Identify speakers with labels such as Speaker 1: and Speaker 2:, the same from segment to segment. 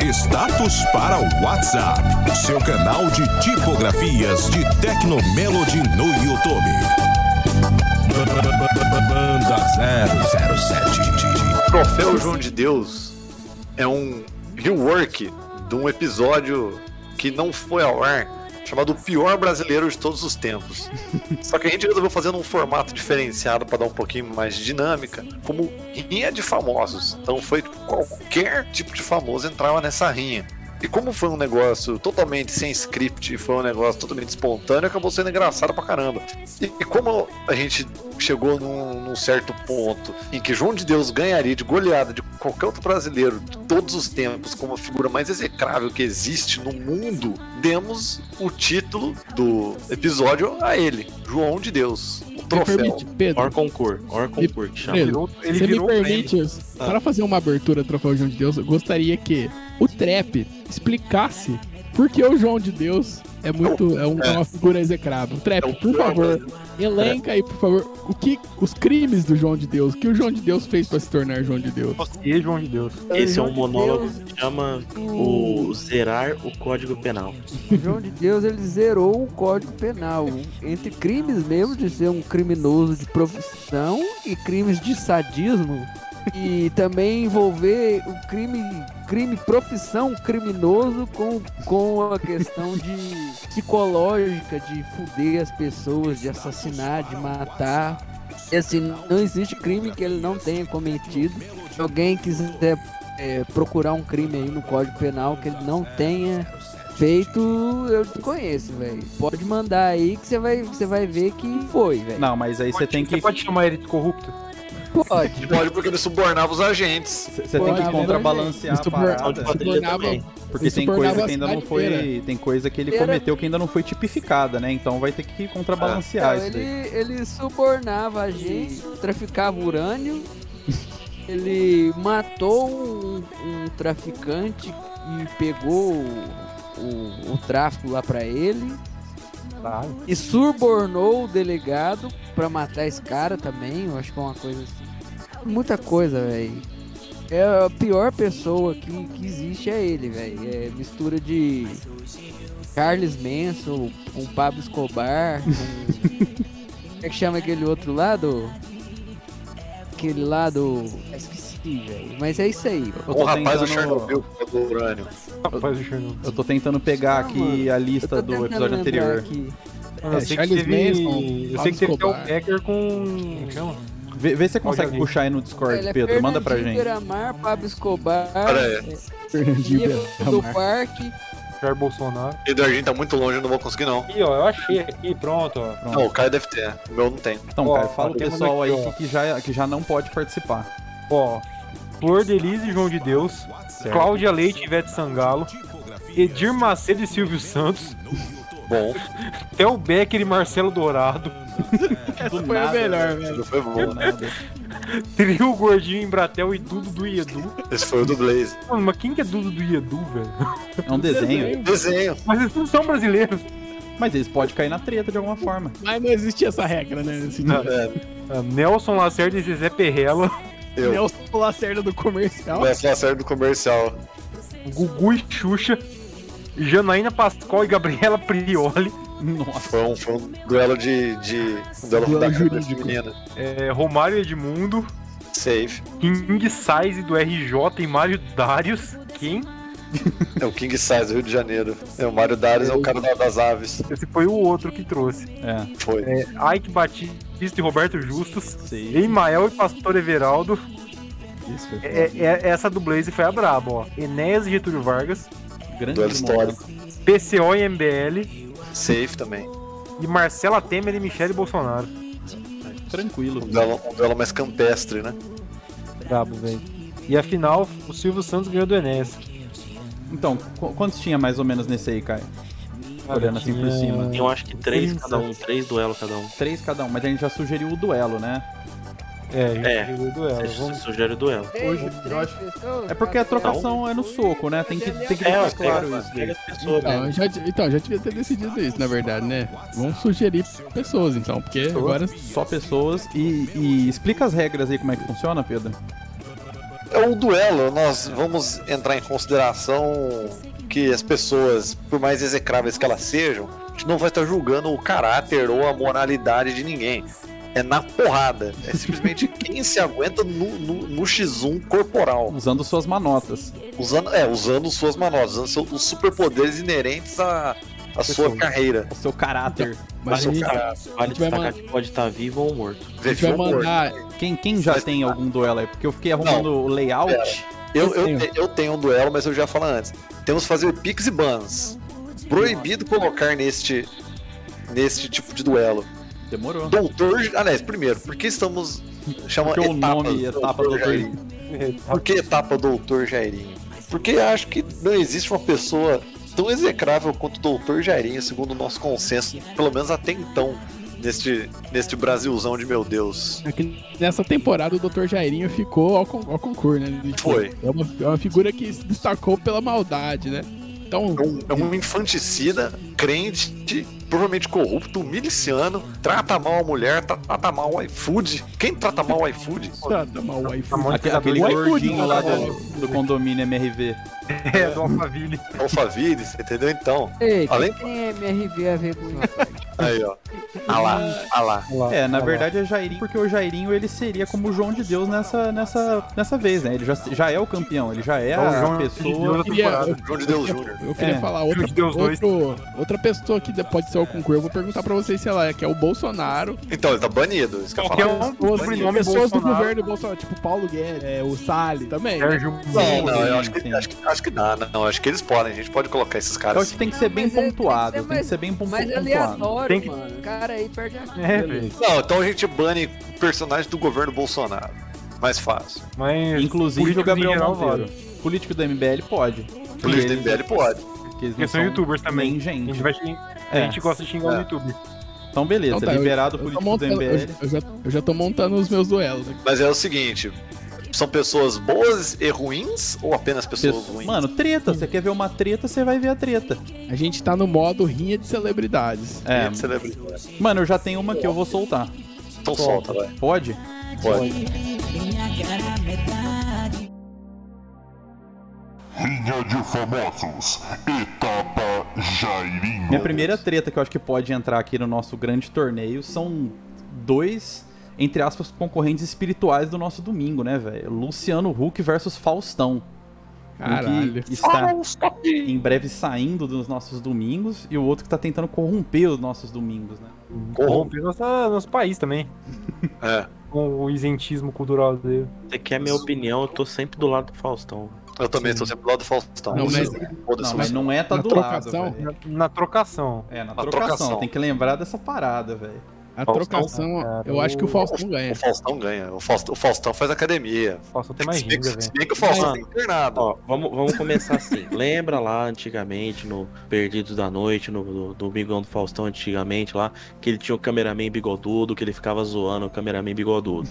Speaker 1: diretos para o WhatsApp, seu canal de tipografias de Tecnomelody no YouTube. Banda 007.
Speaker 2: Troféu João de Deus é um rework de um episódio que não foi ao ar, chamado O Pior Brasileiro de Todos os Tempos. Só que a gente resolveu fazer num formato diferenciado para dar um pouquinho mais de dinâmica, como rinha de famosos. Então foi qualquer tipo de famoso entrava nessa rinha. E como foi um negócio totalmente sem script e foi um negócio totalmente espontâneo, acabou sendo engraçado pra caramba. E, e como a gente chegou num, num certo ponto em que João de Deus ganharia de goleada de qualquer outro brasileiro de todos os tempos como a figura mais execrável que existe no mundo, demos o título do episódio a ele, João de Deus. O troféu.
Speaker 3: permite, Pedro?
Speaker 4: Or concur, or concur, que chama.
Speaker 3: Pedro,
Speaker 2: Virou- ele
Speaker 3: Você me
Speaker 2: virou um prêmio.
Speaker 3: permite, para fazer uma abertura do Troféu João de Deus, eu gostaria que o Trap explicasse por que o João de Deus é muito é, um- é uma figura execrável. Trap,
Speaker 2: É né? o
Speaker 3: por
Speaker 2: pior
Speaker 3: favor, elenca aí, por favor, o que os crimes do João de Deus, o que o João de Deus fez para se tornar João de Deus.
Speaker 5: E João de Deus.
Speaker 4: Esse é
Speaker 6: João
Speaker 4: um
Speaker 6: de
Speaker 4: monólogo
Speaker 6: Deus,
Speaker 4: que chama
Speaker 5: Hum.
Speaker 4: o Zerar o Código Penal.
Speaker 6: o João de Deus, ele zerou o Código Penal. um, Entre crimes mesmo, de ser um criminoso de profissão e crimes de sadismo. E também envolver o crime, crime profissão criminoso com, com a questão de psicológica, de fuder as pessoas, de assassinar, de matar. E assim, não existe crime que ele não tenha cometido. Se alguém quiser é, procurar um crime aí no Código Penal que ele não tenha feito, eu desconheço, velho. Pode mandar aí que você vai, que você vai ver que foi, velho.
Speaker 5: Não, mas aí você tem que.
Speaker 7: Você pode chamar ele de corrupto?
Speaker 6: Pode.
Speaker 2: Pode porque ele subornava os agentes.
Speaker 5: Você
Speaker 6: é
Speaker 5: tem que
Speaker 3: Pode,
Speaker 5: contrabalancear a
Speaker 3: Isso por-
Speaker 5: parada.
Speaker 3: isso tornava-
Speaker 5: Porque
Speaker 3: isso
Speaker 5: tem
Speaker 3: tornava
Speaker 5: coisa
Speaker 3: a
Speaker 5: que ainda não
Speaker 3: cidade
Speaker 5: foi.
Speaker 3: inteira.
Speaker 5: Tem coisa que ele
Speaker 6: Era-
Speaker 5: cometeu que ainda não foi tipificada, né? Então vai ter que
Speaker 6: Então,
Speaker 5: contrabalancear isso
Speaker 6: ele,
Speaker 5: daí.
Speaker 6: ele subornava a gente, traficava urânio, ele matou um, um traficante e pegou o, o- o tráfico lá pra ele.
Speaker 7: Claro.
Speaker 6: E subornou o delegado pra matar esse cara também, eu acho que é uma coisa assim. Muita coisa, velho. É a pior pessoa que, que existe é ele, velho. É mistura de Carlos Manson com Pablo Escobar, com... Como é que chama aquele outro lado? Aquele lado... Esqueci, velho. Mas é isso aí,
Speaker 5: Eu
Speaker 2: O
Speaker 5: tô
Speaker 2: rapaz do
Speaker 5: tentando-
Speaker 2: Chernobyl é do urânio.
Speaker 7: Rapaz do Chernobyl.
Speaker 5: Eu tô tentando pegar
Speaker 6: Não,
Speaker 5: aqui a
Speaker 6: Eu
Speaker 5: lista
Speaker 6: tô
Speaker 5: do
Speaker 6: tentando
Speaker 5: episódio
Speaker 6: lembrar
Speaker 5: anterior.
Speaker 6: aqui.
Speaker 7: Mano,
Speaker 3: É,
Speaker 7: eu sei que
Speaker 3: Charles
Speaker 7: teve.
Speaker 3: Manson,
Speaker 7: eu
Speaker 3: Pablo
Speaker 7: sei que teve até o
Speaker 3: Escobar.
Speaker 7: Becker com. Como é chama?
Speaker 5: Vê, vê se você
Speaker 7: Olha
Speaker 5: consegue
Speaker 7: aí.
Speaker 5: puxar aí no Discord,
Speaker 6: Ele é
Speaker 5: Pedro. Manda pra
Speaker 6: Fernandinho
Speaker 5: gente.
Speaker 6: Beiramar, Pablo Escobar, É.
Speaker 2: Pera
Speaker 3: Fernandinho
Speaker 6: Diego do
Speaker 3: Belamar.
Speaker 6: Parque,
Speaker 7: Jair Bolsonaro.
Speaker 2: Eduardinho tá muito longe, eu não vou conseguir não.
Speaker 7: Aqui, ó, eu achei aqui, pronto, ó.
Speaker 5: Pronto.
Speaker 2: Não, o Caio deve ter. O meu não tem.
Speaker 5: Então,
Speaker 7: Ó,
Speaker 5: cara, fala o
Speaker 7: temos
Speaker 5: pessoal aí
Speaker 7: aqui, ó.
Speaker 5: que, que já, que já não pode participar.
Speaker 7: Ó, Flor de Lis e João de Deus, Cláudia Leite e Ivete Sangalo, Edir Macedo e Silvio Santos,
Speaker 2: Bom,
Speaker 7: Theo Becker e Marcelo Dourado,
Speaker 3: Essa foi a melhor, velho.
Speaker 2: não foi bom,
Speaker 5: Do
Speaker 2: né?
Speaker 5: nada.
Speaker 7: Trio Gordinho em Bratel e Dudo do Iedu.
Speaker 2: né? Esse foi o do Blaze.
Speaker 7: Mano, mas quem que é Dudo do Iedu, velho?
Speaker 5: É um desenho.
Speaker 2: Desenho.
Speaker 7: Mas eles não são brasileiros.
Speaker 5: Mas eles podem cair na treta de alguma forma.
Speaker 3: Mas não existia essa regra, né? Nesse
Speaker 7: Não.
Speaker 3: dia.
Speaker 7: Ah, Nelson Lacerda e Zezé Perrela,
Speaker 2: Eu.
Speaker 3: Nelson é Lacerda do comercial.
Speaker 2: Vai falar sério do comercial.
Speaker 7: Gugu e Xuxa, Janaína Pascoal e Gabriela Prioli,
Speaker 5: Nossa.
Speaker 2: Foi um, foi um duelo de. de um duelo,
Speaker 3: Duelo
Speaker 2: da câmera
Speaker 3: jurídico.
Speaker 2: feminina.
Speaker 7: é, Romário Edmundo,
Speaker 2: Safe.
Speaker 7: King Size do RJ e Mário Darius. Quem?
Speaker 2: É o King Size do Rio de Janeiro. É, o Mário Darius é o cara da- das aves.
Speaker 7: Esse foi o outro que trouxe.
Speaker 5: É,
Speaker 2: Foi.
Speaker 7: Ike Batista e Roberto Justus.
Speaker 5: sei.
Speaker 7: Emael e Pastor Everaldo.
Speaker 5: Isso foi
Speaker 7: É- é- essa do Blaze foi a braba, ó. Enéas e Getúlio Vargas.
Speaker 5: grande
Speaker 2: Duelo
Speaker 5: momento.
Speaker 2: histórico.
Speaker 7: PCO e MBL.
Speaker 2: Safe também.
Speaker 7: E Marcela Temer e Michele Bolsonaro.
Speaker 5: Tranquilo.
Speaker 2: Um duelo, um duelo mais campestre, né?
Speaker 7: Brabo, velho. E afinal, o Silvio Santos ganhou do Enéas.
Speaker 5: Então, qu- quantos tinha mais ou menos nesse aí, Caio? Olhando assim por
Speaker 7: tinha-
Speaker 3: Ah.
Speaker 5: cima.
Speaker 4: Eu acho que três
Speaker 7: Três,
Speaker 4: cada um,
Speaker 7: né?
Speaker 4: três duelos cada um.
Speaker 5: Três cada um, mas a gente já sugeriu o duelo, né?
Speaker 7: É, gente
Speaker 4: É.
Speaker 7: ganhou o
Speaker 3: Tá,
Speaker 7: duelo.
Speaker 4: Você
Speaker 7: Vamos...
Speaker 4: sugere o duelo.
Speaker 5: Hoje, eu acho- É porque a trocação é no soco, né? Tem que, tem que
Speaker 4: É,
Speaker 5: deixar
Speaker 4: eu
Speaker 5: claro
Speaker 4: pego-
Speaker 5: isso.
Speaker 4: pego
Speaker 5: daí.
Speaker 4: as pessoas, né?
Speaker 2: É.
Speaker 3: Então, já, então, já devia ter decidido isso, na verdade, né? Vamos sugerir pessoas, então, porque agora
Speaker 5: Só pessoas e, e explica as regras aí como é que funciona, Pedro.
Speaker 2: é um duelo. Nós vamos entrar em consideração que as pessoas, por mais execráveis que elas sejam, a gente não vai estar julgando o caráter ou a moralidade de ninguém. É na porrada. É simplesmente quem se aguenta no, no- no X1 corporal.
Speaker 5: Usando suas manotas.
Speaker 2: Usando, é, usando suas manobras, usando seu- os superpoderes inerentes à, à sua
Speaker 5: Pessoal.
Speaker 2: carreira.
Speaker 5: O seu caráter.
Speaker 3: Mas a
Speaker 2: Seu
Speaker 3: gente,
Speaker 2: caráter.
Speaker 4: Vale
Speaker 3: A gente vai
Speaker 4: destacar que pode estar vivo ou morto.
Speaker 3: a gente
Speaker 2: Vê,
Speaker 3: vai
Speaker 2: filme,
Speaker 3: mandar.
Speaker 5: Quem, quem já
Speaker 2: Mas-
Speaker 5: tem algum duelo aí? Porque eu fiquei arrumando o layout.
Speaker 2: Eu, eu, te- eu tenho um duelo, mas eu já falo antes. Temos que fazer pics e bans. Proibido colocar neste, neste tipo de duelo.
Speaker 5: Demorou.
Speaker 2: Doutor. J- Aliás, primeiro, por que estamos. Chama
Speaker 5: Porque o
Speaker 2: etapas
Speaker 5: nome e etapa Doutor
Speaker 2: Jairinho?
Speaker 5: é
Speaker 2: Por que etapa Doutor Jairinho? Porque acho que não existe uma pessoa tão execrável quanto o Doutor Jairinho, segundo o nosso consenso, pelo menos até então, neste, neste Brasilzão de meu Deus.
Speaker 3: Aqui nessa temporada o Dr. Jairinho ficou ao, con- ao concurso, né? Ele
Speaker 2: Foi.
Speaker 3: É uma, é uma figura que se destacou pela maldade, né? Então,
Speaker 2: É um, é um infanticida, crente, provavelmente corrupto, miliciano, trata mal a mulher, tra- trata mal o iFood. Quem trata mal o iFood?
Speaker 3: trata
Speaker 2: é um
Speaker 3: mal o iPhone.
Speaker 7: Tá
Speaker 5: Aque- Aquele
Speaker 7: Oi,
Speaker 5: gordinho
Speaker 3: Pudim,
Speaker 5: lá
Speaker 3: tá
Speaker 5: do, do condomínio MRV.
Speaker 7: É, do Alphaville.
Speaker 2: Alphaville, você entendeu? Então,
Speaker 6: Ei,
Speaker 2: Além-
Speaker 6: quem tem MRV a ver com isso?
Speaker 2: aí ó. Ah lá, ah lá.
Speaker 5: É, na verdade é Jairinho, porque o Jairinho ele seria como o João de Deus nessa, nessa, nessa vez, né? Ele já, já é o campeão, ele já é
Speaker 7: É o
Speaker 5: a
Speaker 7: João
Speaker 5: pessoa.
Speaker 7: da
Speaker 3: Eu queria-
Speaker 7: temporada.
Speaker 2: João de Deus Júnior.
Speaker 3: Eu queria
Speaker 5: É.
Speaker 3: falar outra,
Speaker 7: Chute Deus dois.
Speaker 3: outro- outra pessoa que pode ser ao concurso. Eu vou perguntar pra vocês se ela é, que é o Bolsonaro.
Speaker 2: Então, ele tá banido. Isso que eu
Speaker 7: Qualquer
Speaker 2: falo.
Speaker 7: um
Speaker 3: As
Speaker 7: o sobrenome
Speaker 3: pessoas do
Speaker 7: Bolsonaro.
Speaker 3: governo Bolsonaro, tipo Paulo Guedes, é, o Salles também. né?
Speaker 7: Sérgio
Speaker 2: Não,
Speaker 7: Moro.
Speaker 2: não, eu acho
Speaker 5: é Sim,
Speaker 2: que,
Speaker 5: sim.
Speaker 2: acho, que, acho que dá, não. Acho que eles podem, a gente pode colocar esses
Speaker 5: Eu
Speaker 2: caras.
Speaker 5: Então,
Speaker 2: assim.
Speaker 5: acho que tem que ser
Speaker 6: Não,
Speaker 5: bem
Speaker 6: mas é- tem que
Speaker 5: pontuado,
Speaker 6: ser
Speaker 5: tem que
Speaker 6: mais-
Speaker 5: ser bem pon-
Speaker 6: Mas
Speaker 5: pontuado.
Speaker 6: aleatório,
Speaker 7: Tem que-
Speaker 6: mano. O cara aí perde a
Speaker 7: É, velho.
Speaker 2: Não, então a gente bane personagens do governo Bolsonaro. Mais fácil.
Speaker 7: Mas.
Speaker 5: Inclusive
Speaker 7: políticos
Speaker 5: o
Speaker 7: em
Speaker 5: Gabriel
Speaker 7: geral,
Speaker 5: Monteiro.
Speaker 7: vale.
Speaker 5: Político do MBL pode.
Speaker 2: Político do
Speaker 5: eles-
Speaker 2: MBL pode.
Speaker 5: Porque eles
Speaker 7: Porque
Speaker 5: não
Speaker 7: são youtubers também.
Speaker 5: nem
Speaker 7: A gente,
Speaker 5: gente.
Speaker 7: vai xing-
Speaker 5: É.
Speaker 7: a gente gosta de xingar
Speaker 2: É.
Speaker 7: o YouTube.
Speaker 5: Então beleza,
Speaker 3: Então tá, eu-
Speaker 5: liberado
Speaker 3: eu
Speaker 5: o
Speaker 3: tô
Speaker 5: político do
Speaker 3: montando- eu-
Speaker 5: MBL.
Speaker 3: eu já, eu já tô montando os meus duelos. aqui.
Speaker 2: Mas é o seguinte: são pessoas boas e ruins ou apenas pessoas
Speaker 5: Pessoa-
Speaker 2: ruins?
Speaker 5: Mano, treta, você quer ver uma treta, você vai ver a treta.
Speaker 3: A gente tá no modo rinha de celebridades.
Speaker 5: É,
Speaker 2: Gente, celebridade.
Speaker 5: mano, eu já tenho uma que eu vou soltar.
Speaker 2: Então solta, vai.
Speaker 5: Pode?
Speaker 2: Pode.
Speaker 1: Rinha de famosos, etapa Jairinho.
Speaker 5: Minha primeira treta que eu acho que pode entrar aqui no nosso grande torneio são dois, entre aspas, concorrentes espirituais do nosso domingo, né, velho? Luciano Huck versus Faustão. Um
Speaker 3: Caralho.
Speaker 5: Que está em breve saindo dos nossos domingos e o outro que tá tentando corromper os nossos domingos, né?
Speaker 7: Corromper nossa, nosso país também.
Speaker 2: É,
Speaker 7: Com o isentismo cultural dele.
Speaker 4: Você quer minha opinião, eu tô sempre do lado do Faustão.
Speaker 2: eu também estou sempre do lado do Faustão.
Speaker 3: Não, mas-
Speaker 2: Foda-se,
Speaker 5: Não, mas não é tá
Speaker 3: Na
Speaker 5: do
Speaker 3: trocação? né?
Speaker 5: lado, velho.
Speaker 7: Na, na trocação.
Speaker 5: É,
Speaker 2: Na
Speaker 5: na trocação.
Speaker 2: trocação.
Speaker 5: Tem que lembrar dessa parada, velho.
Speaker 3: A
Speaker 7: Faustão,
Speaker 3: trocação,
Speaker 7: cara,
Speaker 3: eu acho que o
Speaker 7: o-
Speaker 3: Faustão ganha.
Speaker 2: O Faustão ganha. O Faustão, o Faustão faz academia.
Speaker 7: Faustão tem mais
Speaker 2: Se bem que-
Speaker 7: ginga,
Speaker 2: se
Speaker 7: velho.
Speaker 2: bem que o Faustão
Speaker 4: Mano.
Speaker 2: tem internado.
Speaker 4: Ó, vamos, vamos começar assim. Lembra lá antigamente, no Perdidos da Noite, no, no Domingão do Faustão, antigamente lá, que ele tinha o cameraman bigodudo, que ele ficava zoando o cameraman bigodudo.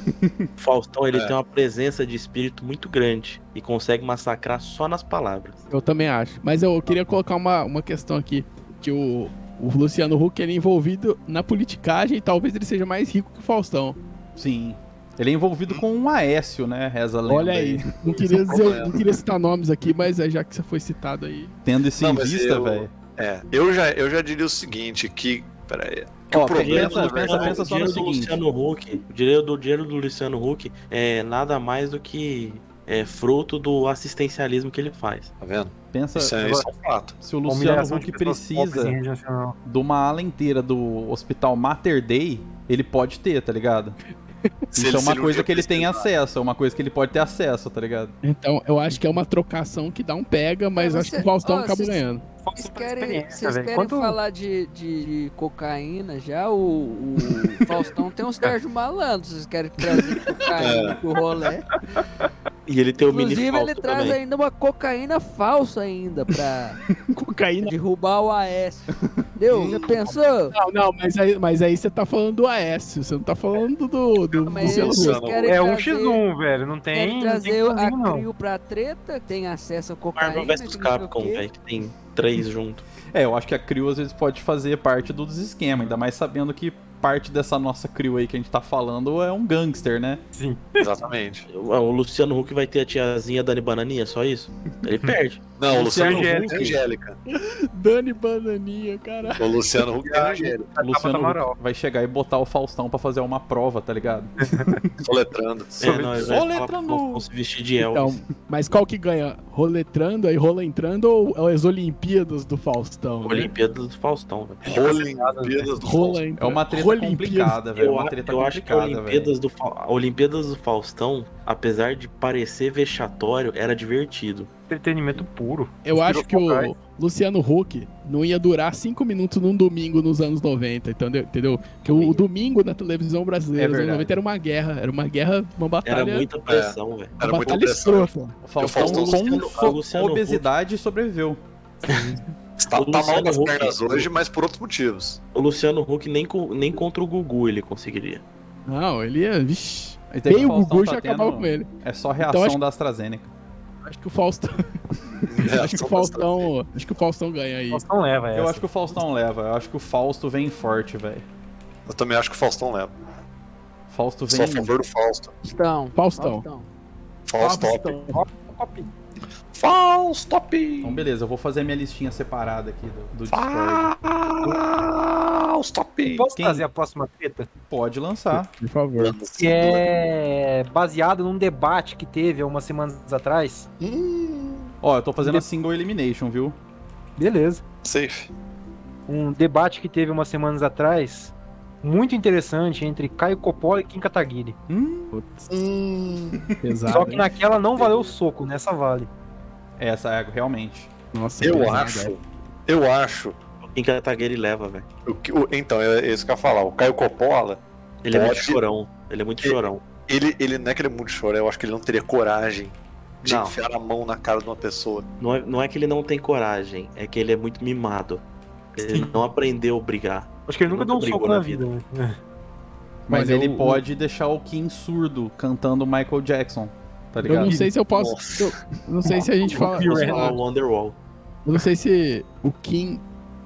Speaker 4: O Faustão, ele
Speaker 2: É.
Speaker 4: tem uma presença de espírito muito grande e consegue massacrar só nas palavras.
Speaker 3: Eu também acho. Mas eu queria colocar uma, uma questão aqui. Que o, o Luciano Huck ele é envolvido na politicagem e talvez ele seja mais rico que o Faustão.
Speaker 5: Sim. Ele é envolvido com um Aécio, né? Reza a lenda.
Speaker 3: Olha aí. Não
Speaker 2: um
Speaker 3: queria, dizer,
Speaker 2: problema.
Speaker 3: não queria citar nomes aqui, mas é já que você foi citado aí.
Speaker 5: Tendo isso
Speaker 2: Não,
Speaker 5: em
Speaker 2: mas
Speaker 5: vista,
Speaker 2: eu-
Speaker 5: velho.
Speaker 2: É, eu já, eu já diria o seguinte, que... Pera aí. Que
Speaker 5: Ó,
Speaker 2: o problema
Speaker 5: pensa-
Speaker 2: do
Speaker 5: pensa-
Speaker 2: Fernando-
Speaker 5: É, pensa só
Speaker 4: o dinheiro
Speaker 5: no
Speaker 4: do
Speaker 5: seguinte.
Speaker 4: Luciano Huck, o dinheiro do, o dinheiro do Luciano Huck é nada mais do que é, fruto do assistencialismo que ele faz.
Speaker 2: Tá vendo?
Speaker 5: Pensa
Speaker 2: Isso é, isso é um fato.
Speaker 5: se o
Speaker 7: A
Speaker 5: Luciano
Speaker 7: humilhação de
Speaker 5: Huck
Speaker 7: pessoas pobres em
Speaker 2: né?
Speaker 5: precisa
Speaker 7: rede nacional.
Speaker 5: de uma ala inteira do hospital Mater Dei, ele pode ter, tá ligado?
Speaker 2: Se
Speaker 5: Isso
Speaker 2: ele-
Speaker 5: é
Speaker 2: se
Speaker 5: uma
Speaker 2: ele um
Speaker 5: coisa
Speaker 2: dia
Speaker 5: que ele tem
Speaker 2: precisar.
Speaker 5: acesso, é uma coisa que ele pode ter acesso, tá ligado?
Speaker 3: Então, eu acho que é uma trocação que dá um pega, mas
Speaker 6: Mas
Speaker 3: acho que
Speaker 6: você-
Speaker 3: o Faustão
Speaker 6: ó,
Speaker 3: acaba
Speaker 6: vocês-
Speaker 3: ganhando.
Speaker 6: Vocês
Speaker 7: Faustão tem
Speaker 6: querem,
Speaker 7: experiência,
Speaker 6: vocês
Speaker 7: velho.
Speaker 6: querem
Speaker 7: Quanto-
Speaker 6: falar de, de cocaína já? O, o Faustão tem um Sérgio Malandro. Vocês querem trazer cocaína
Speaker 7: É.
Speaker 6: pro rolê?
Speaker 4: E ele tem o mini
Speaker 6: Inclusive, ele
Speaker 4: Fausto
Speaker 6: traz
Speaker 4: também.
Speaker 6: ainda uma cocaína falsa ainda pra
Speaker 3: Cocaína.
Speaker 6: derrubar o AS. Deu? Já pensou?
Speaker 3: Não, não, mas aí, mas aí você tá falando do Aécio, você não tá falando do, do
Speaker 6: Mas
Speaker 3: Luciano
Speaker 2: isso-
Speaker 3: Huck.
Speaker 6: vocês
Speaker 2: Luciano,
Speaker 6: querem
Speaker 7: É um
Speaker 6: trazer-
Speaker 7: X1, velho. Não tem.
Speaker 6: Querem
Speaker 7: Não tem
Speaker 6: trazer a
Speaker 7: sozinho, não.
Speaker 6: Crio pra treta, tem acesso a cocaína.
Speaker 4: Marvel vs
Speaker 6: que não sei o
Speaker 4: Capcom,
Speaker 6: quê.
Speaker 4: velho, que tem três junto.
Speaker 5: É, eu acho que a Crio às vezes pode fazer parte do- dos esquemas, ainda mais sabendo que parte dessa nossa crew aí que a gente tá falando é um gangster, né?
Speaker 7: Sim.
Speaker 2: Exatamente.
Speaker 4: O ah, o Luciano Huck vai ter a tiazinha Dani Bananinha, só isso? Ele perde.
Speaker 2: Não, o
Speaker 7: Você é
Speaker 2: Luciano Huck é
Speaker 7: Angélica.
Speaker 2: Angélica.
Speaker 3: Dani Bananinha, caralho.
Speaker 2: O Luciano Huck é Angélica.
Speaker 5: O Luciano
Speaker 7: Amaral.
Speaker 5: Huck vai chegar e botar o Faustão pra fazer uma prova, tá ligado?
Speaker 2: Soletrando.
Speaker 4: É, nós
Speaker 5: só
Speaker 4: vai falar
Speaker 5: letra
Speaker 4: pro
Speaker 5: no-
Speaker 4: Faustão se vestir de Elvis.
Speaker 3: Então, mas qual que ganha? Roletrando aí, rola entrando ou é as Olimpíadas do Faustão? né?
Speaker 4: Olimpíada do Faustão, velho.
Speaker 2: Rolinhadas do
Speaker 3: Rola
Speaker 2: Faustão.
Speaker 3: entrando.
Speaker 5: É uma treta
Speaker 3: Rolimpíadas.
Speaker 5: complicada, velho. É
Speaker 4: Eu,
Speaker 5: uma
Speaker 4: a-
Speaker 5: treta
Speaker 4: eu acho que a
Speaker 5: complicada, velho.
Speaker 4: Olimpíadas do, Fa- a Olimpíadas do Faustão, apesar de parecer vexatório, era divertido.
Speaker 7: Entretenimento puro.
Speaker 3: Eu acho que o Luciano Huck não ia durar cinco minutos num domingo nos anos 90, entendeu? entendeu? Que o, o domingo na televisão brasileira
Speaker 5: É
Speaker 3: nos anos
Speaker 5: verdade.
Speaker 3: 90 era uma guerra, era uma guerra, uma
Speaker 4: Era
Speaker 3: batalha,
Speaker 5: é.
Speaker 4: muita pressão, velho.
Speaker 3: uma
Speaker 2: Era muito
Speaker 3: batalha
Speaker 2: impressionante.
Speaker 3: escrota.
Speaker 5: O
Speaker 2: Faustão,
Speaker 5: Faustão,
Speaker 2: o
Speaker 4: Luciano- o
Speaker 5: com so-
Speaker 4: Luciano Huck.
Speaker 5: obesidade sobreviveu.
Speaker 2: Tá,
Speaker 4: O
Speaker 2: tá mal
Speaker 4: Luciano
Speaker 2: das
Speaker 4: Huck-
Speaker 2: pernas hoje, mas por outros motivos.
Speaker 4: O Luciano Huck nem, co- nem contra o Gugu ele conseguiria.
Speaker 3: Não, ele ia, vixi,
Speaker 5: E daí
Speaker 3: bem o
Speaker 5: Faustão
Speaker 3: Gugu
Speaker 5: tá
Speaker 3: já
Speaker 5: tendo-
Speaker 3: acabava com ele. Então,
Speaker 5: É só a reação
Speaker 3: acho-
Speaker 5: da AstraZeneca.
Speaker 3: Acho que o Faustão,
Speaker 2: É,
Speaker 3: acho que o Faustão, acho que o Faustão ganha aí.
Speaker 7: Faustão leva essa.
Speaker 5: Eu acho que o Faustão leva. Eu acho que o Fausto vem forte, velho.
Speaker 2: Eu também acho que o Faustão leva.
Speaker 5: Fausto
Speaker 2: Sou
Speaker 5: vem.
Speaker 2: a favor do Fausto.
Speaker 6: Faustão.
Speaker 3: Faustão.
Speaker 5: é
Speaker 7: Ah,
Speaker 2: Faustop.
Speaker 5: Então, beleza, eu vou fazer minha listinha separada aqui do, do Discord.
Speaker 2: Faustop.
Speaker 7: Posso
Speaker 5: Quem?
Speaker 7: trazer a próxima treta?
Speaker 5: Pode lançar.
Speaker 3: Por favor.
Speaker 7: Que é baseado num debate que teve há umas semanas atrás.
Speaker 5: Ó, eu tô fazendo a single elimination, viu?
Speaker 7: Beleza.
Speaker 2: Safe.
Speaker 7: Um debate que teve umas semanas atrás, muito interessante, entre Caio Coppola e Kim Kataguiri.
Speaker 5: Hum,
Speaker 3: Pesado.
Speaker 7: Só que
Speaker 3: hein?
Speaker 7: naquela não valeu o soco, nessa vale.
Speaker 5: essa é realmente.
Speaker 3: Nossa,
Speaker 2: Eu
Speaker 3: pesado.
Speaker 2: acho. Eu acho.
Speaker 4: Em Cataguiri leva, velho.
Speaker 2: o que- o- então, é isso que eu ia falar. O Caio Coppola,
Speaker 4: Ele é muito
Speaker 2: Pode.
Speaker 4: chorão. Ele é muito
Speaker 2: Ele-
Speaker 4: chorão.
Speaker 2: ele, ele não é que ele é muito choro, eu acho que ele não teria coragem de
Speaker 4: Não.
Speaker 2: enfiar a mão na cara de uma pessoa.
Speaker 4: Não é, não é que ele não tem coragem, é que ele é muito mimado. Ele não aprendeu a brigar.
Speaker 7: Acho que ele
Speaker 4: Ele
Speaker 7: nunca deu um
Speaker 4: nunca
Speaker 7: soco
Speaker 4: brigou
Speaker 7: na
Speaker 4: na
Speaker 7: vida. né?
Speaker 5: Mas,
Speaker 3: Mas
Speaker 5: ele
Speaker 3: eu-
Speaker 5: pode deixar o Kim surdo cantando Michael Jackson, tá
Speaker 3: Eu
Speaker 5: ligado?
Speaker 3: não sei se eu posso.
Speaker 2: Nossa.
Speaker 3: eu não sei se a gente fala.
Speaker 7: Pior.
Speaker 4: Vamos falar o é Wonderwall.
Speaker 3: Eu não sei se o Kim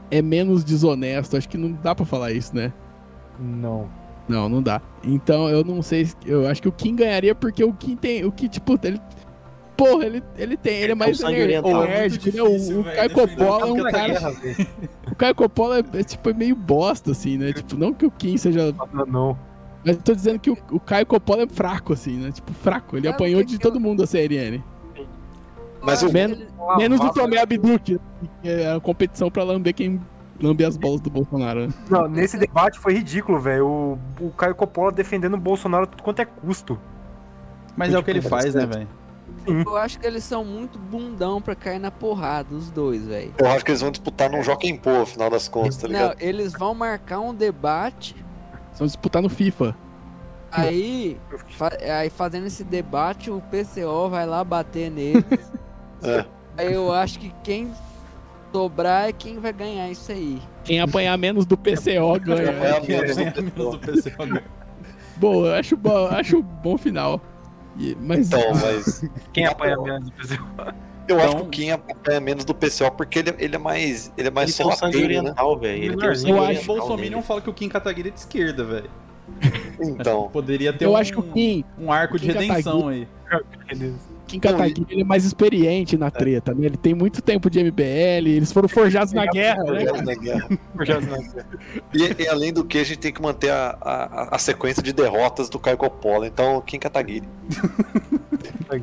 Speaker 3: é menos desonesto. Acho que não dá pra falar isso, né?
Speaker 7: Não.
Speaker 3: Não, não dá. Então eu não sei. se- Eu acho que o Kim ganharia porque o Kim tem. O que, tipo, ele. Porra, ele, ele tem. Ele é mais
Speaker 4: tem um sangue
Speaker 3: ner-
Speaker 4: oriental.
Speaker 3: nerd, né? O, o Caio Coppola é um
Speaker 7: Nunca
Speaker 3: cara.
Speaker 7: guerra, velho.
Speaker 3: O Caio Coppola é, é, tipo, é meio bosta, assim, né? Tipo, não que o Kim seja.
Speaker 7: Não, não.
Speaker 3: Mas eu tô dizendo que o, o Caio Coppola é fraco, assim, né? Tipo, fraco. Ele
Speaker 6: É,
Speaker 3: apanhou
Speaker 6: porque
Speaker 3: de
Speaker 6: que
Speaker 3: todo mundo a CNN.
Speaker 2: Mas o,
Speaker 3: Menos-
Speaker 7: Lavava-
Speaker 3: Menos do Tomé Abduch, que é a competição pra lamber quem lambe as bolas do Bolsonaro. né?
Speaker 7: Não, nesse debate foi ridículo, velho. O, o Caio Coppola defendendo o Bolsonaro a tudo quanto é custo.
Speaker 5: Mas é o que ele faz, né, velho?
Speaker 6: Eu acho que eles são muito bundão pra cair na porrada, os dois, velho.
Speaker 2: eu acho que eles vão disputar num Jockey Pô, afinal das contas, tá
Speaker 6: Não,
Speaker 2: ligado?
Speaker 6: eles vão marcar um debate,
Speaker 3: São disputar no FIFA.
Speaker 6: aí, fa- aí fazendo esse debate, o PCO vai lá bater nele.
Speaker 2: É.
Speaker 6: Aí eu acho que quem sobrar é quem vai ganhar isso aí.
Speaker 3: Quem apanhar menos do PCO
Speaker 2: É
Speaker 3: ganha.
Speaker 2: a então. mesma.
Speaker 5: Menos do PC agora.
Speaker 3: Bom, eu acho bom, acho um bom final. E- mas
Speaker 2: Então, mas
Speaker 7: Quem apanha menos?
Speaker 2: eu acho que
Speaker 5: Então-
Speaker 2: o Kim apanha menos do PCO porque ele, ele é mais ele é mais
Speaker 4: Ele tem um sangue
Speaker 2: sorrateiro, né?
Speaker 4: oriental, velho. Ele tem um
Speaker 7: Eu
Speaker 4: sangue
Speaker 3: acho-
Speaker 5: O
Speaker 4: oriental
Speaker 5: Bolsominion
Speaker 4: nele.
Speaker 5: fala que o Kim Kataguiri é de esquerda, velho.
Speaker 2: Então,
Speaker 5: Poderia ter
Speaker 3: eu
Speaker 5: um,
Speaker 3: acho que o Kim,
Speaker 5: um arco
Speaker 3: o Kim
Speaker 5: de redenção aí.
Speaker 3: Kim Kataguiri ele é mais experiente na treta, né? Ele tem muito tempo de MBL, eles foram forjados na guerra, né? cara?
Speaker 2: né, guerra. E, e além do que, a gente tem que manter a, a, a sequência de derrotas do Caio Coppola. Então, Kim Kataguiri.
Speaker 7: tá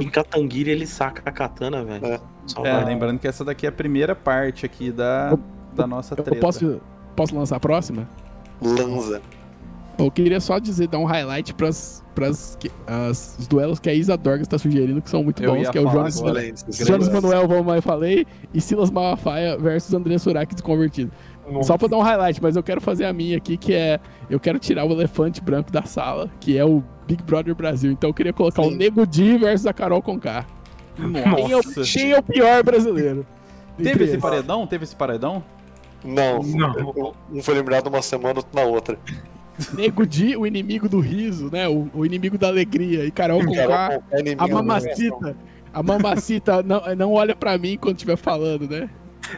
Speaker 4: Em Catanguiri ele saca a katana, velho.
Speaker 2: É.
Speaker 4: Só
Speaker 5: É,
Speaker 4: vai.
Speaker 5: lembrando que essa daqui é a primeira parte aqui da,
Speaker 3: Eu-
Speaker 5: da nossa
Speaker 3: Eu
Speaker 5: treta.
Speaker 3: posso, posso lançar a próxima?
Speaker 2: Lanza.
Speaker 3: Eu queria só dizer, dar um highlight pras, pras que- as, os duelos que a Isa Dorgas tá sugerindo, que são muito
Speaker 5: Eu
Speaker 3: bons,
Speaker 5: ia
Speaker 3: que é o
Speaker 5: falar
Speaker 3: Jonas,
Speaker 5: agora.
Speaker 2: Excelente.
Speaker 3: Jonas Manuel, como eu falei, e Silas Malafaia versus André Surak desconvertido. Só pra dar um highlight, mas eu quero fazer a minha aqui, que é. Eu quero tirar o elefante branco da sala, que é o Big Brother Brasil. Então eu queria colocar o Nego Di versus a Carol Conká. Quem é, o,
Speaker 5: Nossa.
Speaker 3: quem é o pior brasileiro?
Speaker 5: Teve
Speaker 3: Entre
Speaker 5: esse
Speaker 3: esses.
Speaker 5: paredão? Teve esse paredão?
Speaker 2: Não.
Speaker 7: Não.
Speaker 2: Um foi eliminado uma semana, outro na outra.
Speaker 3: Nego Di, o inimigo do riso, né? O, o inimigo da alegria. E Carol Conká,
Speaker 2: Carol Conká, inimigo
Speaker 3: a
Speaker 2: do-
Speaker 3: mamacita. A mamacita não, não olha pra mim quando estiver falando, né?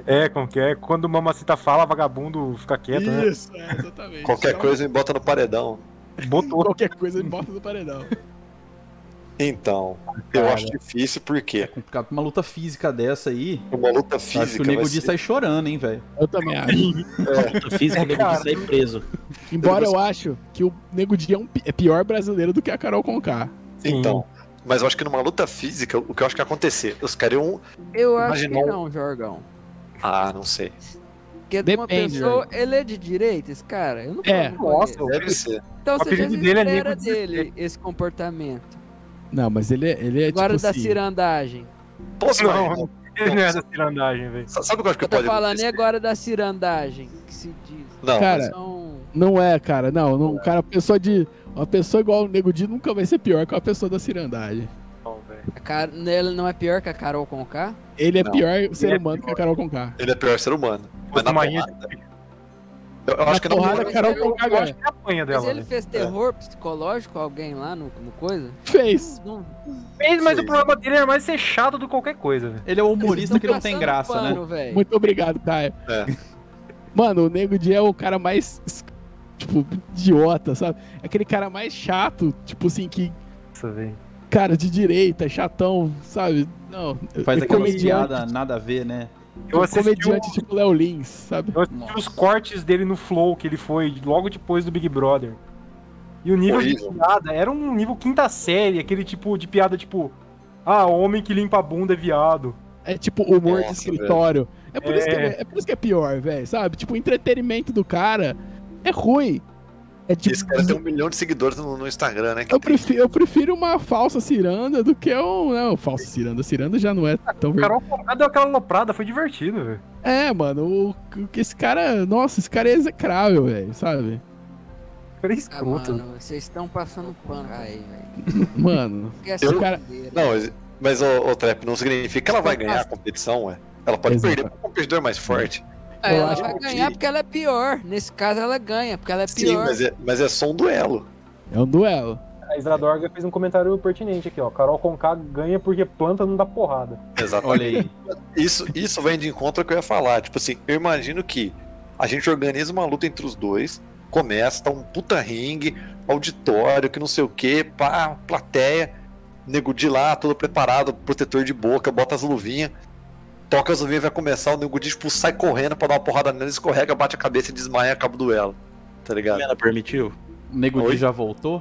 Speaker 7: É, como que é? Quando mamacita fala, vagabundo fica quieto, né?
Speaker 3: Isso, é, exatamente.
Speaker 2: Qualquer
Speaker 3: Então,
Speaker 2: coisa me bota no paredão.
Speaker 7: Botou.
Speaker 3: Qualquer coisa ele bota no paredão.
Speaker 2: Então, eu
Speaker 7: Cara.
Speaker 2: acho difícil porque
Speaker 5: Complicado pra uma luta física dessa aí.
Speaker 2: uma luta
Speaker 5: eu acho que
Speaker 2: física.
Speaker 5: o Nego
Speaker 2: vai
Speaker 5: D
Speaker 2: ser-
Speaker 5: sai chorando, hein, velho.
Speaker 3: Eu também acho.
Speaker 4: Eu fiz que
Speaker 7: cara.
Speaker 4: sair preso.
Speaker 3: Embora eu acho que o Nego Di é, um pi- é pior brasileiro do que a Carol Conká.
Speaker 7: Sim.
Speaker 2: Então, mas eu acho que numa luta física, o que eu acho que ia acontecer? Os caras iam.
Speaker 6: Eu acho
Speaker 2: Imaginou-
Speaker 6: que não, Jorgão.
Speaker 2: Ah, não sei.
Speaker 6: Porque de uma
Speaker 3: Depende,
Speaker 6: pessoa, ele é de direita, esse cara? Eu não
Speaker 3: É.
Speaker 6: falo com
Speaker 7: Nossa,
Speaker 6: ele.
Speaker 7: eu-
Speaker 2: Deve ser.
Speaker 6: Então
Speaker 7: o
Speaker 6: você já
Speaker 7: apelido dele é
Speaker 6: espera
Speaker 7: Nego de
Speaker 6: dele esse comportamento.
Speaker 3: Não, mas ele, é- ele é
Speaker 6: Agora
Speaker 3: tipo
Speaker 6: da
Speaker 3: assim,
Speaker 6: cirandagem.
Speaker 2: Posso
Speaker 7: Não.
Speaker 2: imaginar?
Speaker 7: ele não é da tirandagem, velho.
Speaker 2: Sabe o que eu acho que
Speaker 6: Eu tô
Speaker 2: pode
Speaker 6: falando e
Speaker 2: acontecer?
Speaker 6: agora da cirandagem, que se diz.
Speaker 2: Não,
Speaker 3: Cara,
Speaker 6: São...
Speaker 3: Não é, cara. Não, não, cara, pessoa de. Uma pessoa igual o Nego Di nunca vai ser pior que uma pessoa da cirandagem.
Speaker 7: Não, velho.
Speaker 6: A Car... Ele não é pior que a Carol Conká?
Speaker 3: Ele é
Speaker 2: Não.
Speaker 3: pior ser
Speaker 7: Ele é
Speaker 3: humano que a Carol Conká.
Speaker 2: ele é pior ser humano. Mas na
Speaker 7: Marinha-
Speaker 2: porrada. Eu, eu acho que é na
Speaker 3: porrada,
Speaker 2: porrada.
Speaker 3: Carol
Speaker 6: Eu-
Speaker 3: Conká
Speaker 7: Eu acho
Speaker 3: ganha.
Speaker 7: que é a apanha
Speaker 6: Mas
Speaker 7: dela,
Speaker 6: ele
Speaker 7: velho.
Speaker 6: fez terror psicológico a alguém lá no, no coisa?
Speaker 3: Fez.
Speaker 6: Não,
Speaker 7: Fez, mas
Speaker 2: Sim.
Speaker 7: o problema dele era mais ser chato do que qualquer coisa, velho.
Speaker 5: Ele é o humorista
Speaker 6: Tão
Speaker 5: que não tem
Speaker 6: passando
Speaker 5: graça, né?
Speaker 6: pano, velho.
Speaker 3: Muito obrigado, Caio.
Speaker 2: É.
Speaker 3: Mano, o Nego Di é o cara mais, tipo, idiota, sabe? É Aquele cara mais chato, tipo assim, que,
Speaker 7: Nossa, velho.
Speaker 3: cara, de direita, é chatão, sabe? Não,
Speaker 5: Faz
Speaker 3: é
Speaker 5: aquelas
Speaker 3: comediante,
Speaker 5: piadas nada a ver, né?
Speaker 7: Eu assisti, um o-
Speaker 3: comediante tipo Léo Lins, sabe?
Speaker 7: eu assisti os cortes dele no Flow, que ele foi logo depois do Big Brother. E o nível
Speaker 2: Horrível.
Speaker 7: de piada era um nível quinta série, aquele tipo de piada tipo. Ah, homem que limpa a bunda é viado.
Speaker 3: É tipo humor de
Speaker 2: Nossa,
Speaker 3: escritório. É por, Isso que
Speaker 7: É.
Speaker 3: é, é por isso que é pior, velho, sabe? Tipo, o entretenimento do cara é ruim. É tipo,
Speaker 2: Esse cara tem um milhão de seguidores no, no Instagram, né? Que
Speaker 3: eu, prefiro, eu prefiro uma falsa ciranda do que um. Não, falsa ciranda. Ciranda já não é tão
Speaker 7: O
Speaker 3: verdade.
Speaker 7: Carol Conká deu aquela loprada, foi divertido, velho.
Speaker 3: É, mano, o, o que esse cara. Nossa, esse cara é execrável, velho, sabe?
Speaker 7: Era
Speaker 6: Ah,
Speaker 7: escroto.
Speaker 6: mano, vocês estão passando pano aí, velho.
Speaker 3: Mano.
Speaker 6: Que é
Speaker 3: Eu- cara-
Speaker 6: sacanagem.
Speaker 2: Não, mas- mas o, Trap não significa que ela vai ganhar a competição, ué. Ela pode
Speaker 3: Exato.
Speaker 2: perder para um competidor mais forte.
Speaker 6: Ah,
Speaker 3: eu
Speaker 6: ela
Speaker 3: acho
Speaker 6: vai
Speaker 2: que-
Speaker 6: ganhar porque ela é pior. Nesse caso, ela ganha porque ela é
Speaker 2: Sim,
Speaker 6: pior.
Speaker 2: mas é, mas é só um duelo.
Speaker 3: É um duelo.
Speaker 7: A Isradorga fez um comentário pertinente aqui, ó. Carol Conká ganha porque planta não dá porrada.
Speaker 2: Exatamente.
Speaker 5: Olha aí.
Speaker 2: Isso, isso vem de encontro ao que eu ia falar. Tipo assim, eu imagino que a gente organiza uma luta entre os dois, começa, tá um puta ringue, auditório, que não sei o que, pá, plateia, nego de lá, todo preparado, protetor de boca, bota as luvinhas, toca as luvinhas, vai começar, o nego de tipo, sai correndo pra dar uma porrada nela, escorrega, bate a cabeça e desmaia, acaba o duelo. Tá ligado?
Speaker 3: É.
Speaker 4: Ela permitiu?
Speaker 5: O Nego D
Speaker 2: Oi?
Speaker 5: já voltou?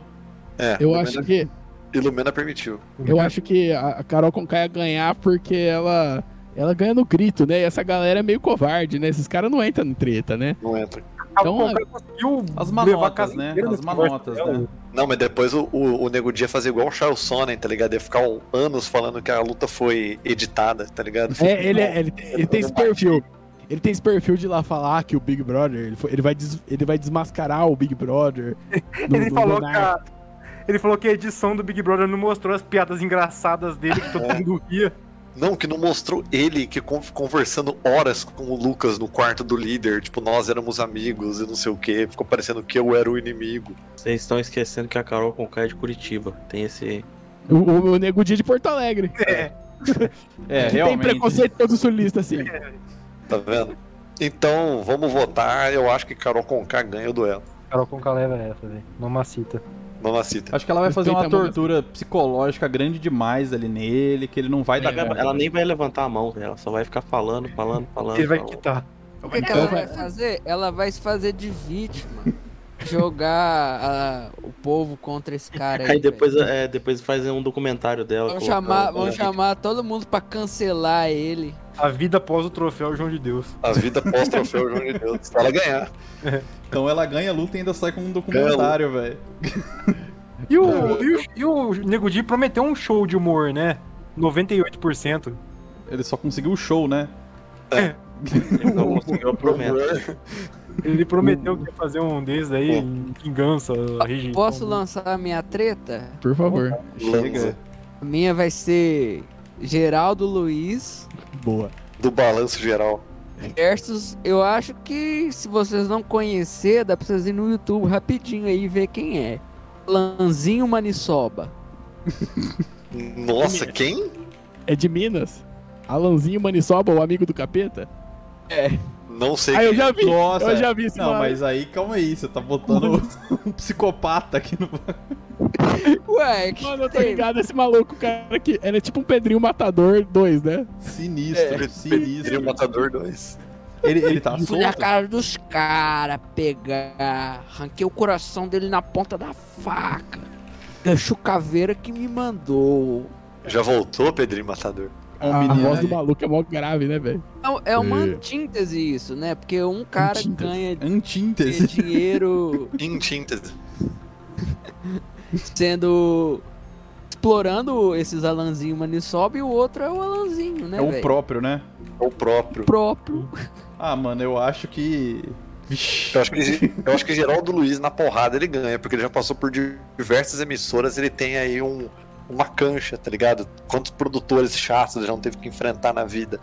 Speaker 2: É,
Speaker 3: Eu
Speaker 2: Lumena-
Speaker 3: acho que,
Speaker 2: Ilumina permitiu.
Speaker 3: eu acho que a a Carol Conká ia ganhar porque ela. Ela ganha no grito, né? E essa galera é meio covarde, né? Esses caras não entram em treta, né?
Speaker 2: Não entra.
Speaker 3: Então,
Speaker 7: Carol Conká conseguiu
Speaker 5: As
Speaker 7: levar a
Speaker 5: manotas,
Speaker 7: casa
Speaker 5: né?
Speaker 7: inteira
Speaker 5: As
Speaker 7: nesse negócio
Speaker 5: manotas,
Speaker 7: dela.
Speaker 5: né?
Speaker 2: Não, mas depois o, o, o Nego Dia fazer igual o Charles Sonnen, tá ligado? Ia ficar um- anos falando que a luta foi editada, tá ligado?
Speaker 3: É, ele, é- ele, tem- ele tem esse perfil. Ele tem esse perfil de lá falar que o Big Brother, ele, foi- ele vai, des- ele vai desmascarar o Big Brother. no-
Speaker 7: Ele
Speaker 3: no
Speaker 7: falou que
Speaker 3: Monark.
Speaker 7: a... Ele falou que a edição do Big Brother não mostrou as piadas engraçadas dele que todo mundo ria.
Speaker 2: Não, que não mostrou ele que con- conversando horas com o Lucas no quarto do líder, tipo, nós éramos amigos e não sei o quê. Ficou parecendo que eu era o inimigo.
Speaker 4: Vocês estão esquecendo que a Carol Conká é de Curitiba. Tem esse.
Speaker 3: O, o, o Nego Dia de Porto Alegre.
Speaker 5: É,
Speaker 3: que tem
Speaker 5: realmente.
Speaker 3: preconceito todo sulista, assim.
Speaker 2: Tá vendo? Então, vamos votar. Eu acho que Carol Conká ganha o duelo.
Speaker 7: Carol Conká leva essa, velho. Mamacita.
Speaker 2: Mamacita.
Speaker 5: Acho que ela vai fazer uma
Speaker 3: Respeita a mão,
Speaker 5: tortura psicológica grande demais ali nele, que ele não vai dar
Speaker 2: é.
Speaker 4: Ela, ela nem vai levantar a mão, né? ela só vai ficar falando, falando, falando.
Speaker 7: Ele vai
Speaker 4: falando.
Speaker 7: quitar.
Speaker 6: O que, que
Speaker 3: Então
Speaker 6: ela
Speaker 3: vai-
Speaker 6: vai fazer? Ela vai se fazer de vítima. Jogar a- o povo contra esse cara aí.
Speaker 4: Aí
Speaker 6: velho.
Speaker 4: depois, é, depois faz um documentário dela.
Speaker 6: Vão
Speaker 4: colocar
Speaker 6: chamar,
Speaker 4: o-
Speaker 6: vão chamar todo mundo pra cancelar ele.
Speaker 7: A vida após o troféu, João de Deus.
Speaker 2: A vida pós-troféu, João de Deus. Se ela ganhar.
Speaker 5: Então ela ganha a luta e ainda sai com um documentário, velho.
Speaker 7: E o, e o, e o Nego Di prometeu um show de humor, né? 98%.
Speaker 5: Ele só conseguiu o show, né?
Speaker 4: Eu não consegui, eu prometo.
Speaker 7: Ele prometeu que ia fazer um desses aí em vingança, rejeição.
Speaker 6: Posso lançar a minha treta?
Speaker 3: Por favor.
Speaker 5: Chega.
Speaker 6: A minha vai ser Geraldo Luiz
Speaker 3: Boa.
Speaker 2: Do balanço geral.
Speaker 6: versus. Eu acho que se vocês não conhecer, dá pra vocês ir no YouTube rapidinho aí e ver quem é. Lanzinho Manisoba.
Speaker 2: Nossa, quem?
Speaker 3: É de Minas? Alanzinho Manisoba, o amigo do capeta? É.
Speaker 2: Não sei
Speaker 3: Ah, eu
Speaker 2: quem.
Speaker 3: já vi.
Speaker 5: Nossa,
Speaker 3: eu já vi isso.
Speaker 5: Não, mas aí, calma aí, você tá botando um psicopata aqui no.
Speaker 6: Ué, que
Speaker 3: Mano, eu tô
Speaker 6: tem?
Speaker 3: ligado esse maluco, cara, que era tipo um Pedrinho Matador 2, né?
Speaker 5: Sinistro,
Speaker 2: Seria o
Speaker 5: sinistro.
Speaker 2: Matador 2.
Speaker 5: Ele, É. ele tá
Speaker 6: Fui na
Speaker 5: solto?
Speaker 6: cara dos caras pegar. Arranquei o coração dele na ponta da faca. Gancho caveira que me mandou.
Speaker 2: Já voltou, Pedrinho Matador?
Speaker 5: É um
Speaker 3: a
Speaker 5: menino
Speaker 3: voz
Speaker 5: aí.
Speaker 3: do maluco é mó grave, né, velho?
Speaker 6: É um- É uma
Speaker 3: É.
Speaker 6: antítese isso, né? Porque um cara
Speaker 3: Antítese.
Speaker 6: ganha
Speaker 5: Antíntese.
Speaker 6: dinheiro
Speaker 2: Em Tinted.
Speaker 6: sendo. explorando esses Alanzinho Manisob e o outro é o Alanzinho, né?
Speaker 5: É o
Speaker 6: véi?
Speaker 5: próprio, né?
Speaker 2: É o próprio.
Speaker 6: próprio.
Speaker 5: Ah, mano, eu acho que. Vixi.
Speaker 2: Eu acho, que, eu acho que Geraldo Luiz, na porrada, ele ganha, porque ele já passou por diversas emissoras, ele tem aí um, uma cancha, tá ligado? Quantos produtores chatos ele já não teve que enfrentar na vida.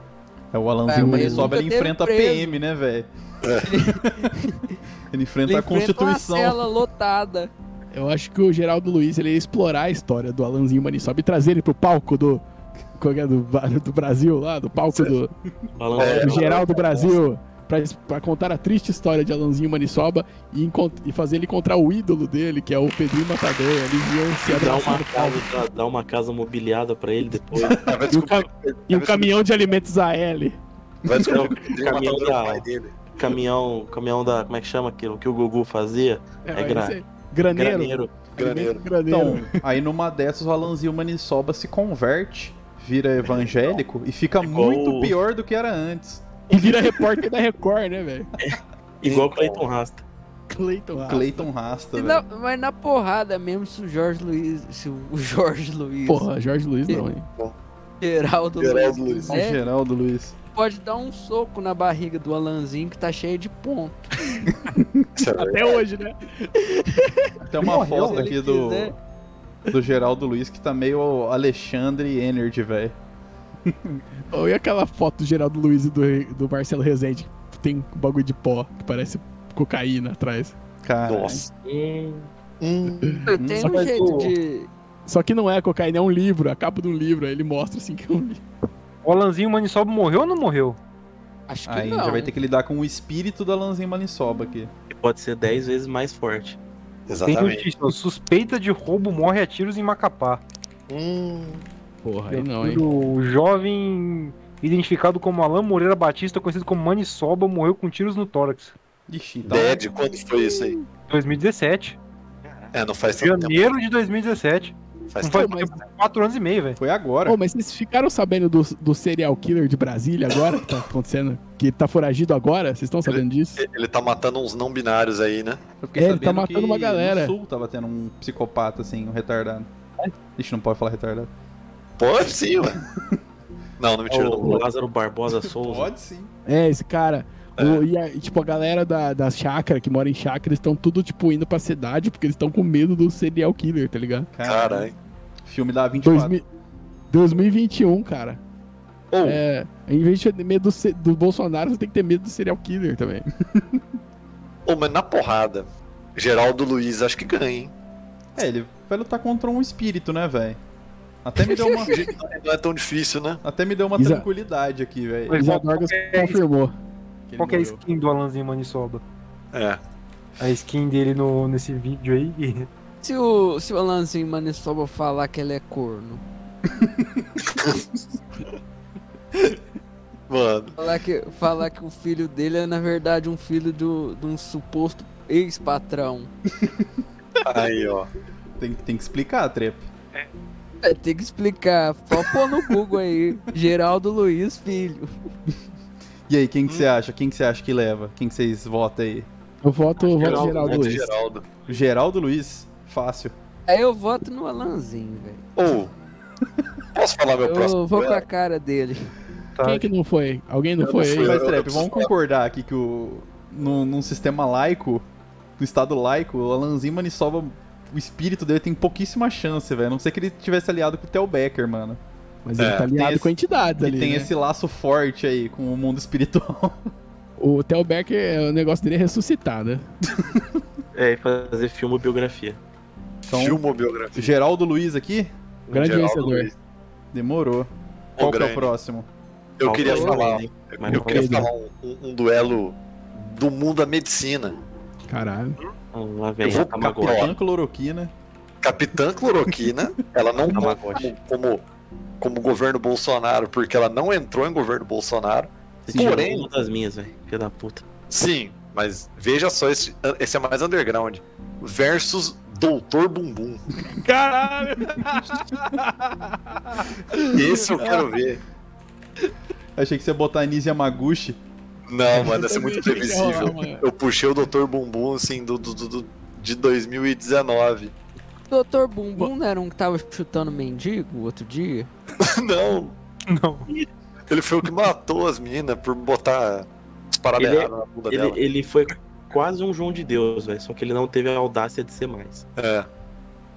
Speaker 5: É o Alanzinho,
Speaker 6: É,
Speaker 5: quando ele
Speaker 6: mas
Speaker 5: sobe,
Speaker 6: nunca
Speaker 5: ele
Speaker 6: teve
Speaker 5: enfrenta a
Speaker 6: preso. É.
Speaker 5: PM, né, velho?
Speaker 6: Ele
Speaker 5: ele enfrenta a
Speaker 6: enfrenta uma
Speaker 5: Constituição.
Speaker 6: cela lotada.
Speaker 3: Eu acho que o Geraldo Luiz ele ia explorar a história do Alanzinho Manisob e trazer ele pro palco do. qual que é? Do, ba- do Brasil lá, do palco do,
Speaker 4: Balanço
Speaker 2: É,
Speaker 3: do
Speaker 4: geral.
Speaker 3: Geraldo Brasil. Pra, es- pra contar a triste história de Alanzinho Manisoba e, encont- e fazer ele encontrar o ídolo dele, que é o Pedrinho Matador. Eles iam se
Speaker 4: Dá
Speaker 3: abraçar
Speaker 4: uma
Speaker 3: no palco.
Speaker 4: casa, dá- dá uma casa mobiliada pra ele depois.
Speaker 2: Ah, Vai
Speaker 3: E um,
Speaker 2: descobrir,
Speaker 3: ca- e um caminhão de alimentos AL.
Speaker 2: vai descobrir que o Pedrinho
Speaker 4: Caminhão
Speaker 2: Matador é o pai
Speaker 4: da-
Speaker 2: dele.
Speaker 4: Caminhão, caminhão da. Como é que chama aquilo? Que o Gugu fazia? É gra-
Speaker 3: isso aí. Graneiro.
Speaker 4: Graneiro.
Speaker 2: Graneiro.
Speaker 3: Alimento graneiro.
Speaker 5: Então, aí numa dessas, o Alanzinho Manisoba se converte, vira evangélico e fica
Speaker 4: Igual
Speaker 5: muito
Speaker 4: o-
Speaker 5: pior do que era antes.
Speaker 3: e vira repórter da Record, né, velho?
Speaker 4: Igual o Clayton Rasta.
Speaker 3: Cleiton. Rasta.
Speaker 5: Clayton Rasta,
Speaker 6: E
Speaker 5: velho.
Speaker 6: na- mas na porrada mesmo, se o Jorge Luiz. Se o Jorge Luiz.
Speaker 3: Porra, Jorge Luiz não, hein?
Speaker 6: Geraldo,
Speaker 2: Geraldo
Speaker 6: Luiz. é,
Speaker 2: Luiz.
Speaker 5: Ó,
Speaker 6: quiser,
Speaker 5: Geraldo Luiz.
Speaker 6: pode dar um soco na barriga do Alanzinho que tá cheio de ponto.
Speaker 2: Será?
Speaker 3: Até hoje, né?
Speaker 5: Tem uma
Speaker 6: Morreu, se
Speaker 5: foto
Speaker 6: ele
Speaker 5: aqui do,
Speaker 6: quiser.
Speaker 5: do Geraldo Luiz que tá meio Alexandre Energy, velho.
Speaker 3: Ou e aquela foto do Geraldo Luiz e do, do Marcelo Rezende? que Tem um bagulho de pó que parece cocaína atrás.
Speaker 5: Cara,
Speaker 2: Nossa.
Speaker 4: Hum,
Speaker 6: Eu tenho
Speaker 3: Só
Speaker 6: um
Speaker 3: que
Speaker 6: jeito
Speaker 3: o-
Speaker 6: de.
Speaker 3: Só que não é cocaína, é um livro, a capa de um livro. Aí ele mostra assim que é um livro.
Speaker 7: O Alanzinho Manisobo morreu ou não morreu?
Speaker 6: Acho que
Speaker 5: aí
Speaker 6: não.
Speaker 5: já vai ter que lidar com o espírito da Alanzinho Manisoba aqui.
Speaker 4: que pode ser 10 vezes mais forte.
Speaker 7: Tem
Speaker 2: Exatamente.
Speaker 7: notícia. ó, Suspeita de roubo morre a tiros em Macapá.
Speaker 2: Hum,
Speaker 3: Porra, aí não, hein?
Speaker 7: O jovem identificado como Alain Moreira Batista, conhecido como Manisoba, morreu com tiros no tórax.
Speaker 5: Ixi, então.
Speaker 2: Dead, quando foi isso aí?
Speaker 7: 2017.
Speaker 2: É, não faz tanto tempo.
Speaker 7: Janeiro de 2017.
Speaker 2: Faz
Speaker 7: Não
Speaker 2: tempo.
Speaker 7: faz
Speaker 3: mas-
Speaker 7: tempo, quatro anos e meio, velho.
Speaker 5: Foi agora.
Speaker 3: Ô, mas vocês ficaram sabendo do, do serial killer de Brasília agora que tá acontecendo? Que ele tá foragido agora? Vocês estão sabendo disso?
Speaker 2: Ele tá matando uns não binários aí, né?
Speaker 5: Eu
Speaker 3: É,
Speaker 5: fiquei
Speaker 3: ele
Speaker 5: sabendo
Speaker 3: tá matando
Speaker 5: que
Speaker 3: uma galera.
Speaker 5: No sul tava tendo um psicopata, assim, um retardado. Ixi, não pode falar retardado.
Speaker 2: Pode sim, ué. Não, não me
Speaker 4: O,
Speaker 2: tira do
Speaker 4: o Lázaro Barbosa Souza.
Speaker 5: Pode sim.
Speaker 3: É, esse cara.
Speaker 2: É.
Speaker 3: O- e a- e, tipo, a galera da, da chácara, que mora em chácara, eles estão tudo, tipo, indo pra cidade porque eles estão com medo do serial killer, tá ligado?
Speaker 2: Caralho.
Speaker 5: Filme da 24.
Speaker 3: 2000 2021, cara.
Speaker 2: Ou,
Speaker 3: É, em vez de ter medo do, se- do Bolsonaro, você tem que ter medo do serial killer também.
Speaker 2: ou, mas na porrada, Geraldo Luiz acho que ganha, hein?
Speaker 5: É, ele vai lutar contra um espírito, né, velho? Até me deu uma,
Speaker 2: Não é tão difícil, né?
Speaker 5: até me deu uma
Speaker 3: Isa-
Speaker 5: tranquilidade aqui, velho.
Speaker 7: Mas qual-
Speaker 3: Isadorgas
Speaker 7: qual que é a
Speaker 3: confirmou.
Speaker 5: que ele
Speaker 7: Qual que é a
Speaker 5: morreu.
Speaker 7: skin do Alanzinho Manisoba?
Speaker 2: É.
Speaker 7: A skin dele no, nesse vídeo aí.
Speaker 6: Se o, se o Alanzinho Manisoba falar que ele é corno,
Speaker 2: Mano,
Speaker 6: falar que, falar que o filho dele é na verdade um filho do, de um suposto ex-patrão.
Speaker 2: aí, ó.
Speaker 5: Tem, tem que explicar, Trep.
Speaker 6: É, tem que explicar. Só pôr no Google aí. Geraldo Luiz, filho.
Speaker 5: E aí, quem que você acha? Quem que você acha que leva? Quem que vocês votam aí?
Speaker 3: Eu voto, eu voto Geraldo
Speaker 2: voto
Speaker 3: Luiz.
Speaker 2: Geraldo.
Speaker 5: Geraldo Luiz? Fácil.
Speaker 6: Aí eu voto no Alanzinho, velho.
Speaker 2: Ou, posso falar meu próximo? é
Speaker 6: Eu vou com
Speaker 2: duelo?
Speaker 6: a cara dele.
Speaker 7: Tá.
Speaker 3: Quem é que não foi? Alguém não
Speaker 2: Eu
Speaker 3: foi
Speaker 2: não
Speaker 3: aí?
Speaker 2: fui.
Speaker 5: Mas,
Speaker 2: eu- eu
Speaker 5: Trep,
Speaker 2: preciso
Speaker 5: vamos concordar aqui que o, num, num sistema laico, no estado laico, o Alanzinho Manisoba, o espírito dele tem pouquíssima chance, velho. A não ser que ele tivesse aliado com o Theo Becker, mano.
Speaker 3: Mas
Speaker 2: É,
Speaker 3: ele tá aliado
Speaker 5: tem
Speaker 3: com
Speaker 5: esse-
Speaker 3: entidades
Speaker 5: Ele
Speaker 3: ali.
Speaker 5: tem
Speaker 3: né?
Speaker 5: esse laço forte aí com o mundo espiritual.
Speaker 3: O Theo Becker, o negócio dele é ressuscitar, né?
Speaker 4: É, e fazer filme biografia.
Speaker 5: Então,
Speaker 2: Filmobiografia.
Speaker 5: Geraldo Luiz aqui?
Speaker 3: Grande
Speaker 2: Geraldo
Speaker 3: vencedor.
Speaker 2: Luiz.
Speaker 5: Demorou.
Speaker 2: Um
Speaker 5: Qual que é
Speaker 2: grande.
Speaker 5: o próximo?
Speaker 2: Eu queria
Speaker 4: Faltou
Speaker 2: falar,
Speaker 4: ele, hein? né? Mas
Speaker 2: Eu
Speaker 4: não
Speaker 2: queria
Speaker 4: faltou
Speaker 2: falar um, um- um duelo do mundo da medicina.
Speaker 3: Caralho.
Speaker 4: ele. Lá vem
Speaker 2: Eu
Speaker 4: tá
Speaker 2: vou
Speaker 4: a Tamagotchi.
Speaker 2: Agora.
Speaker 5: Capitã Cloroquina.
Speaker 2: Capitã Cloroquina, ela não
Speaker 4: Tá
Speaker 2: conta como, como, como governo Bolsonaro, porque ela não entrou em governo Bolsonaro.
Speaker 4: Você tirou
Speaker 2: Porém-
Speaker 4: é uma das minhas, velho. Filha da puta.
Speaker 2: Sim, mas veja só, esse, esse é mais underground. Versus Doutor Bumbum.
Speaker 7: Caralho!
Speaker 2: Esse eu quero ver.
Speaker 5: Achei que você ia botar Anise Yamaguchi.
Speaker 2: Não, mano, esse é muito
Speaker 3: Também achei que ia rolar,
Speaker 2: previsível.
Speaker 3: mano.
Speaker 2: Eu puxei o Doutor Bumbum, assim, do, do, do- do- de 2019.
Speaker 6: Doutor Bumbum não era um que tava chutando mendigo outro dia?
Speaker 2: Não,
Speaker 7: Não.
Speaker 2: ele foi o que matou as meninas por botar as paradas
Speaker 4: Ele é-
Speaker 2: erradas na bunda dela.
Speaker 4: Ele, ele foi quase um João de Deus, velho. Só que ele não teve a audácia de ser mais.
Speaker 2: É.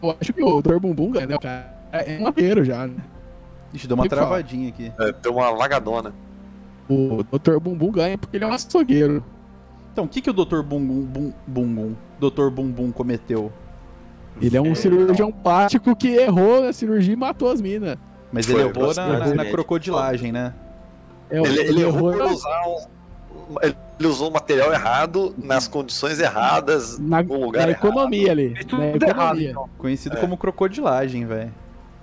Speaker 3: Eu acho que o Dor Bumbum, galera, o cara é um maneiro já, né?
Speaker 5: Ixi, deu uma
Speaker 3: Que fala?
Speaker 5: travadinha aqui.
Speaker 2: É, tem uma lagadona.
Speaker 3: O Dr. Bumbum ganha porque ele é um açougueiro.
Speaker 5: Então, o que, que o Dr. Bumbum, Bum, Bumbum, Dr. Bumbum cometeu?
Speaker 3: Ele é um cirurgião plástico que errou na cirurgia e matou as minas.
Speaker 5: Mas
Speaker 2: Foi,
Speaker 5: ele errou
Speaker 2: você
Speaker 5: na,
Speaker 4: não
Speaker 5: na-
Speaker 4: viu,
Speaker 5: na
Speaker 4: né?
Speaker 5: crocodilagem, né?
Speaker 3: É,
Speaker 2: Ele, ele errou por usar um, Ele usou o material errado, nas condições erradas,
Speaker 3: na,
Speaker 2: no lugar
Speaker 3: na
Speaker 2: errado.
Speaker 3: economia ali.
Speaker 7: Fez
Speaker 3: Na
Speaker 7: tudo errado,
Speaker 3: economia.
Speaker 7: então.
Speaker 2: É.
Speaker 5: Conhecido como crocodilagem, velho.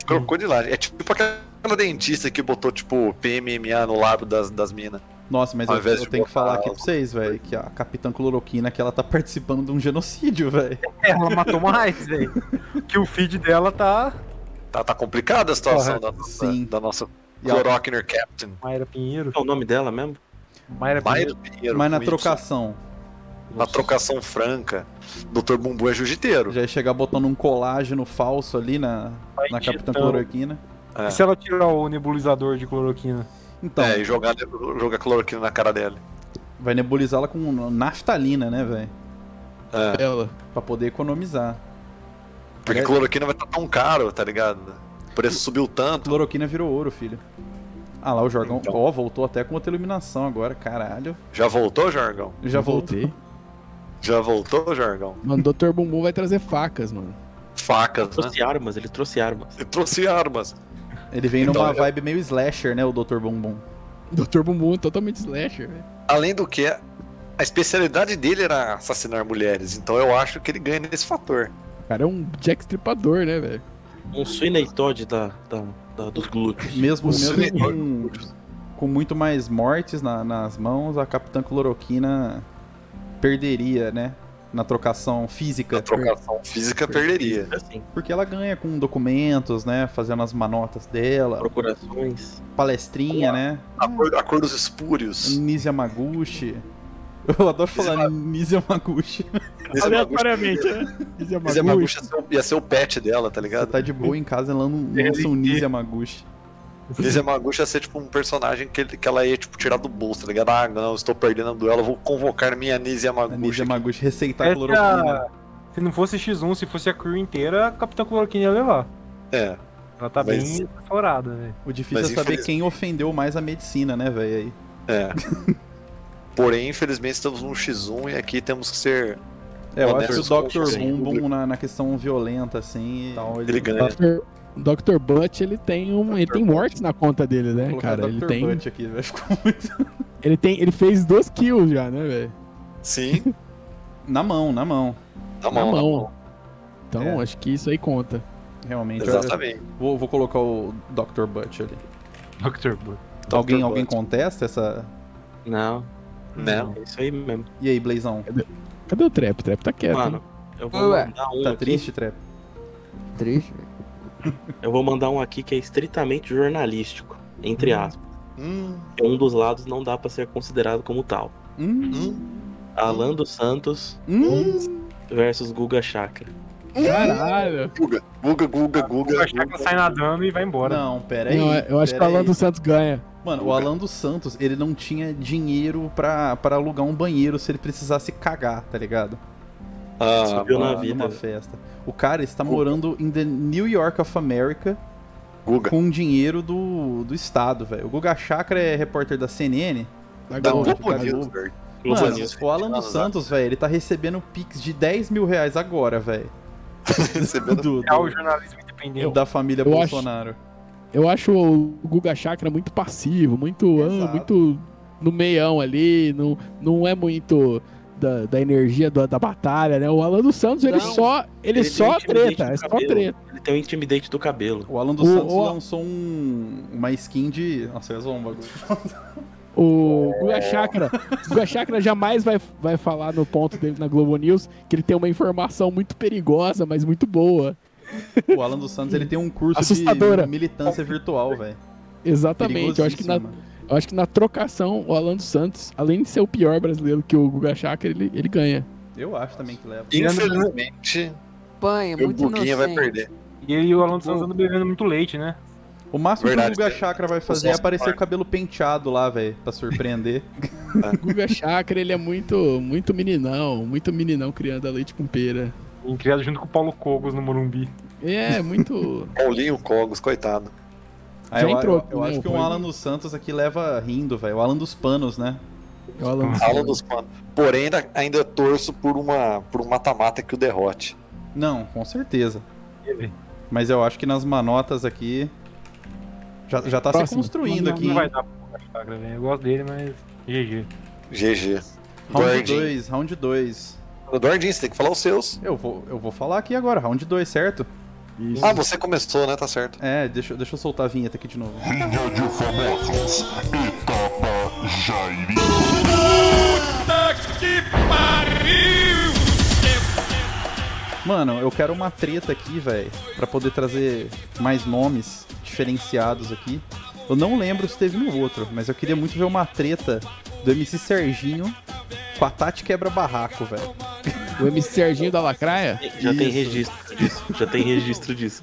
Speaker 2: Crocodilagem. É tipo aquela dentista que botou, tipo, PMMA no lábio das, das minas.
Speaker 5: Nossa, mas
Speaker 2: Ao
Speaker 5: eu,
Speaker 2: invés
Speaker 5: eu
Speaker 2: de
Speaker 5: tenho que
Speaker 2: botar
Speaker 5: falar aqui pra
Speaker 2: algo.
Speaker 5: vocês, velho, que a Capitã Cloroquina, que ela tá participando de um genocídio, velho.
Speaker 7: É, ela matou mais, velho. Que o feed dela tá.
Speaker 2: Tá, tá complicada a situação da nossa,
Speaker 5: Sim.
Speaker 2: da nossa
Speaker 5: E ela-
Speaker 2: Cloroquiner Captain.
Speaker 7: Mayra Pinheiro.
Speaker 4: Qual é o nome dela mesmo?
Speaker 7: Mayra Pinheiro.
Speaker 2: Mayra Pinheiro,
Speaker 5: Mas na
Speaker 2: com Y.
Speaker 5: trocação,
Speaker 2: Na trocação franca, Dr. Bumbum é jiu-jiteiro.
Speaker 5: já ia chegar botando um colágeno falso ali na, na Capitã
Speaker 7: digitando.
Speaker 5: Cloroquina.
Speaker 2: É.
Speaker 7: E se ela tirar o nebulizador de cloroquina?
Speaker 5: Então,
Speaker 2: É, e jogar, jogar cloroquina na cara dela.
Speaker 5: vai nebulizá-la com naftalina, né, velho?
Speaker 2: É,
Speaker 3: Ela.
Speaker 5: Pra poder economizar. É.
Speaker 2: porque cloroquina vai estar tão caro, tá ligado? O preço subiu tanto.
Speaker 5: Cloroquina virou ouro, filho. Ah lá, o Jorgão. Ó,
Speaker 2: Então.
Speaker 5: voltou até com outra iluminação agora, caralho.
Speaker 2: Já voltou, Jargão?
Speaker 5: Já voltou.
Speaker 2: Já voltou, Jargão?
Speaker 3: Mano, o Dr. Bumbum vai trazer facas, mano.
Speaker 2: Facas, né?
Speaker 4: Trouxe armas, ele trouxe armas.
Speaker 2: E trouxe armas.
Speaker 5: Ele vem
Speaker 2: Então,
Speaker 5: numa
Speaker 2: eu-
Speaker 5: vibe meio slasher, né, o Dr. Bumbum.
Speaker 3: Dr. Bumbum é totalmente slasher, velho.
Speaker 2: Além do que, a especialidade dele era assassinar mulheres, então eu acho que ele ganha nesse fator.
Speaker 3: O cara é um Jack Stripador, né, velho?
Speaker 4: Um Sweeney Todd da, da, da- dos glúteos.
Speaker 5: Mesmo,
Speaker 2: O
Speaker 5: mesmo
Speaker 2: Sinitor.
Speaker 5: com, com muito mais mortes na- nas mãos, a Capitã Cloroquina perderia, né? Na trocação física.
Speaker 2: A trocação física perderia.
Speaker 4: Assim,
Speaker 5: Porque ela ganha com documentos, né? Fazendo as manotas dela,
Speaker 4: procurações.
Speaker 5: palestrinha, né?
Speaker 2: A cor, a cor dos espúrios.
Speaker 5: Nise Yamaguchi. Eu adoro falar Nise Yamaguchi.
Speaker 2: Esse é
Speaker 3: Aleatoriamente,
Speaker 2: Maguchi-
Speaker 3: né? Esse
Speaker 2: esse
Speaker 3: é
Speaker 2: Maguchi ia ser o- ia ser o pet dela, tá
Speaker 5: Você
Speaker 2: ligado?
Speaker 5: tá de boa em casa, ela não lança um Nise Yamaguchi.
Speaker 2: Esse Maguchi ia ser tipo um personagem que, ele- que ela ia tipo, tirar do bolso, tá ligado? Ah, não, estou perdendo o duelo, eu vou convocar minha Nise
Speaker 5: A
Speaker 2: Yamaguchi.
Speaker 5: Nise Yamaguchi É receitar
Speaker 7: Essa-
Speaker 5: cloroquina.
Speaker 7: é Se não fosse X1, se fosse a crew inteira, a Capitã Cloroquina ia levar.
Speaker 2: É,
Speaker 7: Ela tá
Speaker 2: Mas-
Speaker 7: bem estourada, velho.
Speaker 5: O difícil
Speaker 2: Mas
Speaker 5: é saber quem ofendeu mais a medicina, né, velho? aí.
Speaker 2: é. Porém, infelizmente, estamos num X1 e aqui temos que ser.
Speaker 5: É, eu acho
Speaker 2: Honesto,
Speaker 5: que o Dr.
Speaker 2: sim.
Speaker 5: Bumbum na, na questão violenta, assim, e tal, ele...
Speaker 2: Ele tá ganha.
Speaker 3: Dr. Dr. Butt, ele tem um. Ele tem mortes na conta dele, né,
Speaker 5: Vou colocar
Speaker 3: cara? Ele
Speaker 5: é Dr.
Speaker 3: tem,
Speaker 5: Butt aqui, velho. Ficou muito...
Speaker 3: ele tem. Ele fez dois kills já, né, velho?
Speaker 2: Sim,
Speaker 5: Na mão, na mão.
Speaker 2: na
Speaker 3: Na
Speaker 2: mão. na mão.
Speaker 3: mão.
Speaker 2: É.
Speaker 3: Então, acho que isso aí conta.
Speaker 5: Realmente. eu-
Speaker 2: Exatamente.
Speaker 5: Vou, vou colocar o Dr. Butt ali.
Speaker 7: Dr. Bull.
Speaker 5: alguém,
Speaker 2: Butt.
Speaker 5: alguém contesta essa...
Speaker 4: Não,
Speaker 2: Né?
Speaker 4: é isso aí mesmo.
Speaker 5: E aí, Blazão?
Speaker 3: Cadê o Trap? O Trap tá
Speaker 2: É.
Speaker 3: quieto.
Speaker 4: Mano,
Speaker 3: hein?
Speaker 4: eu vou
Speaker 6: Ué.
Speaker 4: mandar um
Speaker 5: Tá
Speaker 4: aqui.
Speaker 5: triste, Trap?
Speaker 6: Triste, velho.
Speaker 4: Eu vou mandar um aqui que é estritamente jornalístico, entre aspas.
Speaker 2: Hum,
Speaker 4: Um dos lados não dá pra ser considerado como tal.
Speaker 5: Hum,
Speaker 2: hum.
Speaker 4: Alan dos Santos
Speaker 5: hum.
Speaker 4: versus Guga Chakra.
Speaker 3: Caralho.
Speaker 2: Guga, Guga, Guga,
Speaker 7: A
Speaker 2: Guga.
Speaker 7: Chakra sai nadando e vai embora.
Speaker 5: Não, pera aí.
Speaker 3: Não, é, eu acho que o
Speaker 5: pera
Speaker 3: Alan
Speaker 5: aí.
Speaker 3: dos Santos ganha.
Speaker 5: Mano, o Alan dos Santos, ele não tinha dinheiro pra, pra alugar um banheiro se ele precisasse cagar, tá ligado?
Speaker 2: Ah,
Speaker 4: Subiu na
Speaker 5: Lá
Speaker 4: vida.
Speaker 5: Numa
Speaker 4: velho.
Speaker 5: festa. O cara está morando em the New York of America
Speaker 2: Guga.
Speaker 5: com dinheiro do, do estado, velho. O Guga Chakra é repórter da CNN.
Speaker 2: Da
Speaker 5: Globo,
Speaker 3: tipo,
Speaker 2: Globo
Speaker 5: da
Speaker 2: News,
Speaker 5: Globo.
Speaker 2: Tá velho.
Speaker 4: Globo
Speaker 3: assim?
Speaker 5: Mano,
Speaker 4: News.
Speaker 5: o Alan dos Santos, velho, ele tá recebendo pix de 10 mil reais agora, velho.
Speaker 2: Recebendo
Speaker 5: Do,
Speaker 7: É o
Speaker 5: do-
Speaker 7: jornalismo independente.
Speaker 5: da família
Speaker 3: Eu acho-
Speaker 5: Bolsonaro.
Speaker 3: Eu acho o Guga Chakra muito passivo, muito, ah,
Speaker 5: Exato.
Speaker 3: muito no meião ali, não, não é muito da, da energia da, da batalha, né? O Alan dos Santos, ele
Speaker 4: Não,
Speaker 3: só, ele
Speaker 4: tem o
Speaker 3: só
Speaker 4: intimidate
Speaker 3: treta,
Speaker 4: do
Speaker 3: é só
Speaker 4: cabelo.
Speaker 3: treta.
Speaker 4: Ele tem o intimidate do cabelo.
Speaker 5: O Alan dos
Speaker 3: O-
Speaker 5: Santos
Speaker 3: o-
Speaker 5: lançou um, uma skin de. Nossa, eu ia zoar um bagulho.
Speaker 3: O
Speaker 5: É.
Speaker 3: Guga Chakra, o Guga Chakra jamais vai, vai falar no ponto dele na Globo News que ele tem uma informação muito perigosa, mas muito boa.
Speaker 5: O Alan dos Santos ele tem um curso
Speaker 3: Assustadora.
Speaker 5: de militância virtual, velho.
Speaker 3: Exatamente. Eu acho que na,
Speaker 5: Perigosíssima.
Speaker 3: eu acho que na trocação, o Alan dos Santos, além de ser o pior brasileiro que o Guga Chakra, ele, ele ganha.
Speaker 5: Eu acho também que leva.
Speaker 2: Infelizmente,
Speaker 6: Panha,
Speaker 2: É o
Speaker 6: é muito
Speaker 2: Buguinha
Speaker 6: inocente.
Speaker 2: vai perder.
Speaker 7: E ele e o Alan dos Santos andam bebendo muito leite, né?
Speaker 5: O máximo
Speaker 2: Verdade,
Speaker 5: que o Guga
Speaker 2: cara.
Speaker 5: Chakra vai fazer é
Speaker 2: Nossa,
Speaker 5: aparecer
Speaker 2: cara.
Speaker 5: com o cabelo penteado lá, velho, pra surpreender.
Speaker 3: O Guga Chakra, ele é muito, muito meninão, muito meninão criando a leite com pera.
Speaker 7: Criado junto com o Paulo Cogos no Morumbi.
Speaker 3: É, muito.
Speaker 2: Paulinho Cogos, coitado.
Speaker 5: Aí
Speaker 3: Já
Speaker 5: eu,
Speaker 3: entrou,
Speaker 5: eu- eu
Speaker 3: né,
Speaker 5: acho que
Speaker 3: o
Speaker 5: um
Speaker 3: Rodrigo.
Speaker 5: Alan dos Santos aqui leva rindo, velho. O Alan dos Panos, né?
Speaker 3: é o Alan dos
Speaker 2: Aula
Speaker 3: Santos.
Speaker 2: dos panos. Porém, ainda, ainda torço por, uma, por um mata-mata que o derrote.
Speaker 5: Não, com certeza.
Speaker 7: Ele.
Speaker 5: Mas eu acho que nas manotas aqui. Já, já tá se
Speaker 3: Próximo.
Speaker 5: construindo
Speaker 3: Não,
Speaker 5: aqui.
Speaker 7: Não vai
Speaker 5: hein?
Speaker 7: dar pro Guga Chakra, velho. Eu gosto dele, mas. GG.
Speaker 2: GG.
Speaker 5: Round
Speaker 2: Dordin.
Speaker 5: 2, round 2.
Speaker 2: O Dordin, você tem que falar os seus.
Speaker 5: Eu vou, eu vou falar aqui agora, round 2, certo?
Speaker 3: Isso.
Speaker 2: Ah, você começou, né? Tá certo.
Speaker 5: É, deixa, eu- deixa eu soltar a vinheta aqui de novo.
Speaker 8: Linha de famosos, etapa Jairi.
Speaker 5: Mano, eu quero uma treta aqui, velho, pra poder trazer mais nomes diferenciados aqui. Eu não lembro se teve no outro, mas eu queria muito ver uma treta do MC Serginho com a Tati Quebra-Barraco, velho.
Speaker 3: O MC Serginho da Lacraia?
Speaker 4: Já tem
Speaker 5: Isso.
Speaker 4: registro disso. Já tem registro disso.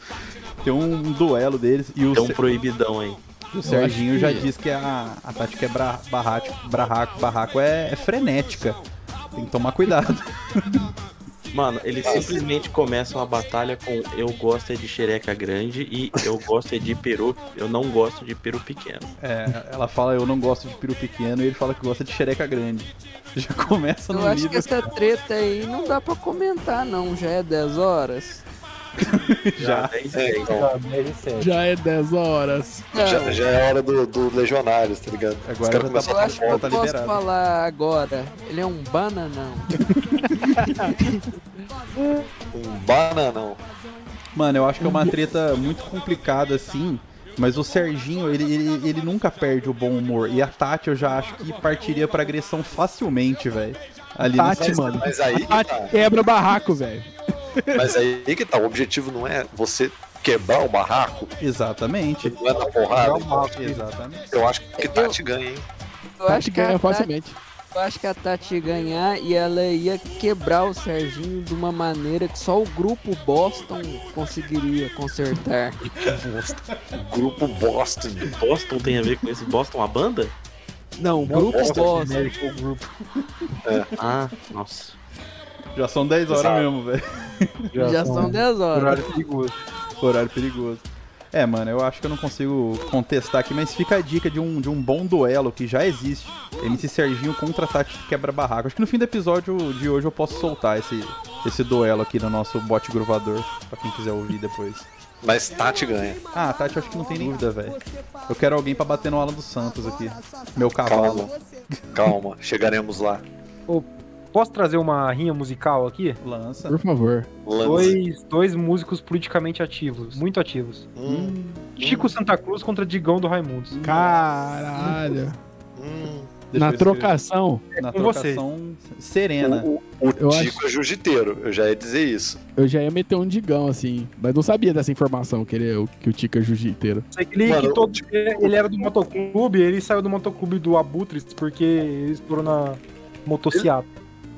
Speaker 5: Tem um duelo deles e o,
Speaker 4: Tem um
Speaker 5: Ser-
Speaker 4: proibidão aí.
Speaker 5: o Serginho
Speaker 3: acho
Speaker 5: já
Speaker 3: que-
Speaker 5: disse que a, a Tati Quebra-Barraco barraco, barraco é, é frenética. Tem que tomar cuidado.
Speaker 4: Mano, eles simplesmente começam a batalha com eu gosto é de xereca grande e eu gosto é de peru, eu não gosto de peru pequeno.
Speaker 5: É, ela fala eu não gosto de peru pequeno e ele fala que gosta de xereca grande. Já começa
Speaker 6: Eu
Speaker 5: no
Speaker 6: acho que
Speaker 5: nível...
Speaker 6: essa treta aí não dá pra comentar, não. Já é 10 horas.
Speaker 4: Já. 10 e
Speaker 3: É.
Speaker 4: 10.
Speaker 3: Já é 10 horas.
Speaker 2: É, então, Já, já é hora do, do Legionários, tá ligado?
Speaker 5: Tá. Agora
Speaker 2: Os caras
Speaker 5: já tá
Speaker 6: Eu
Speaker 2: começaram a
Speaker 6: acho que eu
Speaker 5: Tá
Speaker 6: posso
Speaker 5: liberado.
Speaker 6: falar agora. Ele é um bananão.
Speaker 2: com um bananão.
Speaker 5: Mano, eu acho que é uma treta muito complicada, assim. Mas o Serginho, ele, ele, ele nunca perde o bom humor. E a Tati, eu já acho que partiria pra agressão facilmente, velho. Ali
Speaker 3: Tati,
Speaker 5: nessa-
Speaker 3: mano.
Speaker 2: Mas aí que
Speaker 3: Ah,
Speaker 2: tá.
Speaker 3: quebra barraco, velho.
Speaker 2: Mas aí que tá. O objetivo não é você quebrar o barraco,
Speaker 5: Exatamente.
Speaker 2: não é na porrada.
Speaker 5: Exatamente.
Speaker 2: Eu acho que Tati ganha, hein?
Speaker 6: Eu acho, que
Speaker 3: ganha
Speaker 6: a Tati,
Speaker 3: facilmente.
Speaker 6: eu acho que a Tati ia ganhar e ela ia quebrar o Serginho de uma maneira que só o grupo Boston conseguiria consertar.
Speaker 2: Grupo Boston.
Speaker 4: Boston tem a ver com isso? Boston, a banda?
Speaker 6: Não, o grupo
Speaker 2: Boston,
Speaker 6: Boston.
Speaker 4: Ah, nossa.
Speaker 5: Já são 10 horas
Speaker 2: Exato.
Speaker 5: mesmo, velho.
Speaker 6: Já são 10 horas.
Speaker 7: horário perigoso.
Speaker 5: Horário perigoso. É, mano, eu acho que eu não consigo contestar aqui, mas fica a dica de um, de um bom duelo que já existe. MC Serginho contra a Tati Quebra-Barraco. Acho que no fim do episódio de hoje eu posso soltar esse, esse duelo aqui no nosso bote gruvador, pra quem quiser ouvir depois.
Speaker 2: Mas Tati ganha.
Speaker 5: Ah, Tati, eu acho que não tem dúvida, velho. Eu quero alguém pra bater no Alan dos Santos aqui. Meu cavalo.
Speaker 2: Calma, chegaremos lá.
Speaker 7: Posso trazer uma rinha musical aqui?
Speaker 5: Lança.
Speaker 3: Por favor.
Speaker 2: Lança.
Speaker 7: Dois, dois músicos politicamente ativos, muito ativos.
Speaker 2: Hum,
Speaker 7: Chico Santa Cruz contra Digão do Raimundos.
Speaker 3: Caralho.
Speaker 2: hum.
Speaker 5: Deixa eu
Speaker 3: Na
Speaker 5: escrever.
Speaker 3: trocação,
Speaker 5: Na
Speaker 7: com vocês.
Speaker 5: trocação serena.
Speaker 2: O
Speaker 3: Eu
Speaker 2: Tico é jiu-jiteiro, eu já ia dizer isso.
Speaker 3: eu já ia meter um digão, assim. Mas não sabia dessa informação, que, ele, é- que o Tica é jiu-jiteiro.
Speaker 7: Sei que ele,
Speaker 2: Mano,
Speaker 7: que todo- ele era do motoclube, ele saiu do motoclube do Abutres porque ele estourou na motocicleta.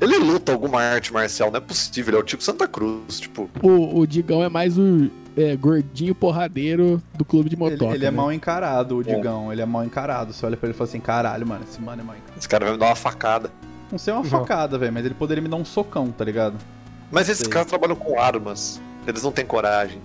Speaker 2: Ele luta alguma arte marcial, não é possível, ele é o Tico Santa Cruz, tipo,
Speaker 3: O, o digão é mais o é, gordinho porradeiro do clube de
Speaker 5: Ele,
Speaker 3: motoca.
Speaker 5: ele é
Speaker 3: né?
Speaker 5: mal encarado, o Digão. Ele é mal encarado. Você olha pra ele e fala assim: caralho, mano, esse mano é mal encarado.
Speaker 2: esse cara vai me dar uma facada.
Speaker 5: Não sei é uma
Speaker 7: Não.
Speaker 5: facada, velho, mas ele poderia me dar um socão, tá ligado?
Speaker 2: Mas esses
Speaker 5: Sei.
Speaker 2: caras trabalham com armas, eles não têm coragem.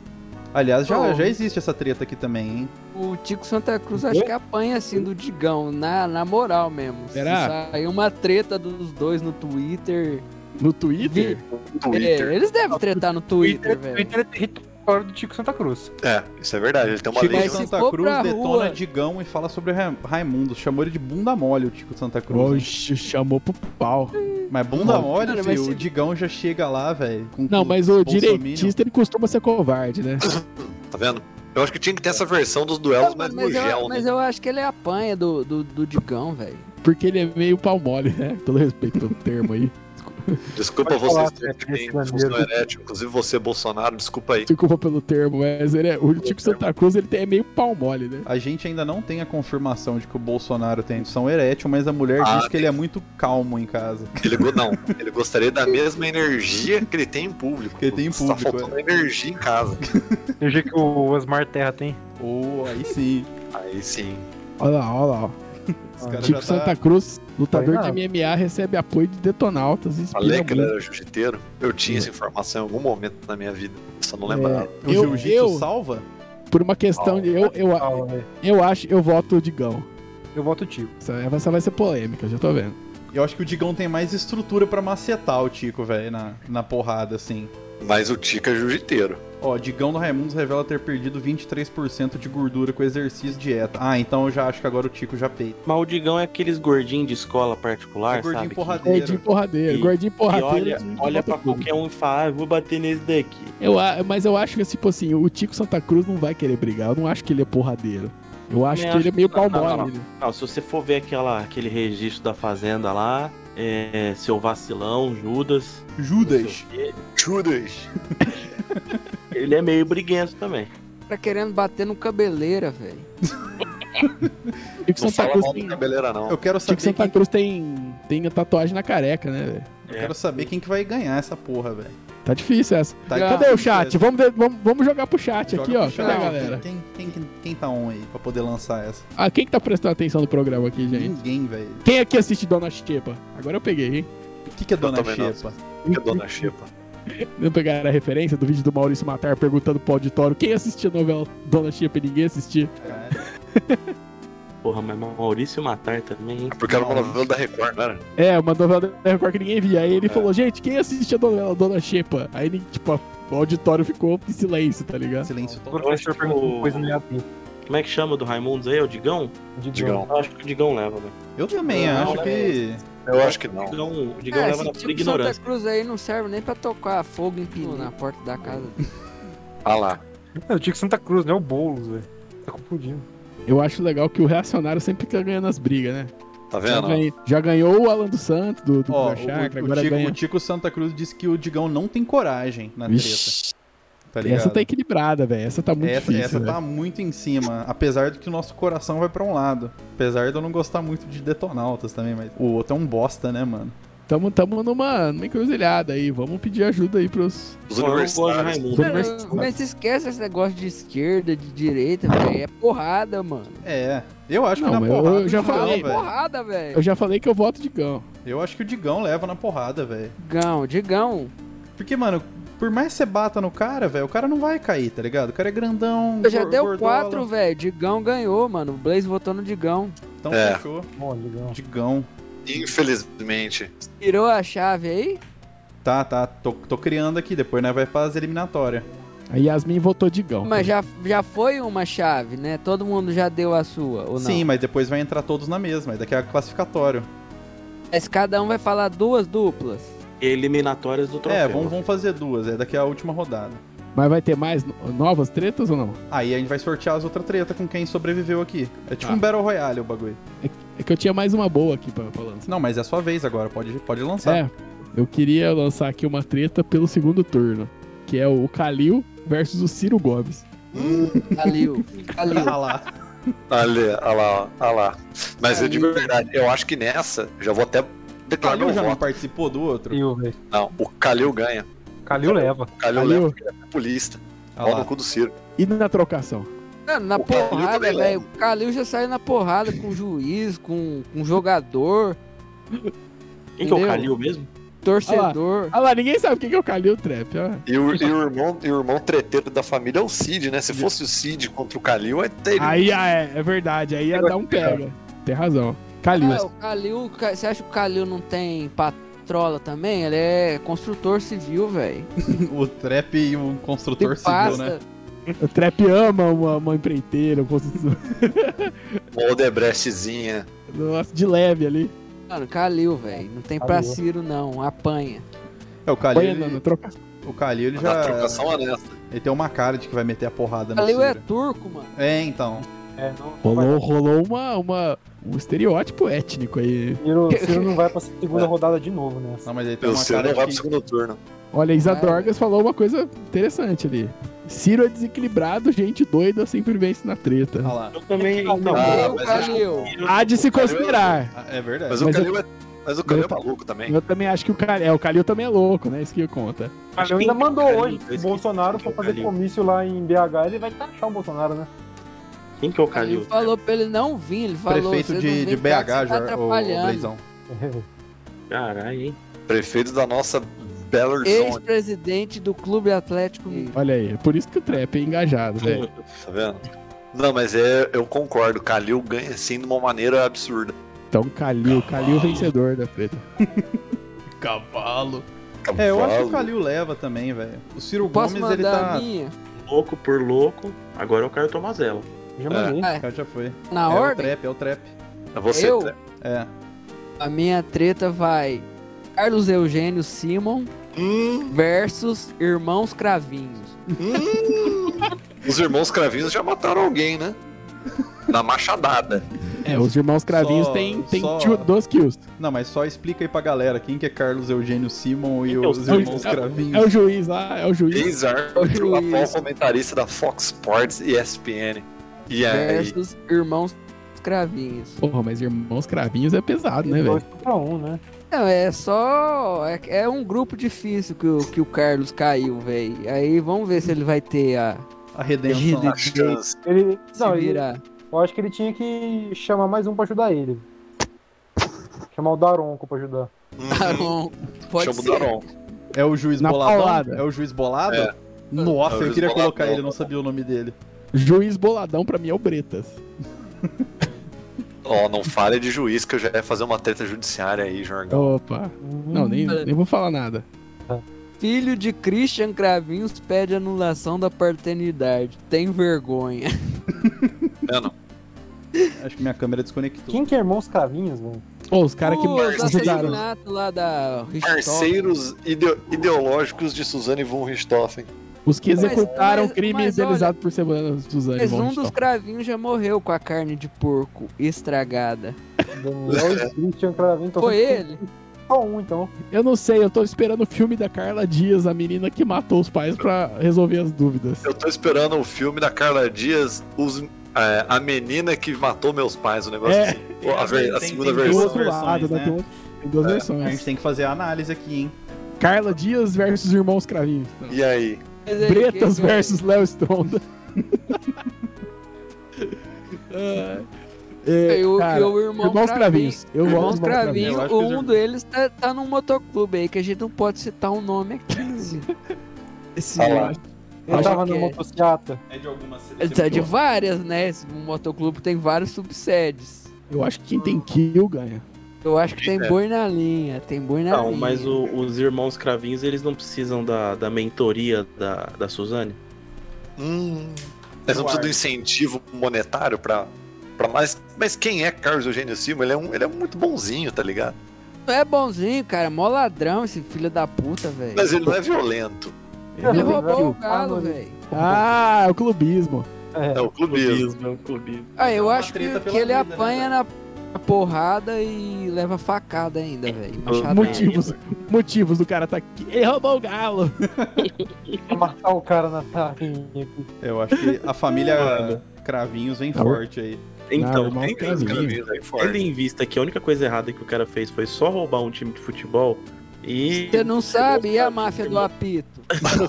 Speaker 5: Aliás, já,
Speaker 6: Bom.
Speaker 5: já existe essa treta aqui também, hein?
Speaker 6: O Tico Santa Cruz acho que apanha assim do Digão, na, na moral mesmo.
Speaker 3: Será?
Speaker 6: Se sair uma treta dos dois no Twitter.
Speaker 3: No Twitter?
Speaker 2: No Twitter.
Speaker 6: É, eles devem tretar no Twitter, velho.
Speaker 7: Twitter é território história do Tico Santa Cruz.
Speaker 2: É, isso é verdade. Ele tem uma
Speaker 5: Tico assim.
Speaker 6: Mas
Speaker 2: lista.
Speaker 6: se
Speaker 5: Santa
Speaker 6: for
Speaker 5: Cruz
Speaker 6: pra
Speaker 5: detona
Speaker 6: rua-
Speaker 5: Digão e fala sobre Ra- Raimundo. Chamou ele de bunda mole, o Tico Santa Cruz.
Speaker 3: Oxe, chamou pro pau.
Speaker 5: Mas bunda mole,
Speaker 6: Cara,
Speaker 5: filho,
Speaker 6: mas se-
Speaker 5: o Digão já chega lá, velho. com-
Speaker 3: Não,
Speaker 5: com
Speaker 3: mas o
Speaker 5: os bolsominion.
Speaker 3: direitista ele costuma ser covarde, né?
Speaker 2: Tá vendo? Eu acho que tinha que ter essa versão dos duelos, mas, no
Speaker 6: mas,
Speaker 2: gel,
Speaker 6: eu,
Speaker 2: né?
Speaker 6: mas eu acho que ele apanha do, do, do Digão, velho.
Speaker 3: Porque ele é meio pau mole, né? Todo respeito pelo termo aí.
Speaker 2: Desculpa
Speaker 7: Pode falar,
Speaker 2: vocês que
Speaker 7: Pepe,
Speaker 2: têm
Speaker 7: esse maneiro.
Speaker 2: função erétil, inclusive você, Bolsonaro, desculpa aí.
Speaker 3: Desculpa pelo termo, mas ele é, o Tico Santa Cruz ele tem- é meio pau mole, né?
Speaker 5: A gente ainda não tem a confirmação de que o Bolsonaro tem indução erétil, mas a mulher
Speaker 2: Ah,
Speaker 5: diz que ele é muito calmo em casa.
Speaker 2: Ele, go- não, ele gostaria da mesma energia que ele tem em público.
Speaker 5: Que ele tem em
Speaker 2: Tá
Speaker 5: público,
Speaker 2: faltando energia em casa.
Speaker 7: Do jeito que o Osmar Terra tem.
Speaker 5: Ou aí sim.
Speaker 2: Aí sim.
Speaker 3: Olha lá, olha lá. ó.
Speaker 5: Os caras
Speaker 3: Tico
Speaker 5: já tá...
Speaker 3: Ah, Santa Cruz, lutador de
Speaker 7: Vai lá.
Speaker 3: MMA, recebe apoio de detonautas. e
Speaker 2: Falei
Speaker 3: Inspira
Speaker 2: que
Speaker 3: muito.
Speaker 2: ele era jiu-jiteiro. Eu tinha essa informação em algum momento na minha vida. Só não
Speaker 3: É,
Speaker 2: lembrava.
Speaker 5: né, O
Speaker 3: eu-
Speaker 5: jiu-jitsu
Speaker 3: eu-
Speaker 5: salva?
Speaker 3: Por uma questão de. Eu, eu,
Speaker 7: Calma, velho.
Speaker 3: eu acho, eu voto o Digão.
Speaker 7: Eu voto o Tico.
Speaker 3: Essa, essa vai ser polêmica, já tô vendo.
Speaker 5: Eu acho que o Digão tem mais estrutura pra macetar o Tico, velho, na, na porrada, assim.
Speaker 2: Mas o Tica é jiu-jiteiro.
Speaker 5: Ó, Digão do Raimundos revela ter perdido 23% de gordura com exercício e dieta. Ah, então eu já acho que agora o Tico já peita.
Speaker 4: Mas o Digão é aqueles gordinhos de escola particular,
Speaker 5: É gordinho
Speaker 4: Ah, sabe? que-
Speaker 5: porradeiro.
Speaker 3: Gordinho porradeiro,
Speaker 4: E-
Speaker 3: gordinho
Speaker 4: que
Speaker 3: porradeiro. é
Speaker 4: olha,
Speaker 3: de-
Speaker 4: olha pra
Speaker 3: bota tudo.
Speaker 4: qualquer um e fala, ah, eu vou bater nesse daqui.
Speaker 3: Eu, a- mas eu acho que, tipo assim, o Tico Santa Cruz não vai querer brigar. Eu não acho que ele é porradeiro. Eu acho
Speaker 4: Eu
Speaker 3: que ele é meio
Speaker 4: não,
Speaker 3: pau
Speaker 4: não, não,
Speaker 3: mole. né?
Speaker 4: Ah, se você for ver aquela, aquele registro da fazenda lá, é, seu vacilão, Judas. não
Speaker 5: Judas.
Speaker 4: sei o quê,
Speaker 2: Judas.
Speaker 4: Ele é meio briguento também.
Speaker 6: Tá querendo bater no cabeleira, velho.
Speaker 3: Tico
Speaker 2: Não
Speaker 3: Santa
Speaker 2: fala
Speaker 3: Cruz
Speaker 2: mal
Speaker 3: tem.
Speaker 2: da cabeleira, não.
Speaker 5: Eu quero
Speaker 3: Tico
Speaker 5: saber,
Speaker 3: Santa
Speaker 5: quem,
Speaker 3: Cruz tem, tem a tatuagem na careca, né, velho?
Speaker 5: eu quero saber quem que vai ganhar essa porra, velho.
Speaker 3: Tá difícil essa.
Speaker 5: Tá
Speaker 3: Cadê
Speaker 5: difícil
Speaker 3: o chat?
Speaker 5: essa.
Speaker 3: Vamos, de- vamos, vamos jogar pro chat
Speaker 5: Joga
Speaker 3: aqui,
Speaker 5: pro
Speaker 3: ó.
Speaker 5: chat.
Speaker 3: Cadê a galera?
Speaker 5: Quem, quem, quem, quem tá on aí pra poder lançar essa?
Speaker 3: Ah, quem que tá prestando atenção no programa aqui, gente?
Speaker 5: Ninguém, velho.
Speaker 3: Quem aqui assiste Dona Xepa? Agora eu peguei, hein?
Speaker 5: O que, que é Dona
Speaker 2: também não.
Speaker 5: Xepa?
Speaker 2: Que é dona Xepa.
Speaker 3: Não pegaram a referência do vídeo do Maurício Matar perguntando pro auditório quem assistia a novela Dona Xepa e ninguém assistia.
Speaker 5: Caralho.
Speaker 4: Porra, mas Maurício Matar também, hein?
Speaker 2: É Porque era uma novela da Record, não era?
Speaker 3: É, uma novela da Record que ninguém via. Aí
Speaker 5: É.
Speaker 3: ele falou, gente, quem assiste a novela Dona Xepa? Aí, ele, tipo, a- o auditório ficou em silêncio, tá ligado?
Speaker 5: Silêncio
Speaker 7: O
Speaker 5: todo.
Speaker 7: professor perguntou uma coisa no Yadmin.
Speaker 4: Como é que chama do Raimundos aí? É o Digão?
Speaker 2: Digão.
Speaker 4: Eu acho que o Digão leva, velho.
Speaker 5: Eu também
Speaker 3: Ah,
Speaker 4: Não,
Speaker 5: acho
Speaker 4: né?
Speaker 5: que.
Speaker 2: Eu acho que
Speaker 4: O
Speaker 2: não.
Speaker 4: Digão, o Digão
Speaker 6: É,
Speaker 4: leva
Speaker 6: esse
Speaker 4: na pura
Speaker 6: tipo Santa
Speaker 4: ignorância.
Speaker 6: Cruz aí não serve nem pra tocar fogo em pino na porta da casa.
Speaker 2: Ah lá.
Speaker 7: É, o Tico Santa Cruz, né? O Boulos, velho. Tá confundindo.
Speaker 3: Eu acho legal que o reacionário sempre fica ganhando as brigas, né?
Speaker 2: Tá
Speaker 3: Já,
Speaker 2: vendo?
Speaker 3: ganha- já ganhou o Alan dos Santos, do, do
Speaker 5: É, Ó, o,
Speaker 3: da Chácara,
Speaker 5: o
Speaker 3: agora
Speaker 5: Tico,
Speaker 3: ganha...
Speaker 5: o Tico Santa Cruz disse que o Digão não tem coragem na treta.
Speaker 3: Vixe,
Speaker 5: tá ligado?
Speaker 3: essa tá equilibrada, velho. Essa tá muito
Speaker 5: Essa,
Speaker 3: difícil,
Speaker 5: essa
Speaker 3: velho.
Speaker 5: tá muito em cima, apesar de que o nosso coração vai pra um lado. Apesar de eu não gostar muito de Detonautas também, mas o outro é um bosta, né, mano?
Speaker 3: Tamo, tamo numa, numa encruzilhada aí. Vamos pedir ajuda aí pros.
Speaker 2: Os
Speaker 4: Pô, eu não gosto do
Speaker 2: universitários.
Speaker 4: Raimundo.
Speaker 3: Vamos
Speaker 6: Cara,
Speaker 3: ver se-
Speaker 6: mas esquece esse negócio de esquerda, de direita, velho. É porrada, mano.
Speaker 5: É, eu acho
Speaker 3: Não,
Speaker 5: que na
Speaker 3: mas eu-
Speaker 5: porrada
Speaker 3: eu já
Speaker 5: o Digão,
Speaker 3: falei.
Speaker 6: É
Speaker 5: velho.
Speaker 6: porrada, velho.
Speaker 3: Eu já falei que eu voto de cão.
Speaker 5: Eu acho que o Digão leva na porrada, velho.
Speaker 6: Digão, Digão.
Speaker 5: Porque, mano, por mais que você bata no cara, velho, o cara não vai cair, tá ligado? O cara é grandão,
Speaker 6: já
Speaker 5: gor-
Speaker 6: deu
Speaker 5: gordola.
Speaker 6: 4, velho. Digão ganhou, mano. O Blaze votou no Digão.
Speaker 5: Então
Speaker 2: É.
Speaker 5: fechou.
Speaker 7: Bom, Digão.
Speaker 5: Digão.
Speaker 2: Infelizmente.
Speaker 6: Tirou a chave aí?
Speaker 5: Tá, tá, tô, tô criando aqui, depois nós vai pras eliminatórias.
Speaker 3: A Yasmin votou de cão.
Speaker 6: Mas já, já foi uma chave, né? Todo mundo já deu a sua, ou não?
Speaker 5: Sim, mas depois vai entrar todos na mesma, aí daqui é classificatório.
Speaker 6: Mas cada um vai falar duas duplas.
Speaker 4: Eliminatórias do troféu.
Speaker 5: É, vamos, vamos fazer duas, é daqui é a última rodada.
Speaker 3: Mas vai ter mais no- novas tretas ou não?
Speaker 5: Aí a gente vai sortear as outras treta com quem sobreviveu aqui. É tipo
Speaker 6: Ah.
Speaker 3: Tá.
Speaker 5: um Battle Royale o bagulho.
Speaker 3: É que eu tinha mais uma boa aqui pra, pra lançar.
Speaker 5: Não, mas é a sua vez agora, pode, pode lançar.
Speaker 3: É, eu queria lançar aqui uma treta pelo segundo turno. Que é o Kalil versus o Ciro Gomes.
Speaker 6: Calil. Calil.
Speaker 5: Ah lá.
Speaker 2: Olha, olha ah lá, ó, olha lá. Mas eu
Speaker 6: Aí.
Speaker 2: digo a verdade, eu acho que nessa, já vou até
Speaker 6: Tá
Speaker 2: declarar
Speaker 5: Calil
Speaker 2: meu
Speaker 5: já não
Speaker 2: voto.
Speaker 5: participou do outro?
Speaker 7: Calil, velho.
Speaker 2: Não, o Calil ganha.
Speaker 7: Calil leva.
Speaker 2: O Calil,
Speaker 3: Kalil.
Speaker 2: leva porque ele é populista.
Speaker 5: Ah
Speaker 2: Pau no
Speaker 5: lá.
Speaker 2: cu do Ciro.
Speaker 3: E na trocação?
Speaker 6: Mano, na
Speaker 2: O Calil
Speaker 6: porrada,
Speaker 2: também
Speaker 6: velho. O Calil já saiu na porrada com o juiz, com, com o jogador,
Speaker 4: Quem que é o
Speaker 6: Entendeu?
Speaker 4: Calil mesmo?
Speaker 6: torcedor.
Speaker 3: Ah lá, ninguém sabe o que que é o Kalil Trap. ó.
Speaker 2: E o, e o irmão, e o irmão treteiro da família é o Cid, né? Se fosse o Cid contra o Calil, aí teria.
Speaker 3: Aí ah, é, é verdade, aí ia dar um pega. Tem razão. Kalil.
Speaker 6: É, Ah, o Calil, o Ca- você acha que o Calil não tem pa- Trola também, ele é construtor civil, velho.
Speaker 5: o trap e o construtor
Speaker 6: Ele
Speaker 5: civil,
Speaker 6: passa.
Speaker 5: né?
Speaker 3: O Trap ama uma, uma empreiteira, um construtor.
Speaker 2: Uma Odebrechtzinha.
Speaker 3: Nossa, de leve ali.
Speaker 6: Mano, Calil, velho. Não tem pra Ciro, não. Apanha.
Speaker 5: É, o Calil,
Speaker 3: Apanha, não,
Speaker 5: ele,
Speaker 3: não, troca.
Speaker 5: o Calil, ele
Speaker 2: Tá Na
Speaker 5: já...
Speaker 2: trocação honesta.
Speaker 5: Ele tem uma cara de que vai meter a porrada Tá no
Speaker 6: Calil é
Speaker 5: Ciro.
Speaker 6: turco, mano.
Speaker 5: É, então.
Speaker 7: É, não, não vai
Speaker 3: Rolou,
Speaker 7: dar.
Speaker 3: rolou uma, uma, um estereótipo étnico aí.
Speaker 7: Ciro, Ciro não vai pra segunda rodada de novo, né?
Speaker 5: Não, mas ele tem
Speaker 2: Eu
Speaker 5: uma
Speaker 2: sei,
Speaker 5: cara
Speaker 2: não vai pro
Speaker 5: de...
Speaker 2: segundo turno.
Speaker 3: Olha, a Isa Dorgas falou uma coisa interessante ali. Ciro é desequilibrado, gente doida sempre vence na treta.
Speaker 5: Ah lá.
Speaker 4: Eu também. Então,
Speaker 2: Ah,
Speaker 6: Meu
Speaker 2: mas
Speaker 6: Calil.
Speaker 3: Há de se conspirar.
Speaker 5: Ah, É verdade.
Speaker 2: Mas o
Speaker 3: Mas eu-
Speaker 2: Calil é. Mas o Calil é
Speaker 3: eu-
Speaker 2: maluco também.
Speaker 3: Eu também acho que o Calil, é, o Calil também é louco, né? Isso que conta.
Speaker 7: Mas ainda mandou
Speaker 4: Calil,
Speaker 7: hoje.
Speaker 4: eu
Speaker 7: Se o
Speaker 4: esqueci
Speaker 7: Bolsonaro
Speaker 4: que é
Speaker 7: for
Speaker 4: o
Speaker 7: fazer
Speaker 4: Calil.
Speaker 7: comício lá em BH, ele vai taxar o Bolsonaro, né?
Speaker 4: Quem que é o Calil?
Speaker 6: Ele falou pra ele não vir, ele falou
Speaker 5: Prefeito
Speaker 6: "Vocês
Speaker 5: de,
Speaker 6: não
Speaker 5: de
Speaker 6: vêm cá que você
Speaker 5: BH,
Speaker 6: tá
Speaker 5: Jor- ô, ô,
Speaker 6: atrapalhando.
Speaker 5: Blazão.
Speaker 4: Caralho, hein?
Speaker 2: Prefeito da nossa Belo Horizonte,
Speaker 6: Ex-presidente do Clube Atlético Mineiro.
Speaker 3: Olha aí, é por isso que o Trap é engajado, velho.
Speaker 2: tá vendo? Não, mas é, eu concordo. Calil ganha assim de uma maneira absurda.
Speaker 3: Então Calil, Calil vencedor da treta.
Speaker 5: Cavalo.
Speaker 2: Então,
Speaker 5: É, eu acho que o Calil leva também, velho. O Ciro
Speaker 6: Posso
Speaker 5: Gomes, ele
Speaker 6: mandar a
Speaker 5: tá...
Speaker 6: minha?
Speaker 4: Louco por louco. Agora é o Caio Tomazella. É.
Speaker 7: Já mandei.
Speaker 6: Ah,
Speaker 5: O cara já foi.
Speaker 6: Na
Speaker 5: é
Speaker 6: ordem?
Speaker 5: o trap, é o trap.
Speaker 2: É você,
Speaker 6: Eu?
Speaker 2: Tre-
Speaker 5: É.
Speaker 6: A minha treta vai Carlos Eugênio Simon
Speaker 2: Hum,
Speaker 6: versus Irmãos Cravinhos.
Speaker 2: os irmãos cravinhos já mataram alguém, né? Na machadada.
Speaker 3: É, os irmãos Cravinhos
Speaker 5: Só-
Speaker 3: têm tem
Speaker 5: só-
Speaker 3: tio- dois kills.
Speaker 5: Não, mas só explica aí pra galera quem que é Carlos Eugênio Simon e
Speaker 4: Quem que é
Speaker 5: os
Speaker 4: os
Speaker 3: dois?
Speaker 5: irmãos Cravinhos.
Speaker 3: É o juiz lá, é o juiz.
Speaker 2: Ex-árbitro,
Speaker 6: Juiz.
Speaker 2: atual comentarista da Fox Sports e ESPN. E aí,
Speaker 6: Versus Irmãos Cravinhos.
Speaker 3: Porra, mas irmãos Cravinhos é pesado, né, velho?
Speaker 7: Dois contra um, né?
Speaker 6: Não, é só. É, é um grupo difícil que o, que o Carlos caiu, velho. Aí vamos ver se ele vai ter a.
Speaker 5: A redenção.
Speaker 2: a chance.
Speaker 7: Ele, não,
Speaker 6: se
Speaker 7: ele,
Speaker 6: virar.
Speaker 7: eu acho que ele tinha que chamar mais um pra ajudar ele. Chamar o Daronco pra ajudar. Uhum.
Speaker 6: Daron. Pode
Speaker 2: Chama o
Speaker 6: ser.
Speaker 2: Daron.
Speaker 5: É o juiz
Speaker 3: Na
Speaker 5: boladão?
Speaker 3: paulada.
Speaker 5: É o juiz bolado?
Speaker 2: É.
Speaker 5: Nossa,
Speaker 2: É o
Speaker 5: eu
Speaker 2: juiz
Speaker 5: queria
Speaker 2: boladão.
Speaker 5: colocar ele, não sabia o nome dele.
Speaker 3: Juiz boladão pra mim é o Bretas.
Speaker 2: Ó, não fale de juiz que eu já ia fazer uma treta judiciária aí,
Speaker 6: Então,
Speaker 2: Jorgão.
Speaker 3: Opa. Não, nem,
Speaker 5: Hum.
Speaker 3: nem vou falar nada.
Speaker 6: Filho de Christian Cravinhos pede anulação da paternidade. Tem vergonha.
Speaker 2: É, não.
Speaker 5: Acho que minha câmera desconectou.
Speaker 7: Quem que é irmãos cravinhos, velho?
Speaker 3: Pô, os caras que
Speaker 6: Os
Speaker 3: ajudaram.
Speaker 6: assassinatos lá da Richthofen.
Speaker 2: Parceiros ideo- ideológicos de Suzane von Richthofen.
Speaker 3: Os que
Speaker 6: Mas-
Speaker 3: executaram
Speaker 6: mas-
Speaker 3: crime
Speaker 6: mas olha-
Speaker 3: idealizado por semana então. Suzane
Speaker 6: Mas
Speaker 3: von
Speaker 6: um dos
Speaker 3: Richthofen.
Speaker 6: cravinhos já morreu com a carne de porco estragada.
Speaker 7: Daniel e Christian Cravinhos. Então
Speaker 6: Foi
Speaker 7: só-
Speaker 6: ele?
Speaker 7: Só um, então.
Speaker 3: Eu não sei, eu tô esperando o filme da Carla Dias, a menina que matou os pais pra resolver as dúvidas.
Speaker 2: Eu tô esperando o filme da Carla Dias, os- é, a menina que matou meus pais, o negócio
Speaker 3: É.
Speaker 2: assim. Pô, a, ver- a
Speaker 5: Tem-
Speaker 2: segunda
Speaker 5: tem
Speaker 3: Do
Speaker 2: versão.
Speaker 3: outro lado,
Speaker 5: versões, né?
Speaker 3: né? Tem, outro- tem duas
Speaker 5: A
Speaker 3: versões.
Speaker 5: gente tem que fazer a análise aqui, hein?
Speaker 3: Carla Dias versus Irmãos Cravinhos.
Speaker 5: né?
Speaker 2: E aí?
Speaker 6: Mas ele
Speaker 3: Bretas
Speaker 6: que- é que-
Speaker 3: versus Léo Stronda. Ah, é,
Speaker 6: E o,
Speaker 3: cara,
Speaker 6: e o irmão
Speaker 3: irmãos
Speaker 6: Cravinhos.
Speaker 3: Cravinhos. Eu
Speaker 6: Irmãos
Speaker 3: gosto do Irmãos Cravinhos.
Speaker 5: Eu
Speaker 6: Cravinhos,
Speaker 5: acho que eu
Speaker 6: um
Speaker 5: já-
Speaker 6: deles tá, tá num motoclube aí, que a gente não pode citar um nome aqui. assim. Esse
Speaker 5: Tá
Speaker 2: Ah lá.
Speaker 7: Ele
Speaker 6: Acho
Speaker 7: tava
Speaker 6: que
Speaker 7: na
Speaker 6: é.
Speaker 7: motocicleta.
Speaker 5: É de alguma
Speaker 6: Ele tá de várias, né? Esse motoclube tem vários subsedes.
Speaker 3: Eu acho que quem tem kill ganha.
Speaker 6: Eu acho que tem boi na linha, tem boi na
Speaker 4: Não,
Speaker 6: linha.
Speaker 4: mas o- os irmãos cravinhos, eles não precisam da, da mentoria da, da Suzane?
Speaker 2: Hum. Mas não precisa do
Speaker 5: Eduardo.
Speaker 2: incentivo monetário pra. Pra mais, mas quem é Carlos Eugênio Silva? Ele é, um, ele é muito bonzinho, tá ligado?
Speaker 6: Não é bonzinho, cara. Mó ladrão esse filho da puta, velho.
Speaker 2: Mas ele não é violento.
Speaker 6: Ele
Speaker 7: não tem
Speaker 6: roubou o
Speaker 7: clube.
Speaker 6: galo,
Speaker 7: Ah, não.
Speaker 6: velho.
Speaker 3: Ah, é o clubismo.
Speaker 2: É o clubismo.
Speaker 4: é um clubismo.
Speaker 6: Ah, eu
Speaker 5: Uma
Speaker 6: acho que,
Speaker 5: treta pela
Speaker 6: que ele
Speaker 5: vida, né,
Speaker 6: apanha na na porrada e leva facada ainda, velho. Machadada.
Speaker 3: Motivos, motivos do cara tá aqui. Ele roubou o galo.
Speaker 5: Tá
Speaker 7: Pra matar o cara na tarrinha aqui.
Speaker 5: Eu acho que a família Cravinhos vem forte aí.
Speaker 4: Então,
Speaker 3: irmãos
Speaker 4: tem-
Speaker 2: Os caras
Speaker 3: Cravinhos.
Speaker 2: vêm daí fora.
Speaker 4: tendo em vista que a única coisa errada que o cara fez foi só roubar um time de futebol e...
Speaker 6: Você não sabe? E a máfia do apito?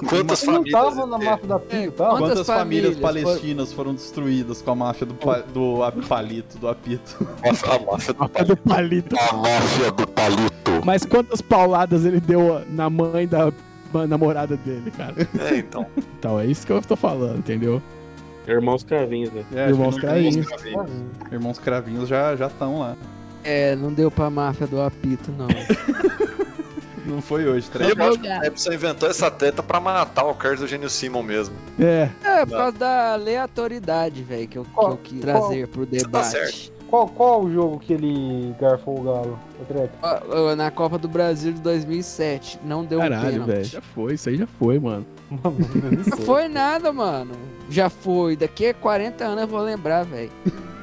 Speaker 2: Quantas
Speaker 7: Ele não
Speaker 2: famílias?
Speaker 7: tava
Speaker 2: ele
Speaker 7: na
Speaker 2: tem?
Speaker 7: máfia da
Speaker 6: É,
Speaker 7: Pio, tava?
Speaker 6: quando-
Speaker 5: Quantas,
Speaker 6: Quantas
Speaker 5: famílias,
Speaker 6: famílias
Speaker 5: palestinas foram destruídas com a máfia do, pa- do ap- palito, do apito?
Speaker 2: A máfia do
Speaker 3: É do palito.
Speaker 8: A máfia do palito.
Speaker 3: Mas quantas pauladas ele deu na mãe da da namorada dele, cara?
Speaker 2: É, então.
Speaker 3: Então, é isso que eu tô falando, entendeu?
Speaker 4: Irmãos cravinhos, né?
Speaker 5: É, acho que
Speaker 3: Irmãos
Speaker 5: não-
Speaker 3: Cravinhos.
Speaker 5: Irmãos Cravinhos já estão lá.
Speaker 6: É, não deu pra máfia do apito, não.
Speaker 5: Não foi hoje, tá?
Speaker 2: E eu acho que
Speaker 9: Obrigado.
Speaker 2: a Epson inventou essa treta pra matar o Carlos Eugênio Simon mesmo.
Speaker 3: É,
Speaker 6: É, por causa da aleatoriedade, velho, que eu, que eu quis trazer pro
Speaker 2: tá
Speaker 6: debate.
Speaker 2: certo.
Speaker 7: Qual, qual o jogo que ele garfou o galo? O Treta?
Speaker 6: Ó, ó, Na Copa do Brasil de 2007, não deu
Speaker 3: caralho,
Speaker 6: um
Speaker 3: velho.
Speaker 6: pênalti.
Speaker 3: Já foi, isso aí já foi, mano.
Speaker 7: Mano, eu não
Speaker 6: Não
Speaker 7: sei.
Speaker 6: foi nada, mano. Já foi. Daqui a 40 anos eu vou lembrar, velho.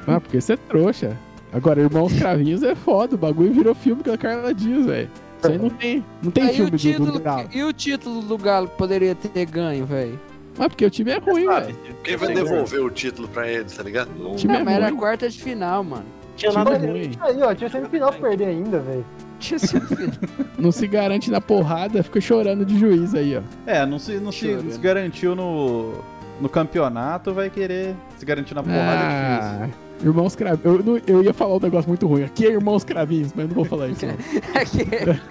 Speaker 3: Ah, porque você é trouxa. Agora, Irmãos Cravinhos é foda. O bagulho virou filme com a Carla Dias, velho. Isso aí não tem, não tem
Speaker 6: Aí
Speaker 3: filme
Speaker 6: o
Speaker 3: do-
Speaker 6: título,
Speaker 3: do Galo.
Speaker 6: e o título do Galo poderia ter ganho, velho.
Speaker 3: Mas porque o time é ruim, velho.
Speaker 2: Quem vai devolver o título pra ele, tá ligado?
Speaker 3: O time
Speaker 6: Não,
Speaker 3: é
Speaker 6: mas era
Speaker 3: ruim.
Speaker 6: quarta de final, mano.
Speaker 4: Tinha
Speaker 3: Time
Speaker 4: nada
Speaker 3: é
Speaker 4: a ver.
Speaker 3: ruim.
Speaker 7: Aí, ó, tinha semifinal pra perder ainda, velho.
Speaker 6: Tinha sido final.
Speaker 3: Não se garante na porrada, fica chorando de juiz aí, ó.
Speaker 5: É, não se, não se, não se garantiu no, no campeonato, vai querer se garantir na porrada é difícil.
Speaker 3: Ah, irmãos Cravinhos. Eu, não- eu ia falar um negócio muito ruim. Aqui é Irmãos Cravinhos, mas não vou falar isso. Não,
Speaker 6: É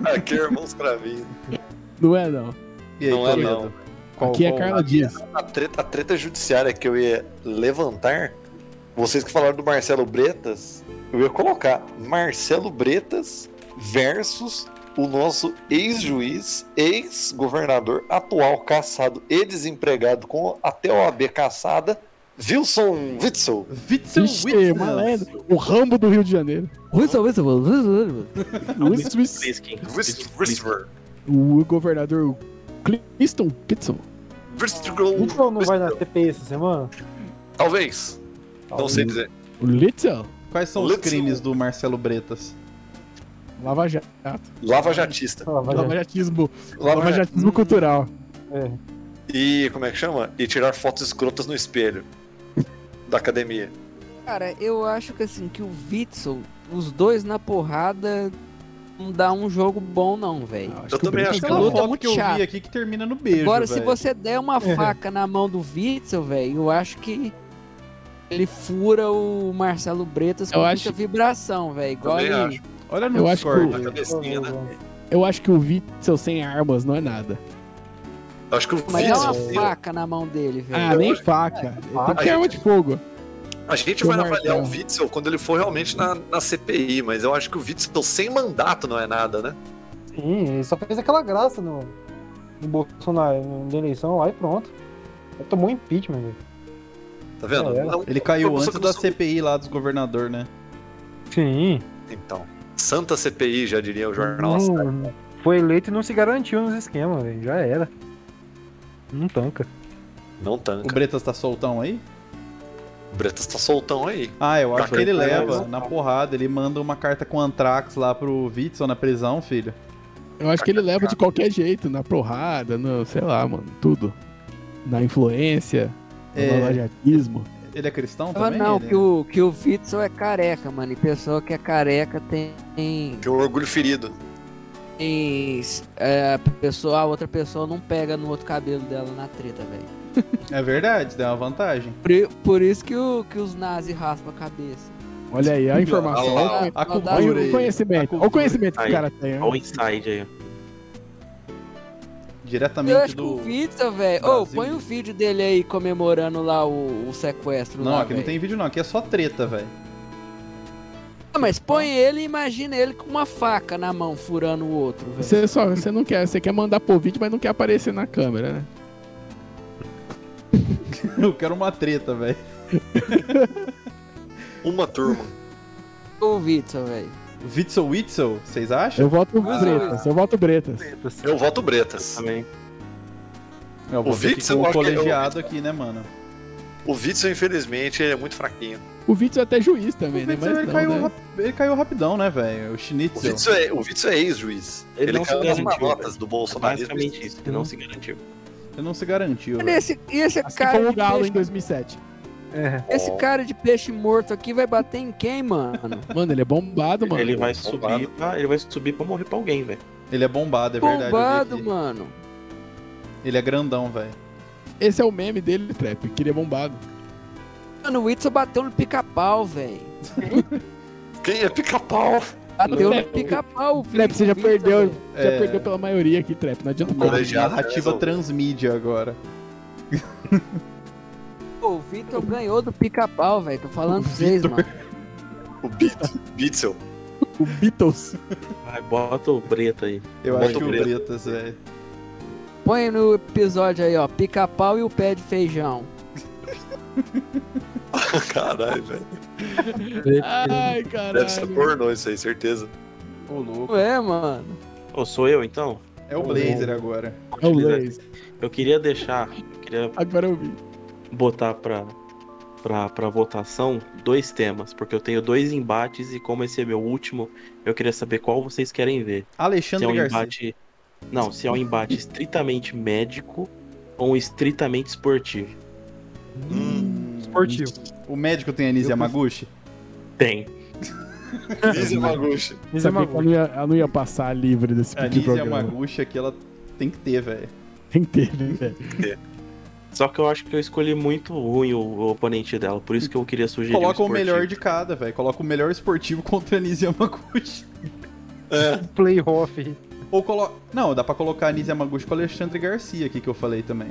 Speaker 2: Aqui, irmãos Cravinho.
Speaker 3: não é, não.
Speaker 5: E aí,
Speaker 2: Não é,
Speaker 5: Toledo?
Speaker 2: não.
Speaker 5: Qual-
Speaker 3: Aqui é
Speaker 5: qual-
Speaker 3: Carla Dias.
Speaker 2: A treta, a treta judiciária que eu ia levantar, vocês que falaram do Marcelo Bretas, eu ia colocar Marcelo Bretas versus o nosso ex-juiz, ex-governador, atual caçado e desempregado com até a OAB caçada, Wilson Witzel.
Speaker 5: Witzel
Speaker 3: Vixe,
Speaker 5: Witzel.
Speaker 3: é uma lenda. O Rambo do Rio de Janeiro.
Speaker 6: Wilson, Wilson, Wilson.
Speaker 3: Luiz- Luiz-
Speaker 4: Bliskin.
Speaker 3: O governador Cliston Pitson.
Speaker 7: O
Speaker 2: Witzel.
Speaker 7: João não vai na CPI essa semana?
Speaker 2: Talvez. Não sei dizer.
Speaker 3: O Little.
Speaker 5: Quais são os
Speaker 2: Witzel.
Speaker 5: crimes do Marcelo Bretas?
Speaker 3: Lava Jato.
Speaker 2: Lava Jatista.
Speaker 7: Ah, vai
Speaker 3: Lava Jatismo.
Speaker 2: Lava
Speaker 3: Lava Jatismo cultural.
Speaker 7: é.
Speaker 2: E como é que chama? E tirar fotos escrotas no espelho da academia.
Speaker 6: Cara, eu acho que assim, que o Witzel, os dois na porrada, não dá um jogo bom, não, velho.
Speaker 3: Ah,
Speaker 2: Eu
Speaker 3: que o
Speaker 2: também
Speaker 3: Brito
Speaker 2: acho
Speaker 5: Aquela
Speaker 3: ganhou.
Speaker 6: luta
Speaker 5: foto
Speaker 6: é muito
Speaker 5: que eu vi
Speaker 6: chata.
Speaker 5: aqui que termina no beijo,
Speaker 6: Agora, se
Speaker 5: velho.
Speaker 6: você der uma
Speaker 3: É.
Speaker 6: faca na mão do Witzel, velho, eu acho que ele fura o Marcelo Bretas com
Speaker 3: Eu
Speaker 6: muita
Speaker 3: acho-
Speaker 6: vibração, velho. Igual
Speaker 2: Também
Speaker 6: ele-
Speaker 2: acho.
Speaker 5: Olha
Speaker 3: Eu
Speaker 5: no
Speaker 3: acho que o-
Speaker 5: Discord.
Speaker 2: Na cabecinha, né?
Speaker 3: Eu acho que o Witzel sem armas não é nada.
Speaker 2: Acho que o
Speaker 6: Mas dá uma
Speaker 2: Witzel-
Speaker 6: faca na mão dele,
Speaker 3: Ah,
Speaker 6: velho.
Speaker 3: nem faca. Tem que ter
Speaker 2: Ah,
Speaker 3: arma de fogo.
Speaker 2: A gente
Speaker 3: Pro
Speaker 2: vai
Speaker 3: Marcão.
Speaker 2: avaliar o Witzel quando ele for realmente na, na CPI, mas eu acho que o Witzel sem mandato não é nada, né?
Speaker 7: Sim, ele só fez aquela graça no, no Bolsonaro, na eleição lá e pronto. Ele tomou impeachment, velho.
Speaker 2: Tá vendo?
Speaker 7: É.
Speaker 2: Não-
Speaker 5: Ele caiu
Speaker 2: Foi
Speaker 5: antes
Speaker 2: você
Speaker 5: da
Speaker 2: que
Speaker 5: CPI lá dos governador, né?
Speaker 7: Sim.
Speaker 2: Então, Santa CPI, já diria o jornal.
Speaker 7: Não, foi eleito e não se garantiu nos esquemas, velho. Já era. Não tanca.
Speaker 2: Não
Speaker 5: O
Speaker 2: tanca.
Speaker 5: Bretas tá soltão aí?
Speaker 2: O Bretas tá soltão aí.
Speaker 5: Ah, eu acho
Speaker 2: Tá
Speaker 5: que ele
Speaker 2: caindo,
Speaker 5: leva
Speaker 7: né?
Speaker 5: na porrada. Ele manda uma carta com Antrax lá pro Witzel na prisão, filho.
Speaker 3: Eu acho que ele leva de qualquer jeito, na porrada, no, sei lá, mano, tudo. Na influência,
Speaker 5: É.
Speaker 3: no lavajatismo.
Speaker 5: Ele é cristão
Speaker 6: Ah,
Speaker 5: também?
Speaker 6: não,
Speaker 5: ele?
Speaker 6: que o, que o Witzel é careca, mano. E pessoa que é careca tem. tem,
Speaker 2: Tem um orgulho ferido.
Speaker 6: é, a pessoa, a outra pessoa não pega no outro cabelo dela na treta, velho.
Speaker 5: É verdade, deu uma vantagem.
Speaker 6: Por, i- por isso que, o, que os nazis raspam a cabeça.
Speaker 3: Olha aí, a
Speaker 2: Olha
Speaker 3: informação.
Speaker 2: lá,
Speaker 3: Olha
Speaker 5: A
Speaker 6: maldade.
Speaker 5: cultura...
Speaker 3: o- Olha
Speaker 5: ele-
Speaker 3: o conhecimento. Olha o conhecimento que
Speaker 4: Aí.
Speaker 3: o cara tem. né? ó.
Speaker 4: Olha o É um inside aí.
Speaker 5: Diretamente
Speaker 6: Eu acho que
Speaker 5: do...
Speaker 6: o Witzel, velho. Ô,
Speaker 5: Brasil.
Speaker 6: põe o vídeo dele aí comemorando lá o, o sequestro.
Speaker 5: Não,
Speaker 6: lá,
Speaker 5: aqui não
Speaker 6: velho.
Speaker 5: tem vídeo não, aqui é só treta, velho.
Speaker 6: Ah, mas põe ele e imagina ele com uma faca na mão furando o outro, velho.
Speaker 3: Você só, você não quer, você quer mandar pro vídeo, mas não quer aparecer na câmera, né?
Speaker 5: Eu quero uma treta, velho.
Speaker 2: Uma turma.
Speaker 6: O Witzel, velho.
Speaker 5: Witzel Witzel, vocês acham?
Speaker 3: Eu voto
Speaker 6: Ah.
Speaker 3: Bretas, eu voto Bretas.
Speaker 2: Eu voto Bretas.
Speaker 4: Também. É
Speaker 5: Eu vou
Speaker 2: O
Speaker 5: ver aqui
Speaker 2: Witzel,
Speaker 5: com
Speaker 2: eu
Speaker 5: o
Speaker 2: acho que é o
Speaker 5: colegiado aqui, né, mano?
Speaker 2: O Witzel, infelizmente, ele é muito fraquinho.
Speaker 3: O Witzel é até juiz
Speaker 5: O
Speaker 3: também, né?
Speaker 5: Witzel,
Speaker 3: Mas
Speaker 5: ele,
Speaker 3: não,
Speaker 5: caiu, um
Speaker 3: né?
Speaker 5: rap- ele caiu rapidão, né, velho? O
Speaker 2: O
Speaker 5: Schnitzel.
Speaker 2: Witzel é, o Witzel é ex-juiz.
Speaker 4: Ele
Speaker 2: Ele,
Speaker 4: não se
Speaker 2: caiu nas
Speaker 4: garantiu,
Speaker 2: manotas
Speaker 4: velho.
Speaker 2: do
Speaker 4: É
Speaker 2: bolsonarismo.
Speaker 4: basicamente isso, que não se garantiu.
Speaker 5: Ele não se garantiu,
Speaker 6: Olha
Speaker 5: velho.
Speaker 6: Esse, e esse
Speaker 3: Assim
Speaker 6: cara
Speaker 3: como o
Speaker 6: de
Speaker 3: Galo
Speaker 6: peixe-
Speaker 3: em 2007.
Speaker 7: É.
Speaker 6: Esse cara de peixe morto aqui vai bater em quem, mano?
Speaker 3: Mano, ele é bombado, mano.
Speaker 4: ele vai
Speaker 2: bombado.
Speaker 4: subir pra, ele vai subir pra morrer pra alguém, velho.
Speaker 5: Ele é bombado, é verdade. eu vi
Speaker 6: Bombado,
Speaker 5: aqui.
Speaker 6: mano.
Speaker 5: Ele é grandão, velho.
Speaker 3: Esse é o meme dele, Trap, que ele é bombado.
Speaker 6: Mano, o Whitson bateu no pica-pau, velho.
Speaker 2: Quem é pica-pau?
Speaker 6: Bateu no
Speaker 3: Trap,
Speaker 6: pica-pau, o
Speaker 3: Trap, você já
Speaker 6: Whitson,
Speaker 3: perdeu,
Speaker 6: velho.
Speaker 3: já
Speaker 5: É.
Speaker 3: perdeu pela maioria aqui, Trap. Não adianta falar.
Speaker 2: Colegiado,
Speaker 5: Narrativa
Speaker 2: né,
Speaker 5: transmídia agora.
Speaker 6: Pô, O Vitor ganhou do pica-pau, velho. Tô falando pra vocês, mano.
Speaker 2: O Bit- Witzel.
Speaker 3: O Beatles.
Speaker 4: Ai, bota o preto aí.
Speaker 5: Eu
Speaker 4: Bota
Speaker 5: acho que
Speaker 4: o
Speaker 5: o
Speaker 4: preto.
Speaker 5: Bretas, velho.
Speaker 6: Põe no episódio aí, ó. Pica-pau e o pé de feijão.
Speaker 2: Caralho, velho.
Speaker 3: Ai, caralho. É
Speaker 2: Deve ser pornô isso aí, certeza.
Speaker 5: Ô, louco.
Speaker 6: Ué, mano.
Speaker 4: Ô, sou eu então?
Speaker 5: É o Blazer agora.
Speaker 3: É o Blaze.
Speaker 4: Eu queria deixar, eu queria
Speaker 3: Agora eu vi.
Speaker 4: botar pra, pra, pra votação dois temas, porque eu tenho dois embates e como esse é meu último, eu queria saber qual vocês querem ver. Se é
Speaker 5: Alexandre
Speaker 4: um
Speaker 5: Garcia.
Speaker 4: embate. Não, se é um embate estritamente médico ou um estritamente esportivo.
Speaker 7: Esportivo.
Speaker 5: O médico tem Anise Yamaguchi?
Speaker 4: Tem.
Speaker 2: Lise Maguchi.
Speaker 7: Isso é
Speaker 3: Sabia
Speaker 7: uma
Speaker 3: que ela, não ia, ela não ia passar livre desse
Speaker 5: A
Speaker 3: tipo de
Speaker 5: Anise
Speaker 3: programa.
Speaker 5: Yamaguchi aqui, ela tem que ter, velho.
Speaker 3: Tem que ter, né, velho?
Speaker 4: Só que eu acho que eu escolhi muito ruim o, o oponente dela, por isso que eu queria sugerir.
Speaker 5: Coloca
Speaker 4: é
Speaker 5: o
Speaker 4: um esportivo.
Speaker 5: melhor de cada, velho. Coloca o melhor esportivo contra Anise é Yamaguchi.
Speaker 7: playoff.
Speaker 5: Ou coloca. Não, dá pra colocar Anise Yamaguchi com Alexandre Garcia aqui que eu falei também.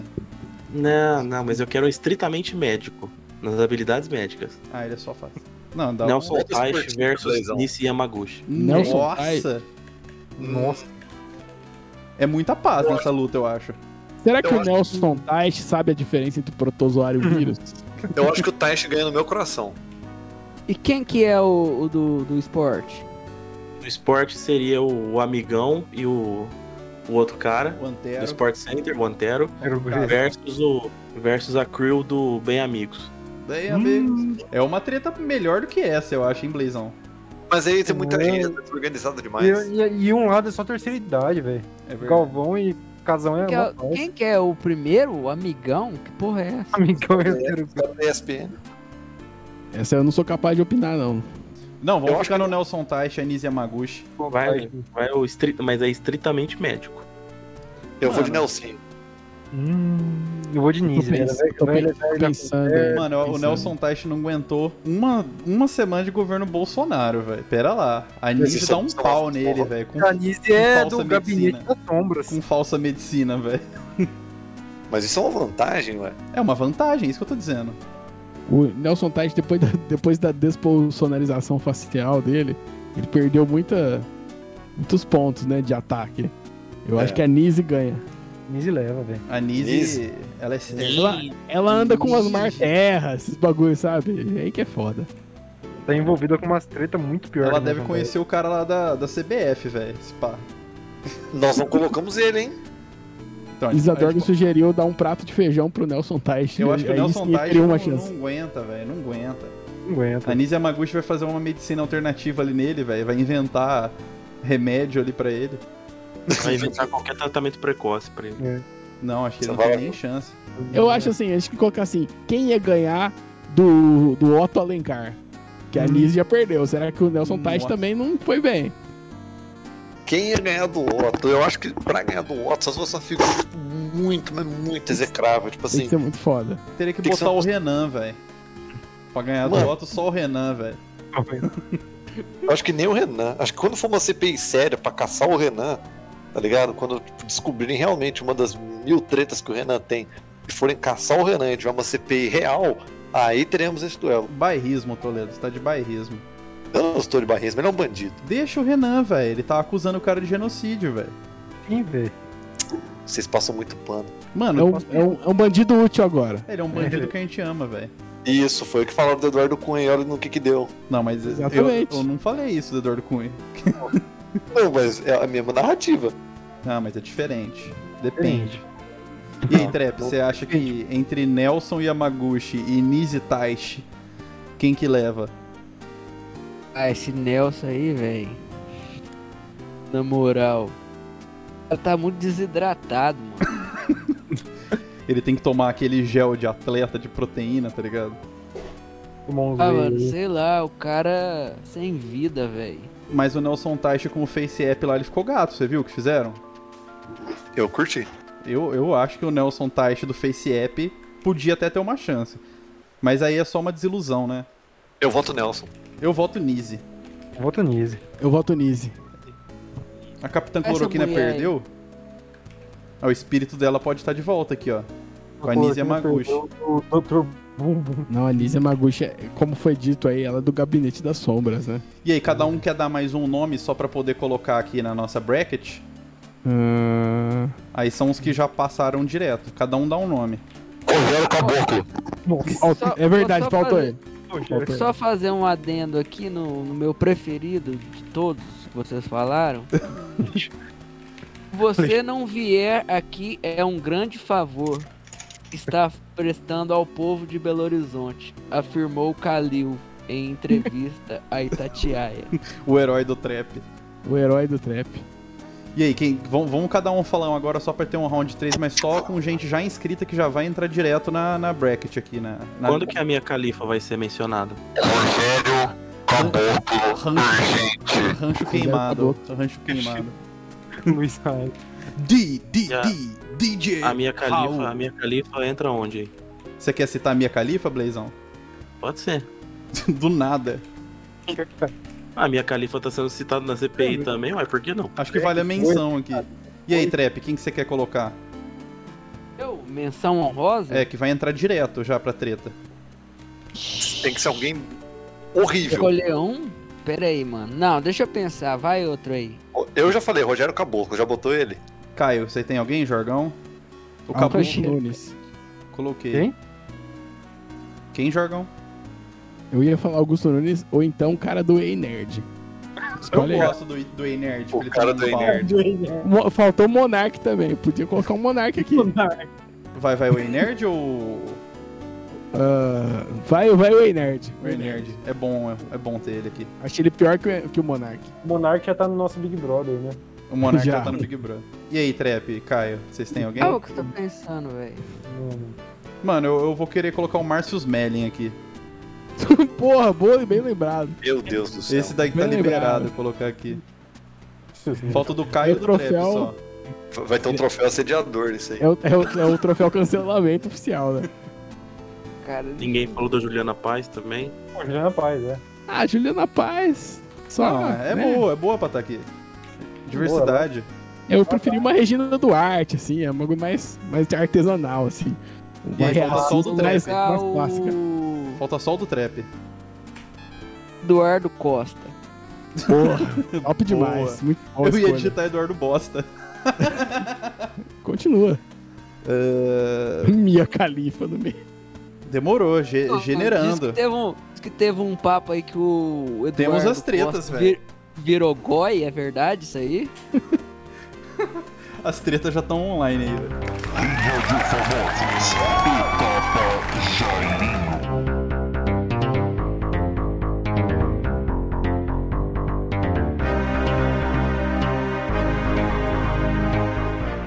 Speaker 4: Não, não, mas eu quero estritamente médico. Nas habilidades médicas.
Speaker 5: Ah, ele é só fácil. Não, dá um-
Speaker 4: Nelson
Speaker 2: outro
Speaker 4: Taish
Speaker 2: esportivo,
Speaker 4: versus
Speaker 2: Leizão.
Speaker 4: Nishi Yamaguchi.
Speaker 3: Nelson
Speaker 5: Nossa!
Speaker 2: Nossa.
Speaker 5: É muita paz nessa luta, eu acho.
Speaker 3: Será que
Speaker 2: Eu
Speaker 3: o
Speaker 2: acho
Speaker 3: Nelson Teich sabe a diferença entre protozoário e o vírus?
Speaker 2: Eu acho que o Taish ganha no meu coração.
Speaker 6: E quem que é o, o do, do esporte?
Speaker 4: No esporte seria o, o amigão e o, o outro cara
Speaker 5: O
Speaker 4: do
Speaker 5: Antero.
Speaker 4: Sport Center, o Antero,
Speaker 7: Era o
Speaker 5: Cara.
Speaker 4: versus, o, versus a crew do Bem Amigos.
Speaker 5: Daí,
Speaker 3: Hum.
Speaker 5: amigos. É uma treta melhor do que essa, eu acho, hein, Blazão?
Speaker 2: Mas aí tem muita
Speaker 7: É.
Speaker 2: gente desorganizada demais.
Speaker 7: E, e- e um lado é só terceira idade, velho.
Speaker 5: É verdade.
Speaker 7: Galvão e Casão é
Speaker 6: Que
Speaker 7: uma
Speaker 6: é-
Speaker 7: paz.
Speaker 6: quem que é o primeiro? O amigão? Que porra é essa?
Speaker 7: Amigão é
Speaker 2: Da ESPN.
Speaker 3: Essa eu não sou capaz de opinar, não.
Speaker 5: Não,
Speaker 2: Eu
Speaker 5: vamos
Speaker 2: acho é-
Speaker 5: ficar no Nelson Taish, Anise é Yamaguchi.
Speaker 4: Vai, vai o estrito, mas é estritamente médico.
Speaker 2: Eu vou
Speaker 5: Mano.
Speaker 2: de Nelson.
Speaker 7: Hum, eu vou de Nise,
Speaker 3: Tô
Speaker 5: né?
Speaker 7: velho.
Speaker 3: pensando, tô
Speaker 7: Vai- vai-
Speaker 3: pensando,
Speaker 7: vai-
Speaker 3: tô pensando.
Speaker 7: é,
Speaker 5: Mano, o
Speaker 3: isso
Speaker 5: Nelson Taish não aguentou uma, uma semana de governo Bolsonaro, velho. Pera lá. A Anise
Speaker 2: Esses
Speaker 5: dá um
Speaker 2: são-
Speaker 5: pau
Speaker 2: são-
Speaker 5: nele, velho. Com,
Speaker 7: A Nise é
Speaker 5: falsa
Speaker 7: do gabinete
Speaker 5: medicina.
Speaker 7: das sombras.
Speaker 5: com falsa medicina, velho.
Speaker 2: Mas isso é uma vantagem, ué.
Speaker 5: É uma vantagem, isso que eu tô dizendo.
Speaker 3: é, O Nelson Teich, depois da, depois da despolsonarização facial dele, ele perdeu muita, muitos pontos, né, de ataque. Eu
Speaker 5: É.
Speaker 3: acho que a Nise ganha.
Speaker 7: Nise leva, velho.
Speaker 5: A Anise,
Speaker 2: Anise.
Speaker 5: ela é...
Speaker 3: Ela, ela anda com umas marterras, esses bagulhos, sabe? Aí que é foda.
Speaker 7: Tá envolvida com umas treta muito pior.
Speaker 5: Ela
Speaker 7: que
Speaker 5: deve
Speaker 7: nós,
Speaker 5: conhecer o cara lá da, da CBF, velho. Esse pá.
Speaker 2: Nós não colocamos ele, hein?
Speaker 5: Então, a gente- a
Speaker 3: Isadora
Speaker 5: gente-
Speaker 3: sugeriu dar um prato de feijão pro Nelson Teich.
Speaker 5: Eu acho que o
Speaker 3: Aí
Speaker 5: Nelson é um
Speaker 3: sim,
Speaker 5: Taish
Speaker 3: teria
Speaker 5: não,
Speaker 3: uma
Speaker 5: não
Speaker 3: chance.
Speaker 5: aguenta, velho. Não aguenta.
Speaker 7: velho. Não aguenta.
Speaker 5: A Nise Yamaguchi vai fazer uma medicina alternativa ali nele, velho. Vai inventar remédio ali pra ele.
Speaker 4: Vai inventar qualquer tratamento precoce pra ele.
Speaker 5: É. Não, acho que ele
Speaker 2: Só
Speaker 5: não tem
Speaker 2: vai-
Speaker 5: nem chance.
Speaker 7: É.
Speaker 3: Eu acho assim, acho que colocar assim, quem ia ganhar do, do Otto Alencar? Que a Nise já perdeu. Será que o Nelson Teich
Speaker 5: Hum. Nossa.
Speaker 3: também não foi bem?
Speaker 2: Quem ia ganhar do Otto? Eu acho que pra ganhar do Otto, essas duas são figuras tipo, muito, mas muito execrável. Tipo
Speaker 3: Tem
Speaker 2: assim,
Speaker 3: que ser muito foda.
Speaker 5: Teria que
Speaker 2: Tem que
Speaker 5: botar
Speaker 2: ser um-
Speaker 5: o Renan, velho. Pra ganhar do
Speaker 2: Mano.
Speaker 5: Otto, só o Renan, velho.
Speaker 2: eu acho que nem o Renan. Acho que quando for uma CPI séria pra caçar o Renan, tá ligado? Quando tipo, descobrirem realmente uma das mil tretas que o Renan tem e forem caçar o Renan e tiver uma CPI real, aí teremos esse duelo.
Speaker 5: Bairrismo, Toledo. Você tá de bairrismo.
Speaker 2: Eu não estou de barrinhas, mas ele é um bandido.
Speaker 5: Deixa o Renan, velho. Ele tá acusando o cara de genocídio, velho.
Speaker 7: Sim, velho.
Speaker 2: Vocês passam muito pano.
Speaker 3: É
Speaker 5: Mano,
Speaker 3: um, é um- é um bandido útil agora.
Speaker 5: ele é um bandido que a gente ama, velho.
Speaker 2: Isso, foi o que falaram do Eduardo Cunha e olha no que que deu.
Speaker 5: Não, mas eu,
Speaker 3: Exatamente.
Speaker 5: eu não falei isso do Eduardo Cunha.
Speaker 2: Não, mas é a mesma narrativa.
Speaker 5: Ah, mas é diferente. Depende.
Speaker 7: Depende.
Speaker 5: E aí,
Speaker 2: Não,
Speaker 5: Trep,
Speaker 2: não-
Speaker 5: você acha que entre Nelson Yamaguchi e Nise Taishi, quem que leva?
Speaker 6: Ah, esse Nelson aí, velho. Na moral. Ela tá muito desidratado, mano.
Speaker 5: Ele tem que tomar aquele gel de atleta de proteína, tá ligado?
Speaker 7: Tomar uns
Speaker 6: Ah,
Speaker 7: whey
Speaker 6: mano,
Speaker 7: aí.
Speaker 6: sei lá, o cara sem vida, velho.
Speaker 5: Mas o Nelson Taishi com o Face App lá, ele ficou gato, você viu o que fizeram?
Speaker 2: Eu curti.
Speaker 5: Eu, eu acho que o Nelson Taishi do Face App podia até ter uma chance. Mas aí é só uma desilusão, né?
Speaker 2: Eu voto Nelson.
Speaker 5: Eu voto Nise.
Speaker 7: Volta Nise.
Speaker 3: Eu voto Nise.
Speaker 5: A Capitã
Speaker 6: Essa
Speaker 5: Cloroquina
Speaker 6: mulher aí.
Speaker 5: perdeu? tá Ah, o espírito dela pode estar de volta aqui, ó. Com a Nise Yamaguchi.
Speaker 7: O Dr. Bum, bum.
Speaker 3: Não, a Lisa Maguchi, é- como foi dito aí, ela é do Gabinete das Sombras, né?
Speaker 5: E aí, cada um quer dar mais um nome só pra poder colocar aqui na nossa bracket?
Speaker 3: Ah,
Speaker 5: Aí são os que já passaram direto. Cada um dá um nome.
Speaker 8: Corvelo Caboclo.
Speaker 3: ó,
Speaker 6: Só-
Speaker 3: é verdade,
Speaker 6: só
Speaker 3: faltou
Speaker 6: fazer-
Speaker 3: ele.
Speaker 7: Poxa,
Speaker 3: Faltou ele.
Speaker 6: Só fazer um adendo aqui no, no meu preferido de todos que vocês falaram. Você não vier aqui é um grande favor que está prestando ao povo de Belo Horizonte, afirmou Kalil em entrevista a Itatiaia.
Speaker 5: O herói do trap.
Speaker 3: O herói do trap.
Speaker 5: E aí, quem, vamos, vamos cada um falar um agora só pra ter um round 3, mas só com gente já inscrita que já vai entrar direto na, na bracket aqui. Na, na
Speaker 4: Quando que é? a minha califa vai ser mencionada?
Speaker 8: Rogério Caboclo
Speaker 2: Ah,
Speaker 8: Urgente.
Speaker 5: Rancho queimado. Rancho queimado.
Speaker 7: Luiz Raio.
Speaker 5: D, D,
Speaker 4: Já.
Speaker 5: D, DJ.
Speaker 4: A minha
Speaker 5: Raul.
Speaker 4: califa, a minha califa entra onde?
Speaker 5: Você quer citar a Mia Califa, Blazão?
Speaker 4: Pode ser.
Speaker 5: Do nada.
Speaker 4: A minha califa tá sendo citada na
Speaker 5: É,
Speaker 4: CPI também, ué, por que não?
Speaker 5: Acho que
Speaker 2: É
Speaker 5: vale a
Speaker 2: né,
Speaker 5: menção aqui. E aí, Trap, quem que você quer colocar?
Speaker 6: Eu, menção honrosa?
Speaker 5: É, que vai entrar direto já pra treta.
Speaker 2: Tem que ser alguém horrível.
Speaker 6: Escolher um? Pera aí, mano. Não, deixa eu pensar. Vai outro aí.
Speaker 2: Eu já falei, Rogério Caboclo, já botou ele.
Speaker 5: Caio, você tem alguém, Jorgão? O
Speaker 3: Alto
Speaker 5: Cabu,
Speaker 6: Cabu.
Speaker 3: Nunes.
Speaker 5: coloquei.
Speaker 7: Quem?
Speaker 5: Quem, Jorgão?
Speaker 3: Eu ia falar Augusto Nunes ou então o cara do Ei Nerd.
Speaker 5: Eu
Speaker 3: Escolhe aí.
Speaker 5: gosto do, do E-Nerd.
Speaker 2: O
Speaker 5: ele
Speaker 2: cara
Speaker 5: tá
Speaker 2: do
Speaker 5: no pau.
Speaker 2: E-Nerd.
Speaker 3: Mo- Faltou o Monark também. Podia colocar um Monark aqui.
Speaker 5: Vai, vai o E-Nerd ou...
Speaker 3: Ah, vai, vai o Ei Nerd.
Speaker 5: O E-Nerd. É bom, é, é bom ter ele aqui.
Speaker 3: Achei ele pior que o, que o Monark.
Speaker 7: O Monark já tá no nosso Big Brother, né?
Speaker 5: O Monark já.
Speaker 3: Já.
Speaker 5: tá no Big Brother. E aí, Trap, Caio, vocês têm alguém?
Speaker 6: Ah, o que eu tô pensando, velho?
Speaker 7: Mano.
Speaker 5: Mano, eu, eu vou querer colocar o Marcius Mellin aqui.
Speaker 3: Porra, boa e bem lembrado.
Speaker 2: Meu Deus do céu.
Speaker 5: Esse daí que tá
Speaker 3: Bem
Speaker 5: liberado,
Speaker 3: lembrado.
Speaker 5: eu colocar aqui.
Speaker 7: né?
Speaker 5: Falta o do Caio e do
Speaker 3: Meu troféu.
Speaker 5: Trap só.
Speaker 2: Vai ter um troféu assediador nisso aí.
Speaker 3: É o, é o- é o troféu cancelamento oficial, né?
Speaker 6: Cara,
Speaker 4: Ninguém falou da Juliana Paz também.
Speaker 7: Pô, já é paz, é.
Speaker 3: Ah, Juliana Paz. Só.
Speaker 5: Ah, é
Speaker 3: né?
Speaker 5: boa, é boa pra estar aqui. Diversidade.
Speaker 3: Eu preferi uma Regina Duarte, assim, é um bagulho mais, mais artesanal, assim.
Speaker 5: E
Speaker 3: Uma
Speaker 5: aí, fala só
Speaker 3: reação
Speaker 5: do
Speaker 3: mais,
Speaker 5: trap.
Speaker 3: mais clássica.
Speaker 6: o
Speaker 5: Falta só o do Trap.
Speaker 6: Eduardo Costa.
Speaker 3: Porra, top demais.
Speaker 5: Boa.
Speaker 3: Muito boa
Speaker 5: eu ia
Speaker 3: escolha.
Speaker 5: digitar Eduardo Bosta.
Speaker 3: Continua.
Speaker 5: Ah,
Speaker 3: Minha califa no meio.
Speaker 5: demorou, ge-
Speaker 6: Não, Diz que
Speaker 5: É generando.
Speaker 6: teve, um, diz que teve um papo aí que o Eduardo
Speaker 5: Temos as tretas,
Speaker 6: Costa
Speaker 5: velho.
Speaker 6: vir- virou goi, é verdade isso aí?
Speaker 5: As tretas já estão online aí. velho.
Speaker 8: Ilha de Famosos. Picapa Jairinho.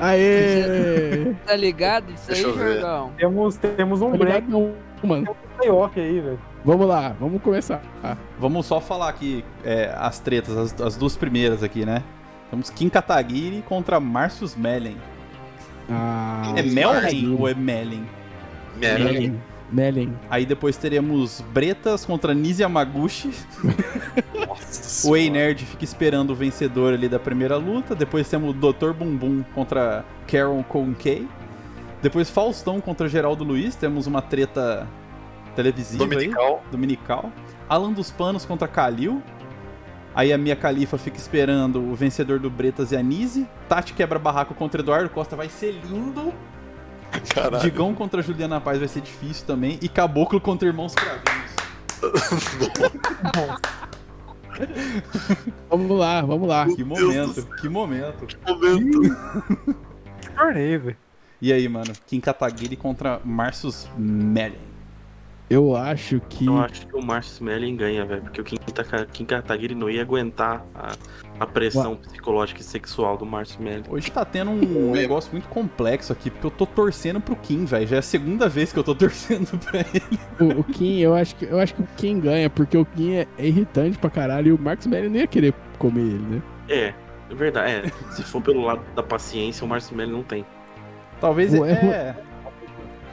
Speaker 3: Aê!
Speaker 6: Tá ligado isso
Speaker 2: Deixa
Speaker 6: aí,
Speaker 2: eu ver.
Speaker 6: Jorgão?
Speaker 7: Temos, temos um break
Speaker 3: Obrigado, não, mano.
Speaker 7: playoff aí, velho.
Speaker 3: Vamos lá, vamos começar. Ah,
Speaker 5: Vamos só falar aqui é, as tretas, as, as duas primeiras aqui, né? Temos Kim Kataguiri contra Marcius Mellen.
Speaker 3: ah,
Speaker 5: É Melren ou é Mellen?
Speaker 2: Merda.
Speaker 3: Mellen. Mellen.
Speaker 5: Aí depois teremos Bretas contra Nizia Maguchi.
Speaker 2: Nossa
Speaker 5: O Ei Nerd fica esperando o vencedor ali da primeira luta. Depois temos o Dr. Bumbum contra Carol Conkey. Depois Faustão contra Geraldo Luiz. Temos uma treta televisiva aí,
Speaker 2: Dominical.
Speaker 5: dominical. Alan dos Panos contra Kalil. Aí a Mia Califa fica esperando o vencedor do Bretas e Anise. Tati quebra barraco contra Eduardo Costa vai ser lindo.
Speaker 2: Caralho.
Speaker 5: Digão contra Juliana Paz vai ser difícil também. E Caboclo contra Irmãos Cravinhos.
Speaker 3: Vamos lá, vamos lá.
Speaker 5: Que
Speaker 2: Meu Deus
Speaker 5: momento, que momento.
Speaker 2: Momento.
Speaker 7: Que torneio, velho.
Speaker 5: E aí, mano? Kim Kataguiri contra Marcius Mellin.
Speaker 3: Eu acho que.
Speaker 4: Eu Então, acho que o Marcio Smelling ganha, velho. Porque o Kim, Taka- Kim Kataguiri não ia aguentar a, a pressão psicológica e sexual do Marcio Smelling.
Speaker 5: Hoje tá tendo um negócio muito complexo aqui, porque eu tô torcendo pro Kim, velho. Já é a segunda vez que eu tô torcendo pra ele.
Speaker 3: O, o Kim, eu acho que eu acho que o Kim ganha, porque o Kim é, é irritante pra caralho e o Marcos Melli não ia querer comer ele, né?
Speaker 4: É, é verdade. É, se for pelo lado da paciência, o Marcio Smelling não tem.
Speaker 3: É
Speaker 5: Talvez.
Speaker 3: Ué,
Speaker 5: é.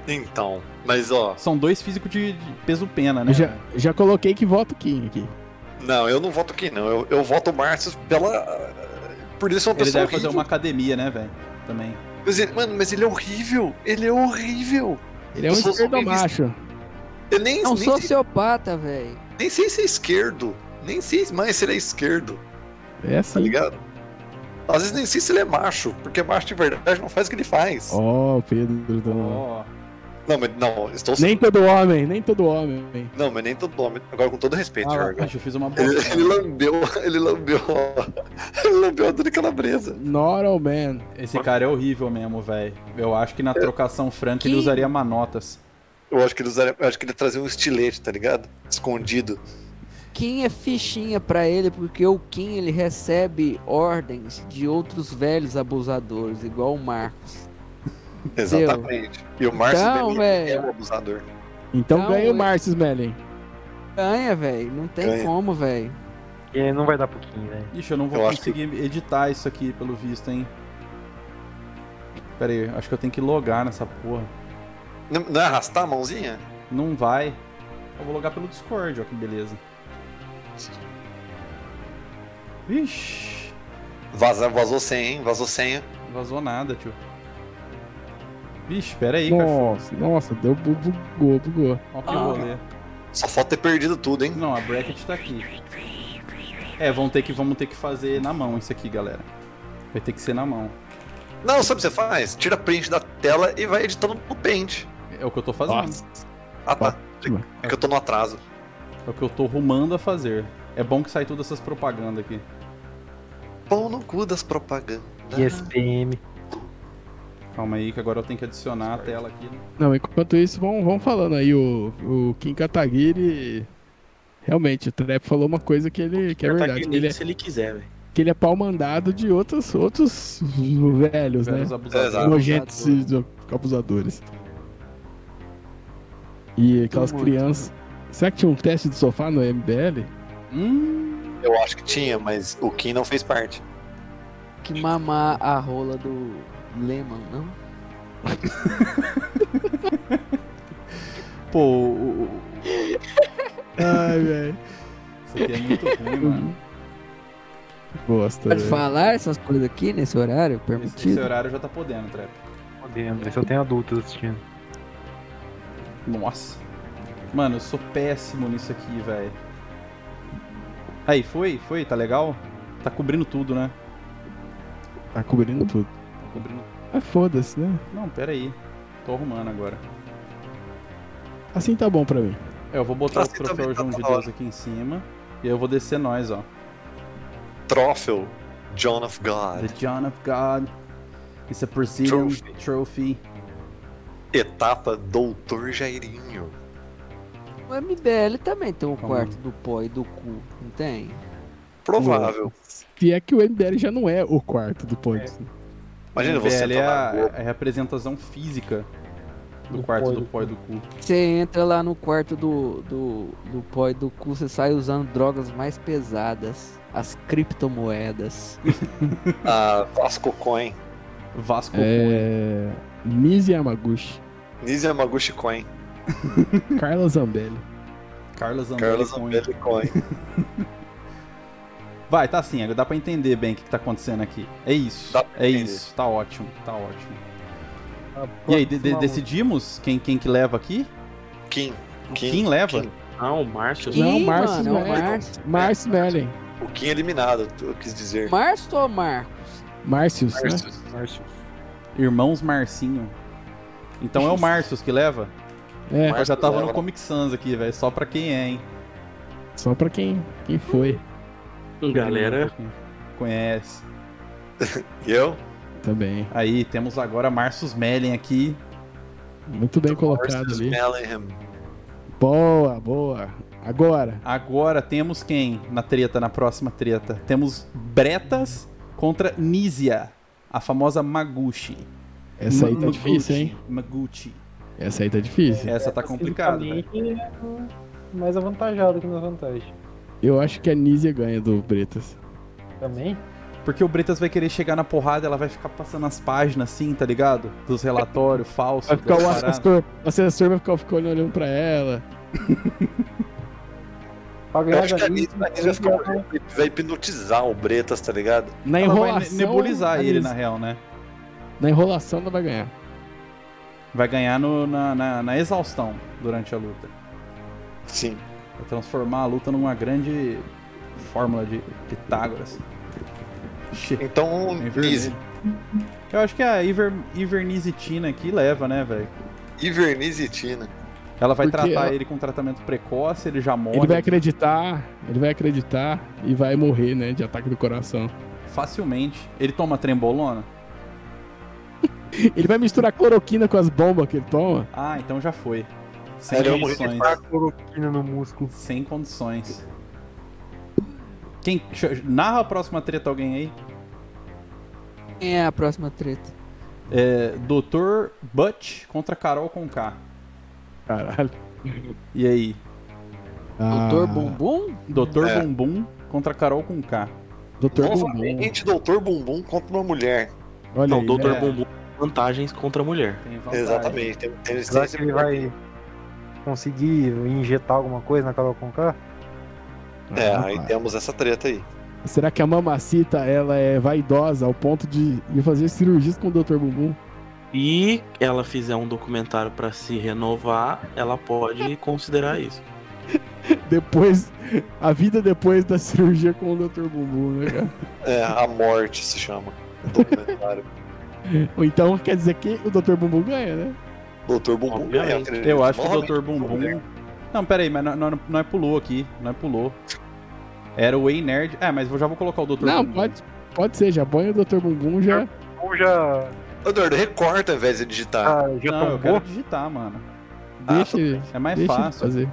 Speaker 2: Então, mas ó,
Speaker 5: São dois físicos de, de peso pena, né?
Speaker 3: Eu já, já coloquei que voto Kim aqui.
Speaker 2: não, eu não voto aqui não. Eu, eu voto o Márcio pela. Por isso é uma
Speaker 5: Ele
Speaker 2: pessoa
Speaker 5: deve fazer
Speaker 2: horrível.
Speaker 5: uma academia, né, velho? Também.
Speaker 2: Mas ele- mano, mas ele é horrível. Ele é horrível.
Speaker 3: Ele é um
Speaker 2: Eu sou
Speaker 3: esquerdo
Speaker 2: sumista.
Speaker 3: macho.
Speaker 2: Eu nem,
Speaker 6: É um
Speaker 2: nem,
Speaker 6: sociopata, velho.
Speaker 2: nem sei se é esquerdo. Nem sei mais se ele é esquerdo,
Speaker 3: É
Speaker 2: tá
Speaker 3: assim.
Speaker 2: ligado? Às vezes nem sei se ele é macho, porque macho de verdade não faz o que ele faz.
Speaker 3: Ó, Pedro. do-
Speaker 5: Ó,
Speaker 2: Não, mas não, estou
Speaker 3: Nem todo homem, nem todo homem.
Speaker 2: Não, mas nem todo homem. Agora com todo respeito,
Speaker 5: ah,
Speaker 2: Jorge.
Speaker 5: acho que eu fiz uma boa.
Speaker 2: Ele, ele lambeu, ele lambeu, a- ele lambeu a Dani Calabresa.
Speaker 3: Not all man.
Speaker 5: Esse cara é horrível mesmo, velho. Eu acho que na trocação franca ele
Speaker 6: Que-
Speaker 5: usaria manotas.
Speaker 2: Eu acho que ele usaria, eu acho que ele trazia um estilete, tá ligado? Escondido.
Speaker 6: Kim é fichinha pra ele, porque o Kim ele recebe ordens de outros velhos abusadores, igual o Marcos.
Speaker 2: Exatamente. E o Márcio
Speaker 6: Então,
Speaker 2: Benigni
Speaker 6: velho.
Speaker 2: é um abusador.
Speaker 3: Então
Speaker 6: Não,
Speaker 3: ganha o
Speaker 6: é-
Speaker 3: Márcio Smelling.
Speaker 6: Ganha, velho. Não tem
Speaker 2: Ganha.
Speaker 6: como, velho.
Speaker 7: E não vai dar pouquinho, velho.
Speaker 5: Ixi, eu não vou
Speaker 2: Eu acho
Speaker 5: conseguir editar isso aqui, pelo visto, hein. Pera aí, acho que eu tenho que logar nessa porra.
Speaker 2: Não, não é arrastar a mãozinha?
Speaker 5: Não vai. Eu vou logar pelo Discord, ó, que beleza. Vixe,
Speaker 2: Vaza, vazou senha, hein? Vazou senha.
Speaker 5: não vazou nada, tio. Vixe, pera aí, cachorro.
Speaker 3: Nossa, nossa, deu bu- bugou, bugou.
Speaker 5: Ó que rolê.
Speaker 2: Só falta ter perdido tudo, hein?
Speaker 5: Não, a bracket tá aqui. É, vão ter que, vamos ter que fazer na mão isso aqui, galera. Vai ter que ser na mão.
Speaker 2: Não, sabe o que você faz? Tira print da tela e vai editando no paint.
Speaker 5: É o que eu tô fazendo.
Speaker 3: Nossa.
Speaker 2: Ah, tá. É que eu tô no atraso.
Speaker 5: É o que eu tô rumando a fazer. É bom que sai todas essas propagandas aqui.
Speaker 2: Pão no cu das propagandas.
Speaker 7: ESPM.
Speaker 5: Calma aí, que agora eu tenho que adicionar a tela aqui. né?
Speaker 3: Não, enquanto isso, vão, vão falando aí. O, o Kim Kataguiri. Realmente, o Trap falou uma coisa que ele que é verdade. Que ele é,
Speaker 4: Se ele quiser, velho.
Speaker 3: que ele é pau mandado de outros, outros velhos, né?
Speaker 5: Velhos abusadores.
Speaker 2: Exato.
Speaker 3: Nojentos e abusadores. E aquelas
Speaker 6: Muito.
Speaker 3: crianças. Será que tinha um teste de sofá no MBL?
Speaker 5: Hum,
Speaker 2: Eu acho que tinha, mas o Kim não fez parte.
Speaker 6: Que mamar a rola do Lehman, não?
Speaker 5: pô, o- o-
Speaker 3: Ai, velho.
Speaker 5: isso aqui é muito ruim, mano.
Speaker 3: Gosta,
Speaker 6: Pode
Speaker 3: velho.
Speaker 6: falar essas coisas aqui nesse horário?
Speaker 5: Esse, esse
Speaker 6: Permitido?
Speaker 5: horário já tá podendo, Trap.
Speaker 7: Podendo, se eu tenho adultos assistindo.
Speaker 5: Nossa. Mano, eu sou péssimo nisso aqui, velho. Aí, foi? Foi? Tá legal? Tá cobrindo tudo, né?
Speaker 3: Tá cobrindo tudo.
Speaker 5: Tá cobrindo...
Speaker 3: Ah, foda-se, né?
Speaker 5: Não, pera aí. Tô arrumando agora.
Speaker 3: Assim tá bom pra mim.
Speaker 5: É, eu vou botar
Speaker 2: Assim
Speaker 5: o troféu
Speaker 2: também tá
Speaker 5: João de
Speaker 2: da
Speaker 5: Deus aqui em cima. E aí eu vou descer nós, ó.
Speaker 2: Trofeu, John of God.
Speaker 5: The John of God. It's a Brazilian
Speaker 2: Tá. Trophy.
Speaker 5: trophy.
Speaker 2: Etapa Doutor Jairinho.
Speaker 6: O MBL também tem um
Speaker 3: Tá
Speaker 5: Calma
Speaker 6: quarto do pó e do cu, não tem?
Speaker 2: Provável.
Speaker 3: Se é que o MBL já não é o quarto do ponto.
Speaker 2: Imagina você
Speaker 5: Velho,
Speaker 2: entrar
Speaker 5: é
Speaker 2: na
Speaker 5: a,
Speaker 2: Globo.
Speaker 5: é a representação física do,
Speaker 7: Do
Speaker 5: quarto
Speaker 7: pó e
Speaker 5: do
Speaker 7: do
Speaker 5: pó e do cu.
Speaker 6: Você entra lá no quarto do, do, do pó e do cu, você sai usando drogas mais pesadas. As criptomoedas.
Speaker 2: a Ah, Vasco Coin,
Speaker 5: Vasco
Speaker 3: É. Mizi Yamaguchi.
Speaker 2: Nizia Yamaguchi Coin,
Speaker 3: Carla Zambelli.
Speaker 5: Coin, Carla Zambelli
Speaker 2: Carlos
Speaker 5: Coin.
Speaker 2: Zambelli Coin.
Speaker 5: Vai, tá assim, agora dá pra entender bem o que, que tá acontecendo aqui. É isso,
Speaker 2: Dá pra
Speaker 5: é
Speaker 2: entender.
Speaker 5: isso, tá ótimo, tá ótimo.
Speaker 7: Ah,
Speaker 5: E aí, de- de- decidimos quem, quem que leva aqui?
Speaker 2: Kim.
Speaker 5: Quem,
Speaker 2: Kim.
Speaker 5: leva?
Speaker 2: Kim.
Speaker 4: Ah, o Márcio.
Speaker 3: Não,
Speaker 6: Ih,
Speaker 3: Márcio
Speaker 6: mano, é o
Speaker 3: Melo.
Speaker 6: Márcio.
Speaker 3: Márcio Mellen.
Speaker 2: O Kim eliminado, eu quis dizer.
Speaker 6: Márcio ou Marcos?
Speaker 3: Márcios, né?
Speaker 2: Márcio.
Speaker 7: Márcio.
Speaker 5: Irmãos Marcinho. Então é o Marcius que leva?
Speaker 3: É,
Speaker 5: Eu já tava
Speaker 2: leva.
Speaker 5: no Comic Sans aqui, velho, só pra quem é, hein?
Speaker 3: só pra quem, quem foi.
Speaker 4: hum, Galera,
Speaker 5: Conhece.
Speaker 2: E eu?
Speaker 3: Também.
Speaker 5: Aí, temos agora Marcius Mellen aqui.
Speaker 3: Muito bem colocado
Speaker 2: Marcius
Speaker 3: ali.
Speaker 2: Mellingham.
Speaker 3: Boa, boa. Agora.
Speaker 5: Agora temos quem na treta, na próxima treta? Temos Bretas contra Nizia, a famosa Maguchi.
Speaker 3: Essa aí tá
Speaker 5: Maguchi,
Speaker 3: difícil, hein?
Speaker 5: Maguchi.
Speaker 3: Essa aí tá difícil.
Speaker 5: Essa tá complicada, velho.
Speaker 7: Mais avantajado que na vantagem.
Speaker 3: Eu acho que a Nízia ganha do Bretas.
Speaker 7: Também?
Speaker 5: Porque o Bretas vai querer chegar na porrada, ela vai ficar passando as páginas assim, tá ligado? Dos relatórios falsos.
Speaker 3: Vai ficar o
Speaker 5: das paradas.
Speaker 3: assessor. O assessor vai ficar ficando olhando pra ela.
Speaker 7: Pra
Speaker 2: Eu
Speaker 7: ganhar
Speaker 2: acho que a
Speaker 7: daí,
Speaker 2: Nizia a Nizia vai, ficar- vai hipnotizar o Bretas, tá ligado?
Speaker 3: Na
Speaker 5: Ela vai
Speaker 3: enrolação.
Speaker 5: nebulizar
Speaker 3: a
Speaker 5: ele,
Speaker 3: Nízia-
Speaker 5: na real, né?
Speaker 3: Na enrolação ela vai ganhar.
Speaker 5: Vai ganhar no- na, na- na exaustão durante a luta.
Speaker 2: Sim.
Speaker 5: Pra É transformar a luta numa grande fórmula de Pitágoras. Xê.
Speaker 2: Então,
Speaker 5: Em
Speaker 2: Nise.
Speaker 5: vermelho. Eu acho que a Iver, Ivernizitina aqui leva, né, velho?
Speaker 2: Ivernizitina.
Speaker 5: Ela vai
Speaker 3: Porque
Speaker 5: tratar
Speaker 3: ela-
Speaker 5: ele com tratamento precoce, ele já morre
Speaker 3: Ele vai acreditar, ele vai acreditar e vai morrer, né, de ataque do coração.
Speaker 5: facilmente. Ele toma trembolona?
Speaker 3: Ele vai misturar cloroquina com as bombas que ele toma.
Speaker 5: Ah, então já foi. Sem
Speaker 2: Ele vai morrer de
Speaker 5: condições.
Speaker 7: Tá cloroquina no músculo.
Speaker 5: Sem condições. Quem. ch- Narra a próxima treta alguém aí?
Speaker 6: Quem é a próxima treta?
Speaker 5: É, Dr. Butch contra Carol com K.
Speaker 3: Caralho.
Speaker 5: E aí?
Speaker 6: Doutor
Speaker 3: Ah.
Speaker 6: Bumbum?
Speaker 5: Dr.
Speaker 2: É.
Speaker 5: Bumbum contra Carol com K.
Speaker 3: Doutor Bumbum.
Speaker 2: Novamente, Doutor Bumbum contra uma mulher.
Speaker 3: Olha
Speaker 4: Não,
Speaker 3: aí,
Speaker 4: Dr.
Speaker 5: né?
Speaker 4: Bumbum vantagens contra a mulher.
Speaker 5: Tem vantagem.
Speaker 2: Exatamente. Tem- tem- tem
Speaker 7: Será
Speaker 2: esse-
Speaker 7: que ele vai conseguir injetar alguma coisa na Carol Conká?
Speaker 3: né?
Speaker 2: É,
Speaker 3: Ah,
Speaker 2: aí
Speaker 5: então.
Speaker 3: tá.
Speaker 2: temos essa treta aí.
Speaker 3: Será que a mamacita, ela é vaidosa ao ponto de ir fazer cirurgias com o Dr. Bumbum?
Speaker 4: E ela fizer um documentário pra se renovar, ela pode considerar isso.
Speaker 3: Depois, a vida depois da cirurgia com o Dr. Bumbum, né, cara?
Speaker 2: É, a morte se chama. Documentário.
Speaker 3: Ou então quer dizer que o Dr. Bumbum ganha, né?
Speaker 2: Doutor Bumbum é um
Speaker 4: Obviamente.
Speaker 2: ganha, acredito.
Speaker 5: Eu acho que o
Speaker 2: Novamente,
Speaker 5: Dr. Bumbum. Não, pera aí, mas nós, nós, nós pulou aqui. Nós pulou. Era o Way Nerd. É, mas eu já vou colocar o Dr.
Speaker 3: Não,
Speaker 5: Bumbum.
Speaker 3: pode, pode ser, já põe o Dr. Bumbum,
Speaker 5: É
Speaker 3: já...
Speaker 7: Ou já,
Speaker 2: Eduardo, recorta ao invés de digitar.
Speaker 7: já, já
Speaker 5: Não, eu
Speaker 7: tombou?
Speaker 5: quero digitar, mano.
Speaker 2: Ah,
Speaker 3: Deixa,
Speaker 2: tudo
Speaker 3: ele-
Speaker 5: É mais
Speaker 3: deixa ele
Speaker 5: fácil.
Speaker 3: fazer.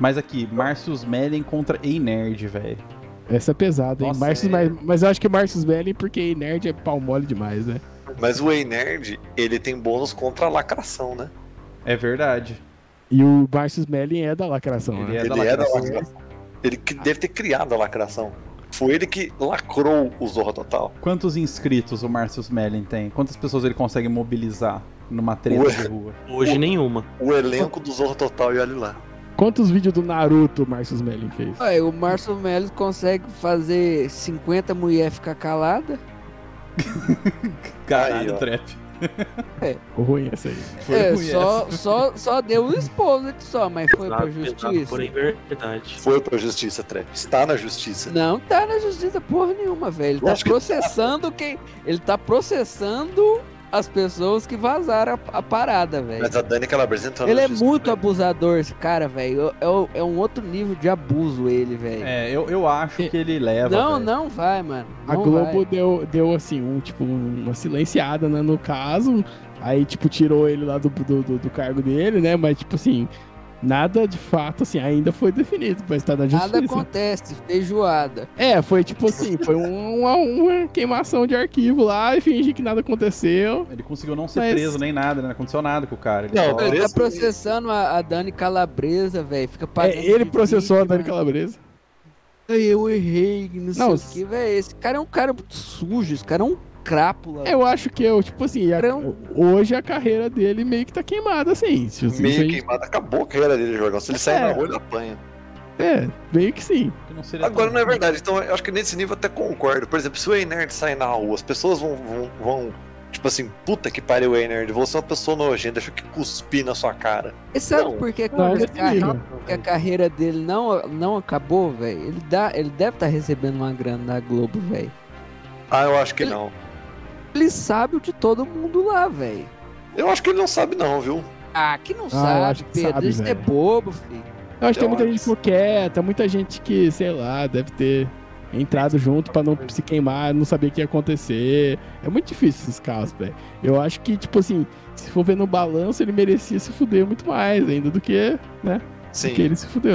Speaker 5: Mas aqui, Marcius Mellen contra Ei Nerd, velho.
Speaker 3: Essa é pesada, hein?
Speaker 5: Nossa,
Speaker 3: Marcius,
Speaker 5: é.
Speaker 3: mas, mas eu acho que Marcius Belli, porque nerd é pau mole demais, né?
Speaker 2: Mas o Ei Nerd, ele tem bônus contra a lacração, né?
Speaker 5: É verdade.
Speaker 3: E o Marcius Melli é da lacração, né?
Speaker 5: Ele é
Speaker 2: ele
Speaker 5: da
Speaker 2: é da
Speaker 5: lacração.
Speaker 2: lacração. Ele que deve ter criado a lacração. Foi ele que lacrou o Zorra Total.
Speaker 5: Quantos inscritos o Marcius Mellen tem? Quantas pessoas ele consegue mobilizar numa treta
Speaker 2: Ué.
Speaker 5: de rua?
Speaker 4: Hoje nenhuma.
Speaker 2: O elenco do Zorra Total e olha lá.
Speaker 3: Quantos vídeos do Naruto o Marcius Melli fez?
Speaker 6: Ué, o Márcio Melo consegue fazer 50 mulher ficar calada.
Speaker 5: Caralho, tá.
Speaker 2: ó.
Speaker 5: trap.
Speaker 3: Ruim assim. essa aí.
Speaker 5: Foi
Speaker 6: é,
Speaker 5: ruim
Speaker 6: só, só, só deu um esposo aqui só, mas foi pra
Speaker 4: Pesado, pesado,
Speaker 6: justiça.
Speaker 4: Porém, verdade.
Speaker 2: Foi pra justiça, Trap. Está na justiça.
Speaker 6: Não tá na justiça porra nenhuma, velho. Ele tá
Speaker 2: Lógico que
Speaker 6: processando quem. Ele tá processando as pessoas que vazaram a, a parada, velho.
Speaker 2: Mas a Dani Calabresa entrou
Speaker 6: É. Ele
Speaker 2: na
Speaker 6: é
Speaker 2: justiça.
Speaker 6: muito abusador, esse cara, velho. É, o- é um outro nível de abuso ele, velho.
Speaker 5: É, eu, eu acho que ele leva.
Speaker 6: não,
Speaker 5: velho.
Speaker 6: não vai, mano.
Speaker 3: A
Speaker 6: Não
Speaker 3: Globo
Speaker 6: vai.
Speaker 3: deu, deu, assim, um, tipo, uma silenciada né, no caso. Aí, tipo, tirou ele lá do, do, do- do cargo dele, né? Mas, tipo assim, nada de fato, assim, ainda foi definido, mas tá na justiça.
Speaker 6: Nada acontece, feijoada.
Speaker 3: É, foi tipo assim, foi um- uma, uma queimação de arquivo lá e fingir que nada aconteceu.
Speaker 5: Ele conseguiu não ser
Speaker 3: Mas-
Speaker 5: preso nem nada, né? Não aconteceu nada com o cara. Ele
Speaker 2: Não,
Speaker 5: só-
Speaker 6: Ele tá
Speaker 2: Parece-
Speaker 6: processando a, a Dani Calabresa, velho. Fica
Speaker 3: É,
Speaker 6: pagando.
Speaker 3: ele
Speaker 6: de
Speaker 3: processou a
Speaker 6: vítima.
Speaker 3: Dani Calabresa.
Speaker 6: Ai, Eu errei, que não,
Speaker 3: Não,
Speaker 6: sei o que, velho. Esse cara é um cara muito sujo, esse cara é um crápula.
Speaker 3: Eu acho que eu, tipo assim, a-
Speaker 6: Não.
Speaker 3: hoje a carreira dele meio que tá queimada, assim. Se, se, se a
Speaker 2: Meio
Speaker 3: gente-
Speaker 2: queimado. Acabou a carreira dele, Jorgão. Se ele sair
Speaker 3: É.
Speaker 2: na rua, ele apanha.
Speaker 3: É, meio que sim.
Speaker 5: que não seria
Speaker 2: Agora
Speaker 5: tão-
Speaker 2: não é verdade. Então eu acho que nesse nível eu até concordo. Por exemplo, se o Ei Nerd sair na rua, as pessoas vão. vão, vão, Tipo assim, puta que pariu, Ei Nerd. Vou ser uma pessoa nojenta. Deixa eu que cuspir na sua cara.
Speaker 6: E sabe
Speaker 2: não.
Speaker 6: por que, que
Speaker 3: Não,
Speaker 6: a
Speaker 3: ele
Speaker 6: carreira,
Speaker 3: liga.
Speaker 6: que a carreira dele não, não acabou, velho? Ele, dá- ele deve estar recebendo uma grana da Globo, velho.
Speaker 2: Ah, eu acho que
Speaker 6: Ele-
Speaker 2: não.
Speaker 6: Ele sabe o de todo mundo lá, velho.
Speaker 2: Eu acho que ele não sabe, não, viu?
Speaker 6: Ah, que não
Speaker 3: eu
Speaker 6: sabe,
Speaker 3: acho que
Speaker 6: Pedro.
Speaker 3: sabe,
Speaker 6: Isso é
Speaker 3: velho.
Speaker 6: bobo, filho.
Speaker 3: Eu acho que tem
Speaker 2: Eu
Speaker 3: muita
Speaker 2: acho.
Speaker 3: gente que ficou quieta, muita gente que, sei lá, deve ter entrado junto pra não se queimar, não saber o que ia acontecer. É muito difícil esses casos, velho. Eu acho que, tipo assim, se for ver no balanço, ele merecia se fuder muito mais ainda do que, do
Speaker 2: Sim.
Speaker 3: que ele se fudeu.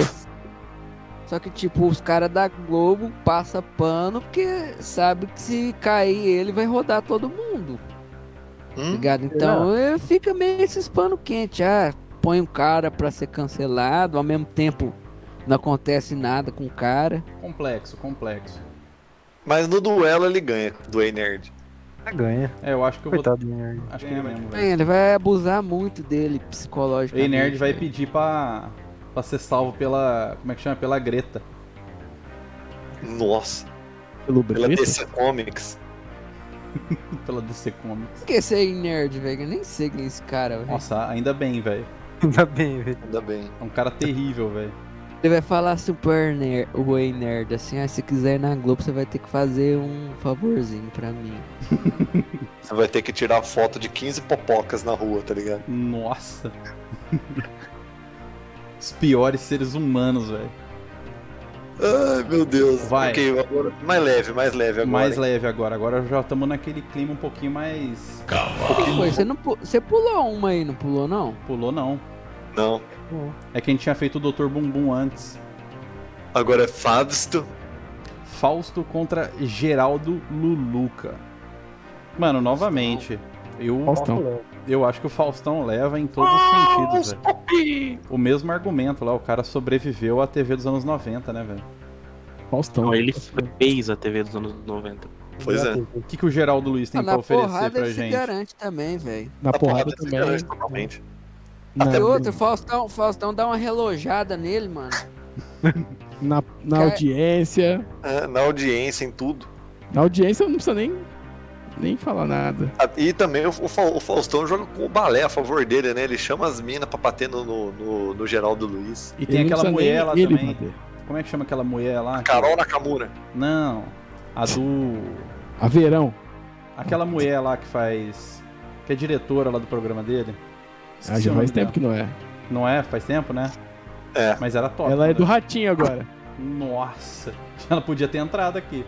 Speaker 6: Só que, tipo, os caras da Globo passa pano porque sabe que se cair ele vai rodar todo mundo, tá
Speaker 2: Hum?
Speaker 6: ligado? Então é, fica meio esses pano quente. Ah, põe um cara pra ser cancelado, ao mesmo tempo não acontece nada com o cara.
Speaker 5: Complexo, complexo.
Speaker 2: Mas no duelo ele ganha do Ei Nerd.
Speaker 7: Ah, Ganha.
Speaker 5: É, eu acho que eu vou.
Speaker 7: Coitado do Nerd.
Speaker 5: Acho que ele mesmo,
Speaker 6: É,
Speaker 5: velho.
Speaker 6: Ele vai abusar muito dele psicologicamente.
Speaker 5: Ei Nerd vai
Speaker 6: velho.
Speaker 5: pedir pra. pra ser salvo pela. Como é que chama? Pela Greta.
Speaker 2: Nossa.
Speaker 3: Pelo
Speaker 2: Pela
Speaker 3: Brito.
Speaker 2: DC Comics.
Speaker 5: Pela DC Comics.
Speaker 6: Por que esse aí nerd, velho? Eu nem sei quem é esse cara, velho.
Speaker 5: Nossa, ainda bem, velho.
Speaker 7: Ainda bem, velho.
Speaker 2: Ainda bem.
Speaker 5: É um cara terrível, velho.
Speaker 6: Ele vai falar super ner way nerd, assim, ah, se quiser ir na Globo, você vai ter que fazer um favorzinho pra mim.
Speaker 2: Você vai ter que tirar foto de 15 popocas na rua, tá ligado?
Speaker 5: Nossa. Os piores seres humanos, velho.
Speaker 2: Ai, meu Deus.
Speaker 5: Vai.
Speaker 2: Ok, agora- Mais leve, mais leve agora.
Speaker 5: Mais
Speaker 2: hein?
Speaker 5: leve agora. Agora já estamos naquele clima um pouquinho mais.
Speaker 6: O que foi? Você, não pu- você pulou uma aí, não pulou, não?
Speaker 5: Pulou, não.
Speaker 2: Não.
Speaker 5: É que a gente tinha feito o Dr. Bumbum antes.
Speaker 2: Agora é Fausto.
Speaker 5: Fausto contra Geraldo Luluca. Mano, novamente. Eu,
Speaker 3: Faustão.
Speaker 5: eu acho que o Faustão leva em todos os sentidos, velho. O mesmo argumento lá, o cara sobreviveu à TV dos anos 90, né, velho?
Speaker 3: Faustão.
Speaker 4: Não, Então, ele fez a TV dos anos 90.
Speaker 2: Pois é.
Speaker 5: O que, que o Geraldo Luiz tem
Speaker 6: Ah,
Speaker 5: pra
Speaker 6: na
Speaker 5: oferecer
Speaker 6: porrada
Speaker 5: pra
Speaker 6: ele se
Speaker 5: gente?
Speaker 6: garante também, velho.
Speaker 3: Na
Speaker 2: A
Speaker 3: porrada
Speaker 2: desse
Speaker 3: também.
Speaker 2: cara, totalmente.
Speaker 3: Na,
Speaker 2: É.
Speaker 6: E outra, Faustão, Faustão dá uma relojada nele, mano.
Speaker 3: na, na
Speaker 6: Cara-
Speaker 3: audiência.
Speaker 2: É, na audiência, em tudo.
Speaker 3: Na audiência não precisa nem, nem falar nada.
Speaker 2: Ah, E também o, o Fa- o Faustão joga com o balé a favor dele, né? Ele chama as minas pra bater no, no, no, no Geraldo Luiz.
Speaker 5: E tem
Speaker 3: Ele não
Speaker 5: aquela
Speaker 3: precisa nem
Speaker 5: mulher lá
Speaker 3: ele
Speaker 5: também.
Speaker 3: bater.
Speaker 5: Como é que chama aquela mulher lá?
Speaker 2: Carol Nakamura.
Speaker 5: Não. A do.
Speaker 3: A verão.
Speaker 5: Aquela mulher lá que faz. Que é diretora lá do programa dele.
Speaker 3: Ah,
Speaker 5: Esqueci
Speaker 3: já
Speaker 5: o nome
Speaker 3: faz tempo que não é.
Speaker 5: dela. Não é? Faz tempo, né?
Speaker 2: É.
Speaker 5: Mas era top.
Speaker 3: Ela é do
Speaker 5: né?
Speaker 3: ratinho agora.
Speaker 5: Nossa. Ela podia ter entrado aqui.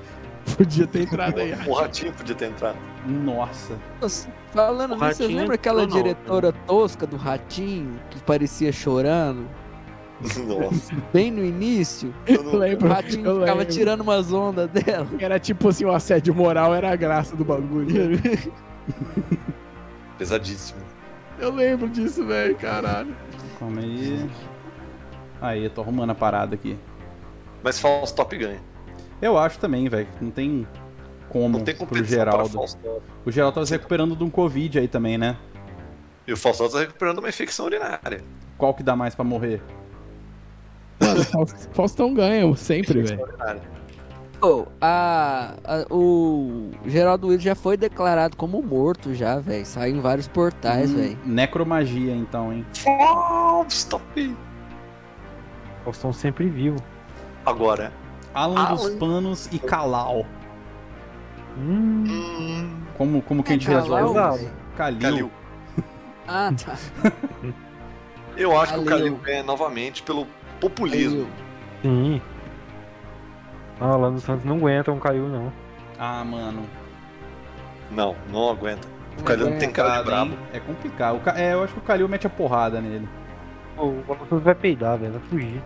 Speaker 3: Podia ter entrado aí.
Speaker 2: O ratinho podia ter entrado.
Speaker 5: Nossa.
Speaker 6: Nossa, Falando
Speaker 4: O
Speaker 6: nisso, vocês
Speaker 4: Ratinho
Speaker 6: lembram aquela
Speaker 4: entrou, não,
Speaker 6: diretora tosca do Ratinho, que parecia chorando?
Speaker 2: Nossa.
Speaker 6: Bem no início,
Speaker 2: Eu não-
Speaker 3: Eu
Speaker 6: o
Speaker 3: lembro.
Speaker 6: Ratinho
Speaker 3: eu
Speaker 6: ficava
Speaker 3: lembro.
Speaker 6: tirando umas ondas dela.
Speaker 3: Era tipo assim, o assédio moral era a graça do bagulho.
Speaker 2: Pesadíssimo.
Speaker 3: Eu lembro disso, velho, caralho.
Speaker 5: Calma aí. Aí, eu tô arrumando a parada aqui.
Speaker 2: Mas Fausto Top ganha.
Speaker 5: Eu acho também, velho. que Não tem como
Speaker 2: Não tem
Speaker 5: pro
Speaker 2: competição para
Speaker 5: Geraldo.
Speaker 2: Fausto Top.
Speaker 5: O Geraldo tava se recuperando de um Covid aí também, né?
Speaker 2: E o Fausto Top tá recuperando uma infecção urinária.
Speaker 5: Qual que dá mais pra morrer?
Speaker 3: Faust- Faustão ganha sempre, velho.
Speaker 2: Urinária.
Speaker 6: Ô, a, a- o Geraldo Willis já foi declarado como morto já, velho. Saiu em vários portais,
Speaker 5: Hum,
Speaker 6: velho.
Speaker 5: Necromagia, então, hein?
Speaker 2: Fausto Top.
Speaker 7: Faustão sempre vivo.
Speaker 2: Agora.
Speaker 5: Alan, dos
Speaker 2: Alan.
Speaker 5: Panos e Kalal.
Speaker 7: Hum,
Speaker 2: Hum,
Speaker 5: Como, como que a gente resolve?
Speaker 6: Calal,
Speaker 5: isso?
Speaker 6: velho?
Speaker 5: Kalil.
Speaker 2: Calil.
Speaker 6: Ah, tá.
Speaker 2: Eu acho que o
Speaker 6: Calil.
Speaker 2: Calil ganha novamente pelo populismo.
Speaker 6: Calil.
Speaker 7: sim. Ah, lá no Santos não aguenta um Calil, não.
Speaker 5: Ah, mano.
Speaker 2: Não, não aguenta. O Calil não tem cara de brabo.
Speaker 5: hein? É complicado. O Ca- É, eu acho que o Kalil mete a porrada nele.
Speaker 7: Pô, o Alan Santos vai peidar, velho. Vai fugir.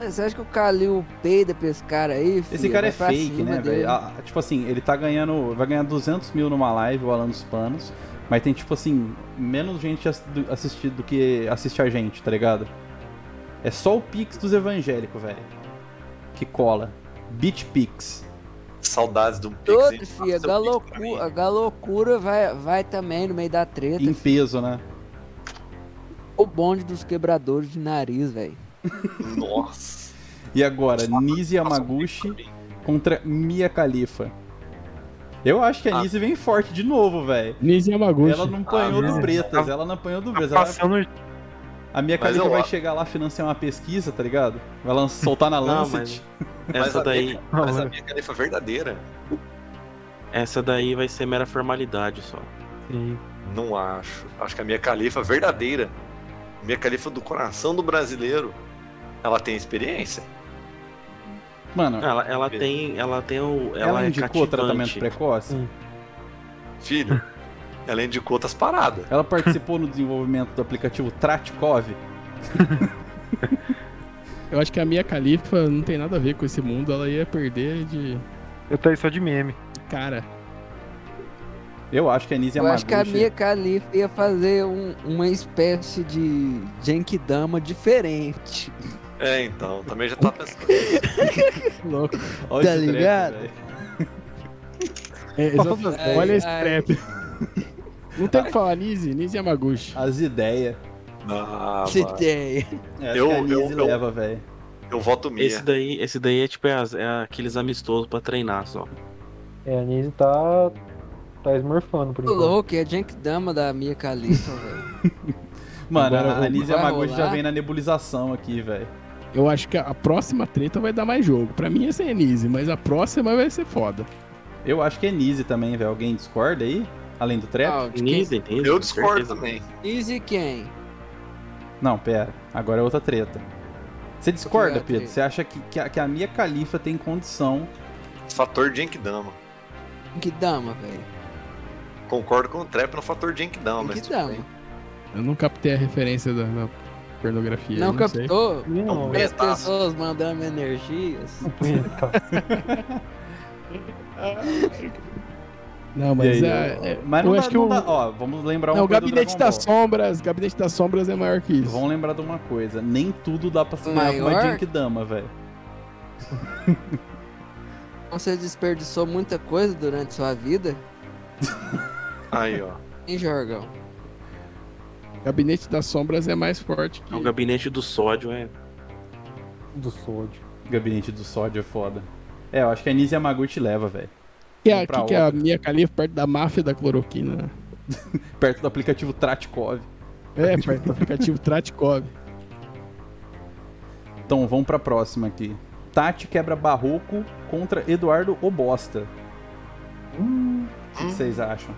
Speaker 6: É, Você acha que o Calil peida pra esse cara aí? Filho?
Speaker 5: Esse cara é
Speaker 6: Vai pra
Speaker 5: fake,
Speaker 6: cima
Speaker 5: né,
Speaker 6: dele.
Speaker 5: velho? Ah, Tipo assim, ele tá ganhando. Vai ganhar 200 mil numa live, o Alan dos Panos. Mas tem, tipo assim, menos gente ass- do- assistir do que assiste a gente, tá ligado? É só o Pix dos evangélicos, velho. Que cola. Beat Pix.
Speaker 2: Saudades do Pix. hein?
Speaker 6: Todo, filho, a
Speaker 2: Passa o Pix pra mim.
Speaker 6: galocura, a galocura vai, vai também no meio da treta.
Speaker 5: Em peso, né?
Speaker 6: O bonde dos quebradores de nariz, velho.
Speaker 2: Nossa.
Speaker 5: E agora, Nise
Speaker 2: Passa o Pix
Speaker 5: Yamaguchi
Speaker 2: pra mim.
Speaker 5: contra Mia Khalifa. Eu acho que a
Speaker 2: Ah.
Speaker 5: Nise vem forte de novo, velho.
Speaker 3: Nizia Yamaguchi.
Speaker 5: Ela não apanhou
Speaker 7: Ah,
Speaker 5: do
Speaker 7: né?
Speaker 5: Bretas, ela não apanhou
Speaker 6: ah,
Speaker 5: do Bretas.
Speaker 7: Tá
Speaker 5: Ela-
Speaker 7: passando
Speaker 5: a minha
Speaker 2: Mas
Speaker 5: Khalifa
Speaker 2: eu
Speaker 5: vai
Speaker 2: acho.
Speaker 5: chegar lá financiar uma pesquisa, tá ligado? Vai lan- soltar na
Speaker 4: Não,
Speaker 5: Lancet.
Speaker 2: Mas a
Speaker 4: Essa daí,
Speaker 2: minha- Mas a
Speaker 7: né,
Speaker 2: minha califa é verdadeira.
Speaker 4: essa daí vai ser mera formalidade só.
Speaker 7: Sim.
Speaker 2: Não acho. Acho que a minha califa é verdadeira. Minha califa do coração do brasileiro. Ela tem experiência?
Speaker 5: Mano,
Speaker 2: Ah,
Speaker 4: Ela, ela tem, ela tem o, ela,
Speaker 5: Ah, ela
Speaker 4: é
Speaker 5: indicou
Speaker 4: cativante.
Speaker 5: tratamento precoce?
Speaker 7: Hum.
Speaker 2: Filho, ela indicou outras paradas.
Speaker 5: Ela participou no desenvolvimento do aplicativo Tratkov?
Speaker 3: Eu acho que a Mia Khalifa não tem nada a ver com esse mundo. Ela ia perder de
Speaker 7: Eu tô aí só de meme.
Speaker 3: cara.
Speaker 5: Eu acho que a Nise é
Speaker 6: Eu acho
Speaker 5: Yamaguchi.
Speaker 6: que a Mia Khalifa ia fazer um- uma espécie de Genkidama diferente.
Speaker 2: É, então, também já tá pensando.
Speaker 3: Louco.
Speaker 5: Olha
Speaker 6: Tá
Speaker 5: esse trap,
Speaker 6: ligado?
Speaker 5: velho.
Speaker 3: É, exato.
Speaker 6: Ai,
Speaker 3: Olha esse
Speaker 6: ai.
Speaker 3: trap. Não tem o que falar, Nizia. Nizia Yamaguchi.
Speaker 5: As ideias.
Speaker 2: Ah,
Speaker 6: Você
Speaker 2: mano,
Speaker 6: tem.
Speaker 5: É, acho
Speaker 2: Eu-
Speaker 5: que a Nise
Speaker 2: eu- eu-
Speaker 5: leva, velho.
Speaker 2: eu voto Mia.
Speaker 4: Esse daí, esse daí é tipo é as- é aqueles amistosos pra treinar só.
Speaker 7: É, a Nise tá. tá esmorfando por
Speaker 6: Tô louco, é a Genkidama da Mia Khalifa, velho.
Speaker 5: Mano,
Speaker 3: Agora,
Speaker 5: a Anise
Speaker 6: vai
Speaker 5: Yamaguchi já
Speaker 6: rolar?
Speaker 5: vem na nebulização aqui, velho.
Speaker 3: Eu acho que a próxima treta vai dar mais jogo. Pra mim é ser Enise, mas a próxima vai ser foda.
Speaker 5: Eu acho que é Nise também, velho. Alguém discorda aí? Além do
Speaker 3: É
Speaker 5: Trap?
Speaker 6: Ah, de quem?
Speaker 4: Nise, Nise,
Speaker 2: Eu
Speaker 4: com
Speaker 2: discordo
Speaker 4: certeza.
Speaker 2: também.
Speaker 6: Easy quem?
Speaker 5: Não, pera. Agora é outra treta. Você discorda,
Speaker 6: Outra treta.
Speaker 5: Pedro? Você acha que, que, a, que a Mia Khalifa tem condição?
Speaker 2: Fator Genkidama.
Speaker 6: Que dama, velho.
Speaker 2: Concordo com o Trap no fator Genkidama, mas.
Speaker 6: Que
Speaker 2: tudo
Speaker 6: dama.
Speaker 2: bem.
Speaker 3: Eu não captei a referência da, da pornografia.
Speaker 6: Não,
Speaker 3: eu sei.
Speaker 6: captou?
Speaker 7: Não,
Speaker 6: As
Speaker 2: Petaço.
Speaker 6: pessoas mandando energias.
Speaker 7: Tá.
Speaker 3: Não, mas,
Speaker 5: E aí,
Speaker 3: é-
Speaker 5: ó,
Speaker 3: é-
Speaker 5: mas
Speaker 3: eu
Speaker 5: não,
Speaker 3: acho
Speaker 5: dá,
Speaker 3: que
Speaker 5: não
Speaker 3: o,
Speaker 5: dá- Ó, vamos lembrar
Speaker 3: não,
Speaker 5: uma
Speaker 3: o
Speaker 5: coisa do
Speaker 3: Gabinete
Speaker 5: Então, Dragon
Speaker 3: das
Speaker 5: Ball.
Speaker 3: Sombras, Gabinete das Sombras é maior que isso.
Speaker 5: Vamos lembrar de uma coisa. Nem tudo dá pra se ganhar com uma
Speaker 6: Maior?
Speaker 5: Genkidama, velho.
Speaker 6: Você desperdiçou muita coisa durante sua vida,
Speaker 2: Aí, ó.
Speaker 6: hein, Jorgão?
Speaker 3: Gabinete das Sombras é mais forte que
Speaker 4: O gabinete do sódio é.
Speaker 7: do sódio.
Speaker 5: Gabinete do sódio é foda. É, eu acho que a Nise Yamaguchi leva, velho.
Speaker 3: que,
Speaker 5: um
Speaker 3: a,
Speaker 5: pra
Speaker 3: que, que a Mia Khalifa perto da máfia da cloroquina. né?
Speaker 5: Perto do aplicativo Tratkov.
Speaker 3: É, perto do aplicativo Tratkov.
Speaker 5: Então, vamos pra próxima aqui. Tati quebra barroco contra Eduardo Obosta. O que que vocês acham?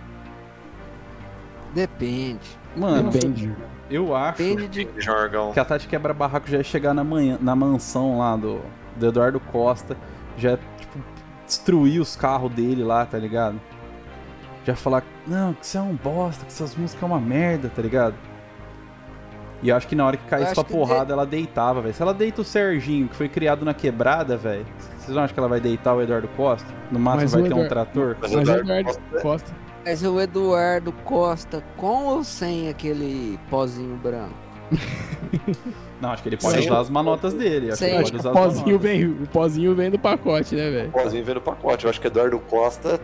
Speaker 6: Depende.
Speaker 5: Mano,
Speaker 3: Depende.
Speaker 5: eu acho
Speaker 6: Depende de.
Speaker 2: Jorgão.
Speaker 5: que a Tati quebra barraco já ia chegar na, manhã, na mansão lá do, do Eduardo Costa. Já, tipo, destruir os carros dele lá, tá ligado? Já falar, não, que você é um bosta, que suas músicas é uma merda, tá ligado? E eu acho que na hora que
Speaker 6: Eu
Speaker 5: caísse
Speaker 6: acho
Speaker 5: pra
Speaker 6: que
Speaker 5: porrada, ela deitava, velho. Se ela deita o Serginho, que foi criado na quebrada, velho, vocês não acham que ela vai deitar o Eduardo Costa? No máximo
Speaker 3: Mas
Speaker 5: vai
Speaker 3: o
Speaker 5: ter um
Speaker 3: Eduardo-
Speaker 5: trator?
Speaker 2: Mas
Speaker 3: Mas é o
Speaker 2: Eduardo
Speaker 3: Eduardo
Speaker 2: Costa-
Speaker 3: Costa.
Speaker 6: Mas o Eduardo Costa com ou sem aquele pozinho branco?
Speaker 5: Não, acho que ele pode
Speaker 2: Sim.
Speaker 5: usar as manotas dele. Acho
Speaker 6: Sim.
Speaker 5: que ele
Speaker 3: Eu acho
Speaker 5: pode
Speaker 3: que
Speaker 5: usar
Speaker 3: o
Speaker 5: as
Speaker 3: pozinho,
Speaker 5: manotas.
Speaker 3: vem, o pozinho vem do pacote, né, velho?
Speaker 2: Pozinho veio no pacote. Eu acho que Eduardo Costa.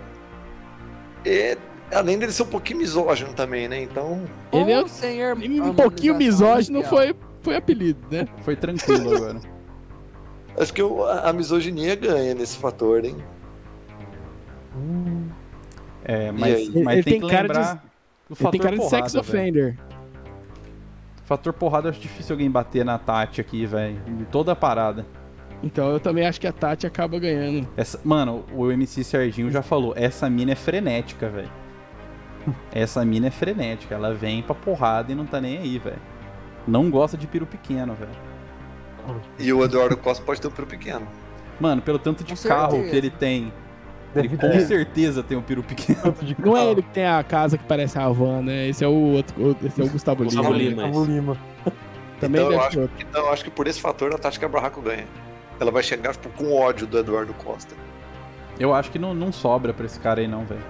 Speaker 2: É, além dele ser um pouquinho misógino também, né? Então.
Speaker 6: Com
Speaker 3: Ele é
Speaker 6: ou sem her-
Speaker 3: E Um
Speaker 6: harmonização
Speaker 3: pouquinho misógino
Speaker 6: racial?
Speaker 3: foi, foi apelido, né?
Speaker 5: Foi tranquilo agora.
Speaker 2: Acho que o- a a misoginia ganha nesse fator, hein?
Speaker 5: É,
Speaker 2: E
Speaker 5: mas,
Speaker 2: aí?
Speaker 5: mas
Speaker 3: Ele
Speaker 5: tem,
Speaker 3: tem
Speaker 5: que
Speaker 3: cara de-
Speaker 5: lembrar do
Speaker 3: Ele
Speaker 5: fator
Speaker 3: tem cara de
Speaker 5: porrada,
Speaker 3: sex
Speaker 5: velho.
Speaker 3: offender.
Speaker 5: Fator porrada, eu acho difícil alguém bater na Tati aqui, velho. Em toda a parada.
Speaker 3: Então eu também acho que a Tati acaba ganhando.
Speaker 5: Essa- mano, o MC Serginho já falou, essa mina é frenética, velho. Essa mina é frenética, ela vem pra porrada e não tá nem aí, velho. Não gosta de piro pequeno, velho.
Speaker 2: E o Eduardo Costa pode ter um peru pequeno.
Speaker 5: Mano, pelo tanto de
Speaker 6: Com
Speaker 5: carro
Speaker 6: certeza.
Speaker 5: que ele tem,
Speaker 7: Deve
Speaker 5: ele com certeza tem um piro pequeno.
Speaker 7: tanto de
Speaker 3: Não é
Speaker 5: Ah.
Speaker 7: carro.
Speaker 3: ele que tem a casa que parece a Havana, né? Esse é o outro, outro- esse é o Gustavo Lima.
Speaker 4: Gustavo
Speaker 3: né?
Speaker 4: Lima.
Speaker 7: Gustavo Lima.
Speaker 3: Também
Speaker 2: Então, eu
Speaker 3: deve
Speaker 2: acho
Speaker 3: ser outro.
Speaker 2: Então eu acho que por esse fator a Tati Cabraco ganha. Ela vai chegar tipo, com ódio do Eduardo Costa.
Speaker 5: Eu acho que não, não sobra pra esse cara aí, não, velho.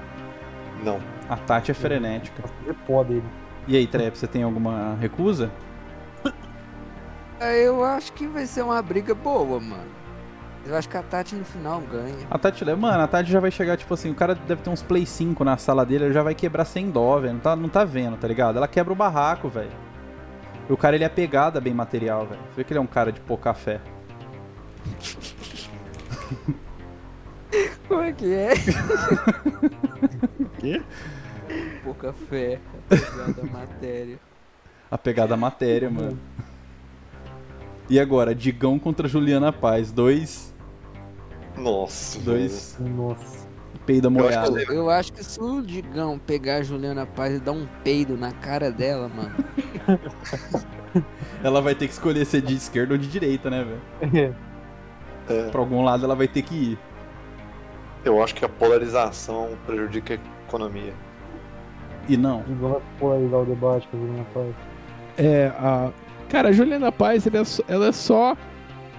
Speaker 2: Não.
Speaker 5: A Tati é frenética.
Speaker 7: Ele pode ele.
Speaker 5: E aí, Trep, você tem alguma recusa?
Speaker 6: É, Eu acho que vai ser uma briga boa, mano. Eu acho que a Tati no final ganha.
Speaker 5: A Tati, leva- mano, a Tati já vai chegar, tipo assim, o cara deve ter uns Play 5 na sala dele, ele já vai quebrar sem dó, velho. Não tá, não tá vendo, tá ligado? Ela quebra o barraco, velho. E o cara, ele é pegado a bem material, velho. Você vê que ele é um cara de pouca fé.
Speaker 6: Como é que é?
Speaker 3: Quê?
Speaker 6: Pouca fé, apesar da matéria.
Speaker 5: Apegado à matéria, mano. E agora, Digão contra Juliana Paz. Dois.
Speaker 2: Nossa. velho.
Speaker 5: Dois.
Speaker 7: Nossa.
Speaker 5: Peida
Speaker 2: Eu acho que eu
Speaker 5: molhada.
Speaker 2: levo.
Speaker 6: Eu acho que se o Digão pegar a Juliana Paz e dar um peido na cara dela, mano,
Speaker 5: Ela vai ter que escolher ser de esquerda ou de direita, né, velho?
Speaker 7: É.
Speaker 2: É,
Speaker 5: Pra algum lado ela vai ter que ir.
Speaker 2: eu acho que a polarização prejudica a economia.
Speaker 5: E não.
Speaker 7: Digão vai polarizar o debate com a Juliana Paz.
Speaker 3: É, a... Cara, a Juliana Paz, ela é, só, ela é só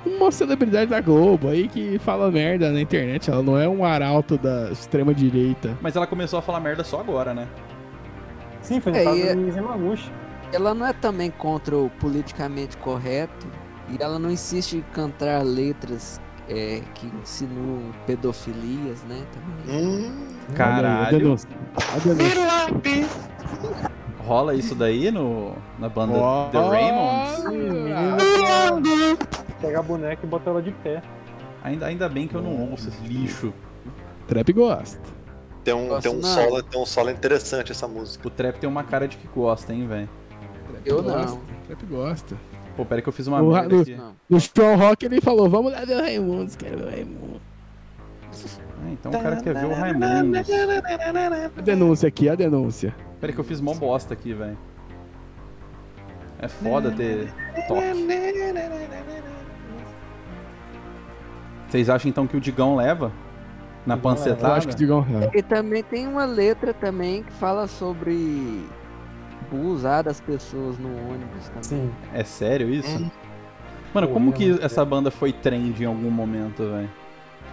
Speaker 3: uma celebridade da Globo aí que fala merda na internet. Ela não é um arauto da extrema-direita.
Speaker 5: Mas ela começou a falar merda só agora, né?
Speaker 7: Sim, foi no
Speaker 6: É,
Speaker 7: caso
Speaker 6: e-
Speaker 7: do Luiz Emaguchi.
Speaker 6: ela não é também contra o politicamente correto e ela não insiste em cantar letras é, que insinuam pedofilias, né? Também.
Speaker 2: Hum,
Speaker 3: Olha aí, A
Speaker 5: Caralho.
Speaker 3: denúncia. A denúncia.
Speaker 5: Rola isso daí no, na banda
Speaker 3: Ó,
Speaker 5: The Raymonds?
Speaker 7: Pega a boneca e bota ela de pé.
Speaker 5: Ainda, ainda bem que eu não ouço esse lixo.
Speaker 3: Trap gosta.
Speaker 2: tem, um,
Speaker 6: Nossa,
Speaker 2: tem, um
Speaker 6: não.
Speaker 2: solo, tem um solo interessante essa música.
Speaker 5: O Trap tem uma cara de que gosta, hein, velho?
Speaker 3: Trap
Speaker 6: Eu
Speaker 3: gosta.
Speaker 6: não.
Speaker 3: Sempre gosta.
Speaker 5: Pô, pera que eu fiz uma
Speaker 3: O
Speaker 5: merda
Speaker 3: Ra-
Speaker 5: aqui.
Speaker 6: Não.
Speaker 3: No show rock ele falou, vamos lá ver o Raimundos, quero ver o Raimundos.
Speaker 5: Ah, então o cara quer ver o Raimundos.
Speaker 3: A denúncia aqui, a denúncia.
Speaker 5: Pera que eu fiz mó bosta aqui, velho. É foda ter toque. Vocês acham então que o Digão leva? Na
Speaker 7: Digão leva.
Speaker 3: Eu
Speaker 5: pancetada?
Speaker 3: acho que digam é.
Speaker 6: E também tem uma letra também que fala sobre abusar das pessoas no ônibus também.
Speaker 7: Sim.
Speaker 5: É sério isso? Mano,
Speaker 7: Pô,
Speaker 5: como que
Speaker 7: realmente,
Speaker 5: essa banda foi trend em algum momento, velho?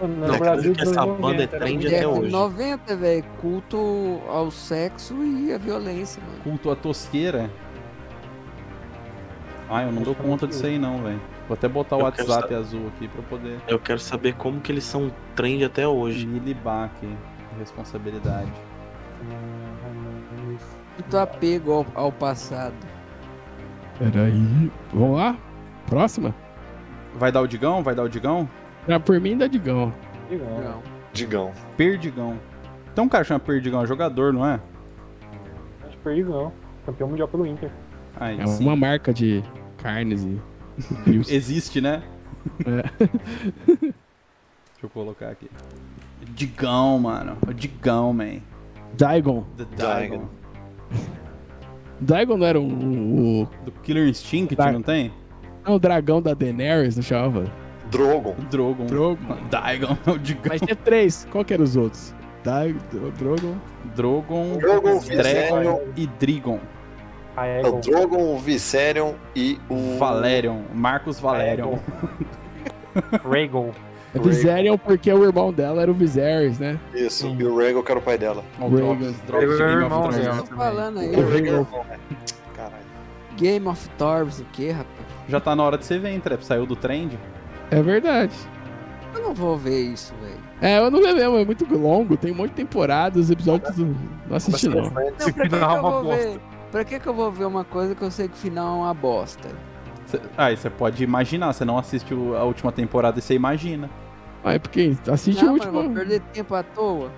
Speaker 7: Mano,
Speaker 4: Não,
Speaker 7: no Brasil,
Speaker 4: que essa
Speaker 7: nos
Speaker 4: banda é
Speaker 7: 90,
Speaker 4: trend
Speaker 7: era
Speaker 4: até
Speaker 7: muito-
Speaker 6: Década de
Speaker 4: hoje.
Speaker 6: 90, velho, culto ao sexo e à violência, mano.
Speaker 5: Culto à tosqueira? Ah, eu não dou conta disso aí não, velho. Vou até botar o
Speaker 4: Eu quero
Speaker 5: WhatsApp azul aqui pra eu poder
Speaker 4: Eu quero saber como que eles são trend até hoje.
Speaker 5: me libar aqui. Responsabilidade.
Speaker 7: É,
Speaker 6: Muito apego ao, ao passado.
Speaker 3: Peraí. Vamos lá? Próxima?
Speaker 5: Vai dar o Digão? Vai dar o Digão?
Speaker 3: Já por mim dá digão.
Speaker 7: Legal.
Speaker 6: Não.
Speaker 2: Digão.
Speaker 5: Perdigão. Então um cara chama Perdigão, é jogador, não é?
Speaker 7: Acho perdigão. Campeão mundial pelo Inter.
Speaker 5: Aí,
Speaker 3: É
Speaker 5: sim.
Speaker 3: uma marca de carnes e. frios.
Speaker 5: Existe, né?
Speaker 3: É.
Speaker 5: Deixa eu colocar aqui. Digão, mano. O Digão, man.
Speaker 3: Daigon.
Speaker 5: The
Speaker 2: Digon.
Speaker 5: Digon.
Speaker 3: Daigon não era o. o- o-
Speaker 5: Do Killer Instinct,
Speaker 3: Digon.
Speaker 5: não tem?
Speaker 3: não, o dragão da Daenerys, não chamava?
Speaker 2: Drogon.
Speaker 5: O Drogon.
Speaker 3: Drogon.
Speaker 5: Digon. O Digão.
Speaker 3: Mas tinha três. Qual que eram os outros? Dai, Dro- Drogon.
Speaker 2: Drogon,
Speaker 5: Drogon, Dragon
Speaker 2: Viserion.
Speaker 5: e Drigon.
Speaker 7: A
Speaker 2: É o
Speaker 7: Egon.
Speaker 2: Drogon, o Viserion e o.
Speaker 5: Valerion. Marcos Valerion.
Speaker 7: Reagan.
Speaker 3: É Viserion porque o irmão dela era o Viserys, né?
Speaker 2: Isso, e o Rhaegon, que era o pai dela.
Speaker 5: Ó, o
Speaker 3: Dragon.
Speaker 5: Drops, Drops de
Speaker 7: Meu
Speaker 5: Game
Speaker 7: irmão,
Speaker 5: of
Speaker 7: né?
Speaker 5: Thrones.
Speaker 6: Tô falando aí,
Speaker 2: O Rhaegon era o irmão, né? Caralho.
Speaker 6: Game of Thrones, o que, rapaz?
Speaker 5: Já tá na hora de você ver, hein, Trap? Saiu do trend.
Speaker 3: É verdade.
Speaker 6: Eu não vou ver isso, velho.
Speaker 3: É, eu não lembro, mesmo, é muito longo, tem um monte de temporada, os episódios do... não assisti não.
Speaker 6: Não, pra que, que
Speaker 7: final é
Speaker 6: eu
Speaker 7: uma
Speaker 6: vou
Speaker 7: bosta.
Speaker 6: ver? Pra que, que eu vou ver uma coisa que eu sei que o final é uma bosta?
Speaker 5: Cê- Ah, e você pode imaginar. Você não assiste o- a última temporada e você imagina.
Speaker 3: Ah, é porque assiste
Speaker 6: Não,
Speaker 3: o
Speaker 6: mano, eu vou
Speaker 3: último.
Speaker 6: perder tempo à toa.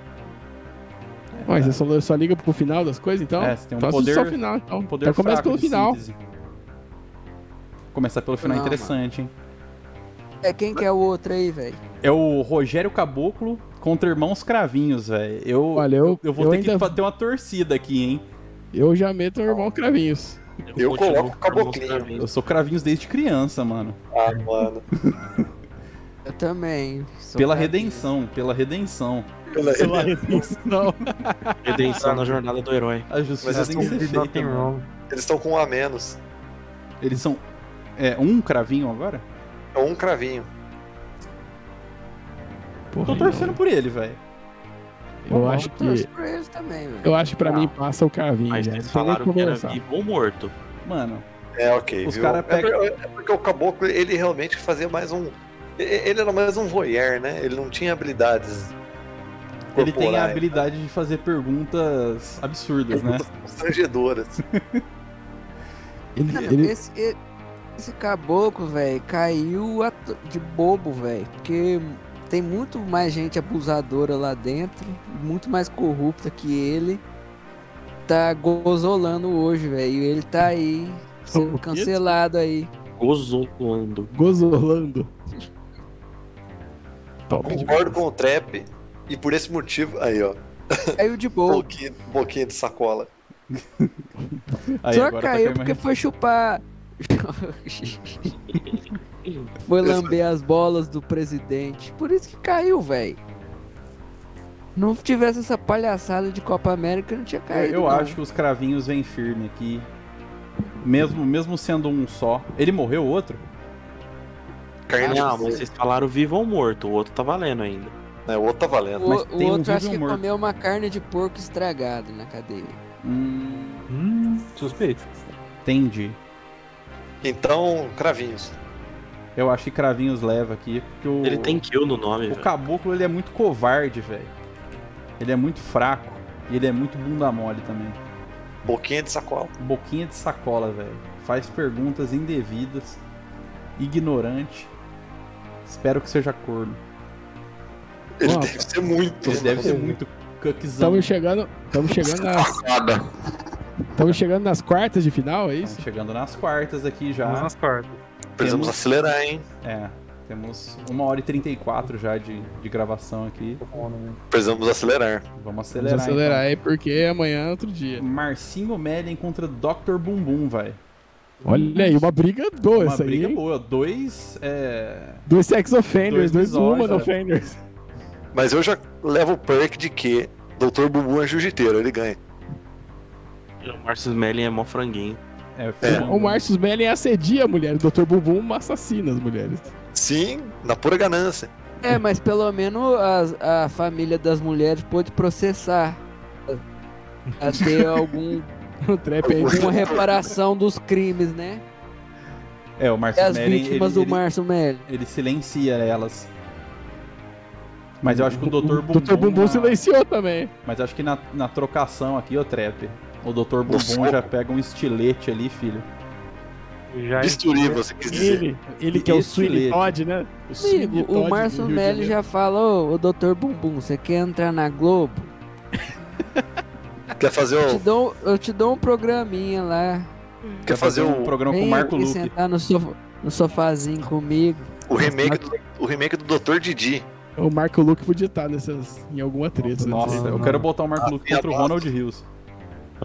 Speaker 3: Mas você só, só liga pro final das coisas, então?
Speaker 5: É, você tem um
Speaker 3: então assiste
Speaker 5: poder-
Speaker 3: só o final, então.
Speaker 5: Um poder
Speaker 3: então começa
Speaker 5: fraco
Speaker 3: pelo
Speaker 5: de
Speaker 3: final.
Speaker 5: síntese. Começar pelo final é
Speaker 6: Não,
Speaker 5: interessante, hein?
Speaker 6: É quem que é o outro aí, velho?
Speaker 5: É o Rogério Caboclo contra Irmãos Cravinhos, velho. Eu,
Speaker 3: Olha, eu,
Speaker 5: eu
Speaker 3: eu,
Speaker 5: vou ter
Speaker 3: ainda,
Speaker 5: que fa- ter uma torcida aqui, hein?
Speaker 3: eu já meto o irmão Cravinhos.
Speaker 5: Hum.
Speaker 2: Eu
Speaker 4: continuo
Speaker 2: coloco o
Speaker 4: com irmãos
Speaker 2: caboclinho.
Speaker 4: Cravinhos.
Speaker 5: Eu sou Cravinhos desde criança, mano.
Speaker 2: Ah, mano.
Speaker 6: Eu também. sou
Speaker 5: Pela
Speaker 6: cadeiro.
Speaker 5: redenção, pela redenção.
Speaker 2: Pela-
Speaker 3: não.
Speaker 4: Redenção na jornada do herói.
Speaker 5: A justiça
Speaker 4: é
Speaker 2: Mas
Speaker 5: tem que
Speaker 7: um
Speaker 5: ser feita,
Speaker 4: né?
Speaker 5: mano.
Speaker 2: Eles estão com um a menos.
Speaker 5: Eles são. É, um cravinho agora?
Speaker 2: É um cravinho.
Speaker 3: Porra,
Speaker 5: Tô torcendo por ele, velho.
Speaker 3: não. Eu acho
Speaker 6: Eu
Speaker 3: que...
Speaker 6: torço pra eles também, velho.
Speaker 3: Eu acho que pra
Speaker 5: Ah.
Speaker 3: mim passa o Cravinho,
Speaker 4: Mas
Speaker 5: é.
Speaker 3: já. Não
Speaker 4: eles
Speaker 3: tem nem o
Speaker 4: falaram
Speaker 3: que
Speaker 4: que era
Speaker 3: conversar.
Speaker 4: vivo ou morto.
Speaker 5: Mano,
Speaker 2: É, ok.
Speaker 5: Os
Speaker 2: viu?
Speaker 5: cara
Speaker 2: É
Speaker 5: pega-
Speaker 2: por- É porque o caboclo, ele realmente fazia mais um. e- Ele era mais um voyeur, né? Ele não tinha habilidades.
Speaker 5: ele tem a
Speaker 2: corporais,
Speaker 5: habilidade de fazer perguntas absurdas, né?
Speaker 2: Constrangedoras.
Speaker 3: Ele,
Speaker 6: Cara,
Speaker 3: ele-
Speaker 6: Esse, e- esse caboclo, velho, caiu a to- de bobo, velho. Porque tem muito mais gente abusadora lá dentro, muito mais corrupta que ele. Tá gozolando hoje, velho. E ele tá aí,
Speaker 3: O
Speaker 6: sendo
Speaker 3: quê?
Speaker 6: cancelado aí.
Speaker 4: Gozolando.
Speaker 3: Gozolando. Top.
Speaker 2: Concordo com o Trap. E por esse motivo. Aí, ó.
Speaker 6: Caiu de bobo.
Speaker 2: Boquinha, boquinha de sacola.
Speaker 5: Aí
Speaker 6: Só
Speaker 5: agora
Speaker 6: caiu
Speaker 5: tá caindo
Speaker 6: porque
Speaker 5: mais-
Speaker 6: foi chupar. foi lamber as bolas do presidente. Por isso que caiu, velho. Não tivesse essa palhaçada de Copa América, não tinha
Speaker 5: Eu,
Speaker 6: caído.
Speaker 5: É, eu
Speaker 6: não.
Speaker 5: acho que os cravinhos vêm firme aqui. Mesmo, mesmo sendo um só. Ele morreu o outro?
Speaker 2: Carne de
Speaker 4: Não,
Speaker 6: sim.
Speaker 4: mas vocês falaram vivo ou morto. O outro tá valendo ainda.
Speaker 2: né? O outro tá
Speaker 6: O,
Speaker 2: valendo.
Speaker 5: Mas
Speaker 6: o
Speaker 5: tem um
Speaker 6: outro acho
Speaker 5: vivo
Speaker 6: que
Speaker 5: morto.
Speaker 6: comeu uma carne de porco estragada na cadeia.
Speaker 5: Hum,
Speaker 7: Hum, suspeito.
Speaker 5: entendi.
Speaker 2: Então, cravinhos.
Speaker 5: Eu acho que cravinhos leva aqui. Porque o,
Speaker 4: Ele tem kill no nome,
Speaker 5: o
Speaker 4: velho.
Speaker 5: caboclo ele é muito covarde, velho. Ele é muito fraco. E ele é muito bunda mole também.
Speaker 2: Boquinha de sacola.
Speaker 5: Boquinha de sacola, velho. Faz perguntas indevidas. Ignorante. Espero que seja corno.
Speaker 2: Ele
Speaker 3: Nossa.
Speaker 2: deve ser muito.
Speaker 5: Ele deve
Speaker 2: né?
Speaker 5: ser muito cuckzão.
Speaker 3: Estamos chegando, estamos chegando na
Speaker 8: Nada.
Speaker 3: Estamos chegando nas quartas de final, é isso?
Speaker 5: Chegando nas quartas aqui
Speaker 4: tá.
Speaker 5: já.
Speaker 7: Vamos nas quartas.
Speaker 2: Precisamos
Speaker 5: Temos-
Speaker 2: acelerar, hein?
Speaker 5: É, temos 1 hora e 34 já de, de gravação aqui.
Speaker 2: Precisamos acelerar.
Speaker 5: Vamos
Speaker 3: Vamos
Speaker 5: acelerar.
Speaker 3: acelerar aí, porque amanhã é outro dia.
Speaker 5: então. Marcinho Mellen contra Dr. Bumbum, vai.
Speaker 3: Olha aí, uma briga boa
Speaker 5: Uma
Speaker 3: essa aí.
Speaker 5: briga
Speaker 3: hein?
Speaker 5: boa. Dois. É...
Speaker 3: Dois sex offenders, dois,
Speaker 5: Dois misóginos,
Speaker 3: woman
Speaker 5: né?
Speaker 3: offenders.
Speaker 2: Mas eu já levo o perk de que Dr. Bubu é jiu-jiteiro, ele ganha.
Speaker 4: O Marcus Mellin é mó franguinho.
Speaker 5: É,
Speaker 3: O Marcius Mellen assedia mulheres, o Dr. Bumbum assassina as mulheres.
Speaker 2: Sim, na pura ganância.
Speaker 6: É, mas pelo menos as- a, família das mulheres pôde processar a ter algum,
Speaker 3: O Trap aí
Speaker 6: alguma reparação dos crimes, né?
Speaker 5: É, o
Speaker 6: E
Speaker 5: Marcinho
Speaker 6: as
Speaker 5: Mellen.
Speaker 6: vítimas
Speaker 5: ele,
Speaker 6: do Márcio Melli.
Speaker 5: ele, ele silencia elas. Mas eu acho que o Dr. Bumbum.
Speaker 3: Dr. Bumbum
Speaker 5: na-
Speaker 3: silenciou também.
Speaker 5: Mas acho que na, na trocação aqui, ô Trap, o Dr. Bumbum
Speaker 2: soco.
Speaker 5: já pega um estilete ali, filho.
Speaker 7: Já é-
Speaker 2: Bisturi, você quis dizer.
Speaker 3: Ele, ele que é o
Speaker 5: Esse
Speaker 3: Sweeney
Speaker 5: ele.
Speaker 3: Todd, né? O Sweeney
Speaker 6: Amigo,
Speaker 3: Todd
Speaker 6: o
Speaker 3: do
Speaker 6: Márcio
Speaker 3: Rio de
Speaker 6: Melli
Speaker 3: Janeiro.
Speaker 6: já falou, ô ô, doutor Bumbum, você quer entrar na Globo?
Speaker 2: Quer fazer
Speaker 6: Eu te
Speaker 2: o,
Speaker 6: dou, eu te dou um programinha lá.
Speaker 2: quer fazer
Speaker 5: um
Speaker 2: o,
Speaker 5: programa com o
Speaker 6: Vem
Speaker 5: Marco
Speaker 6: aqui
Speaker 5: Luque.
Speaker 6: sentar no, sof- no sofazinho comigo.
Speaker 2: o remake do, o remake do Dr. Didi.
Speaker 3: É O Marco Luke podia estar nessas, em alguma treta. né? não
Speaker 5: Nossa,
Speaker 3: sei.
Speaker 5: eu quero botar o Marco Luque
Speaker 2: Ah,
Speaker 5: contra o
Speaker 2: nossa.
Speaker 5: Ronald Rios.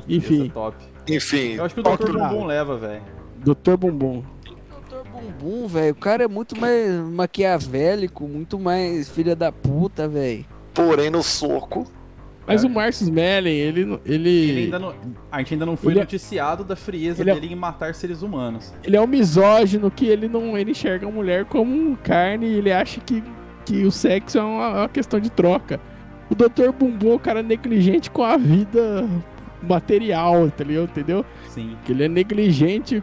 Speaker 5: Ia ser
Speaker 3: Enfim,
Speaker 5: top.
Speaker 2: Enfim,
Speaker 5: Eu acho que o
Speaker 3: Toque
Speaker 5: Dr.
Speaker 3: lá.
Speaker 5: Bumbum leva, velho.
Speaker 3: Dr. Bumbum.
Speaker 6: Doutor Bumbum, velho, o cara é muito mais maquiavélico, muito mais filha da puta, velho.
Speaker 2: porém no soco.
Speaker 3: Mas
Speaker 5: É.
Speaker 3: o Marcius Mellen, ele, não- ele,
Speaker 5: Ele
Speaker 3: ele,
Speaker 5: ainda não, a gente ainda não foi
Speaker 3: Ele é-
Speaker 5: noticiado da frieza
Speaker 3: Ele é-
Speaker 5: dele em matar seres humanos.
Speaker 3: é um misógino que ele não ele enxerga a mulher como carne e ele acha que, que o sexo é uma, é uma questão de troca. O Dr. Bumbum é um cara negligente com a vida material, entendeu? entendeu?
Speaker 5: Sim.
Speaker 3: Que ele é negligente,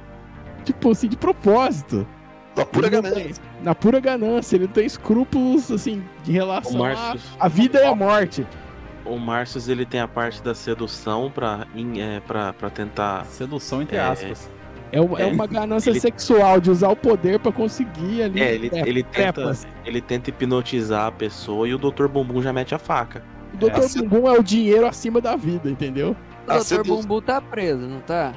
Speaker 3: tipo assim, de propósito.
Speaker 2: Na pura
Speaker 3: Ele não
Speaker 2: ganância.
Speaker 3: tem- na pura ganância, ele não tem escrúpulos, assim, de
Speaker 4: O
Speaker 3: relação à
Speaker 4: Marcus,
Speaker 3: a vida e a morte.
Speaker 4: o Marcus ele tem a parte da sedução pra, em- é, pra, pra tentar
Speaker 5: Ah, Sedução entre
Speaker 4: É.
Speaker 5: aspas.
Speaker 3: É uma, é uma ganância
Speaker 4: ele-
Speaker 3: sexual de usar o poder pra conseguir ali.
Speaker 4: É, ele,
Speaker 3: tre-
Speaker 4: ele, tenta,
Speaker 3: trepas.
Speaker 4: ele tenta hipnotizar a pessoa e o Dr. Bumbum já mete a faca.
Speaker 3: O Dr.
Speaker 2: assim-
Speaker 3: Bumbum é o dinheiro acima da vida, entendeu?
Speaker 6: O
Speaker 2: Ah,
Speaker 6: doutor
Speaker 2: seduz-
Speaker 6: Bumbum tá preso, não tá?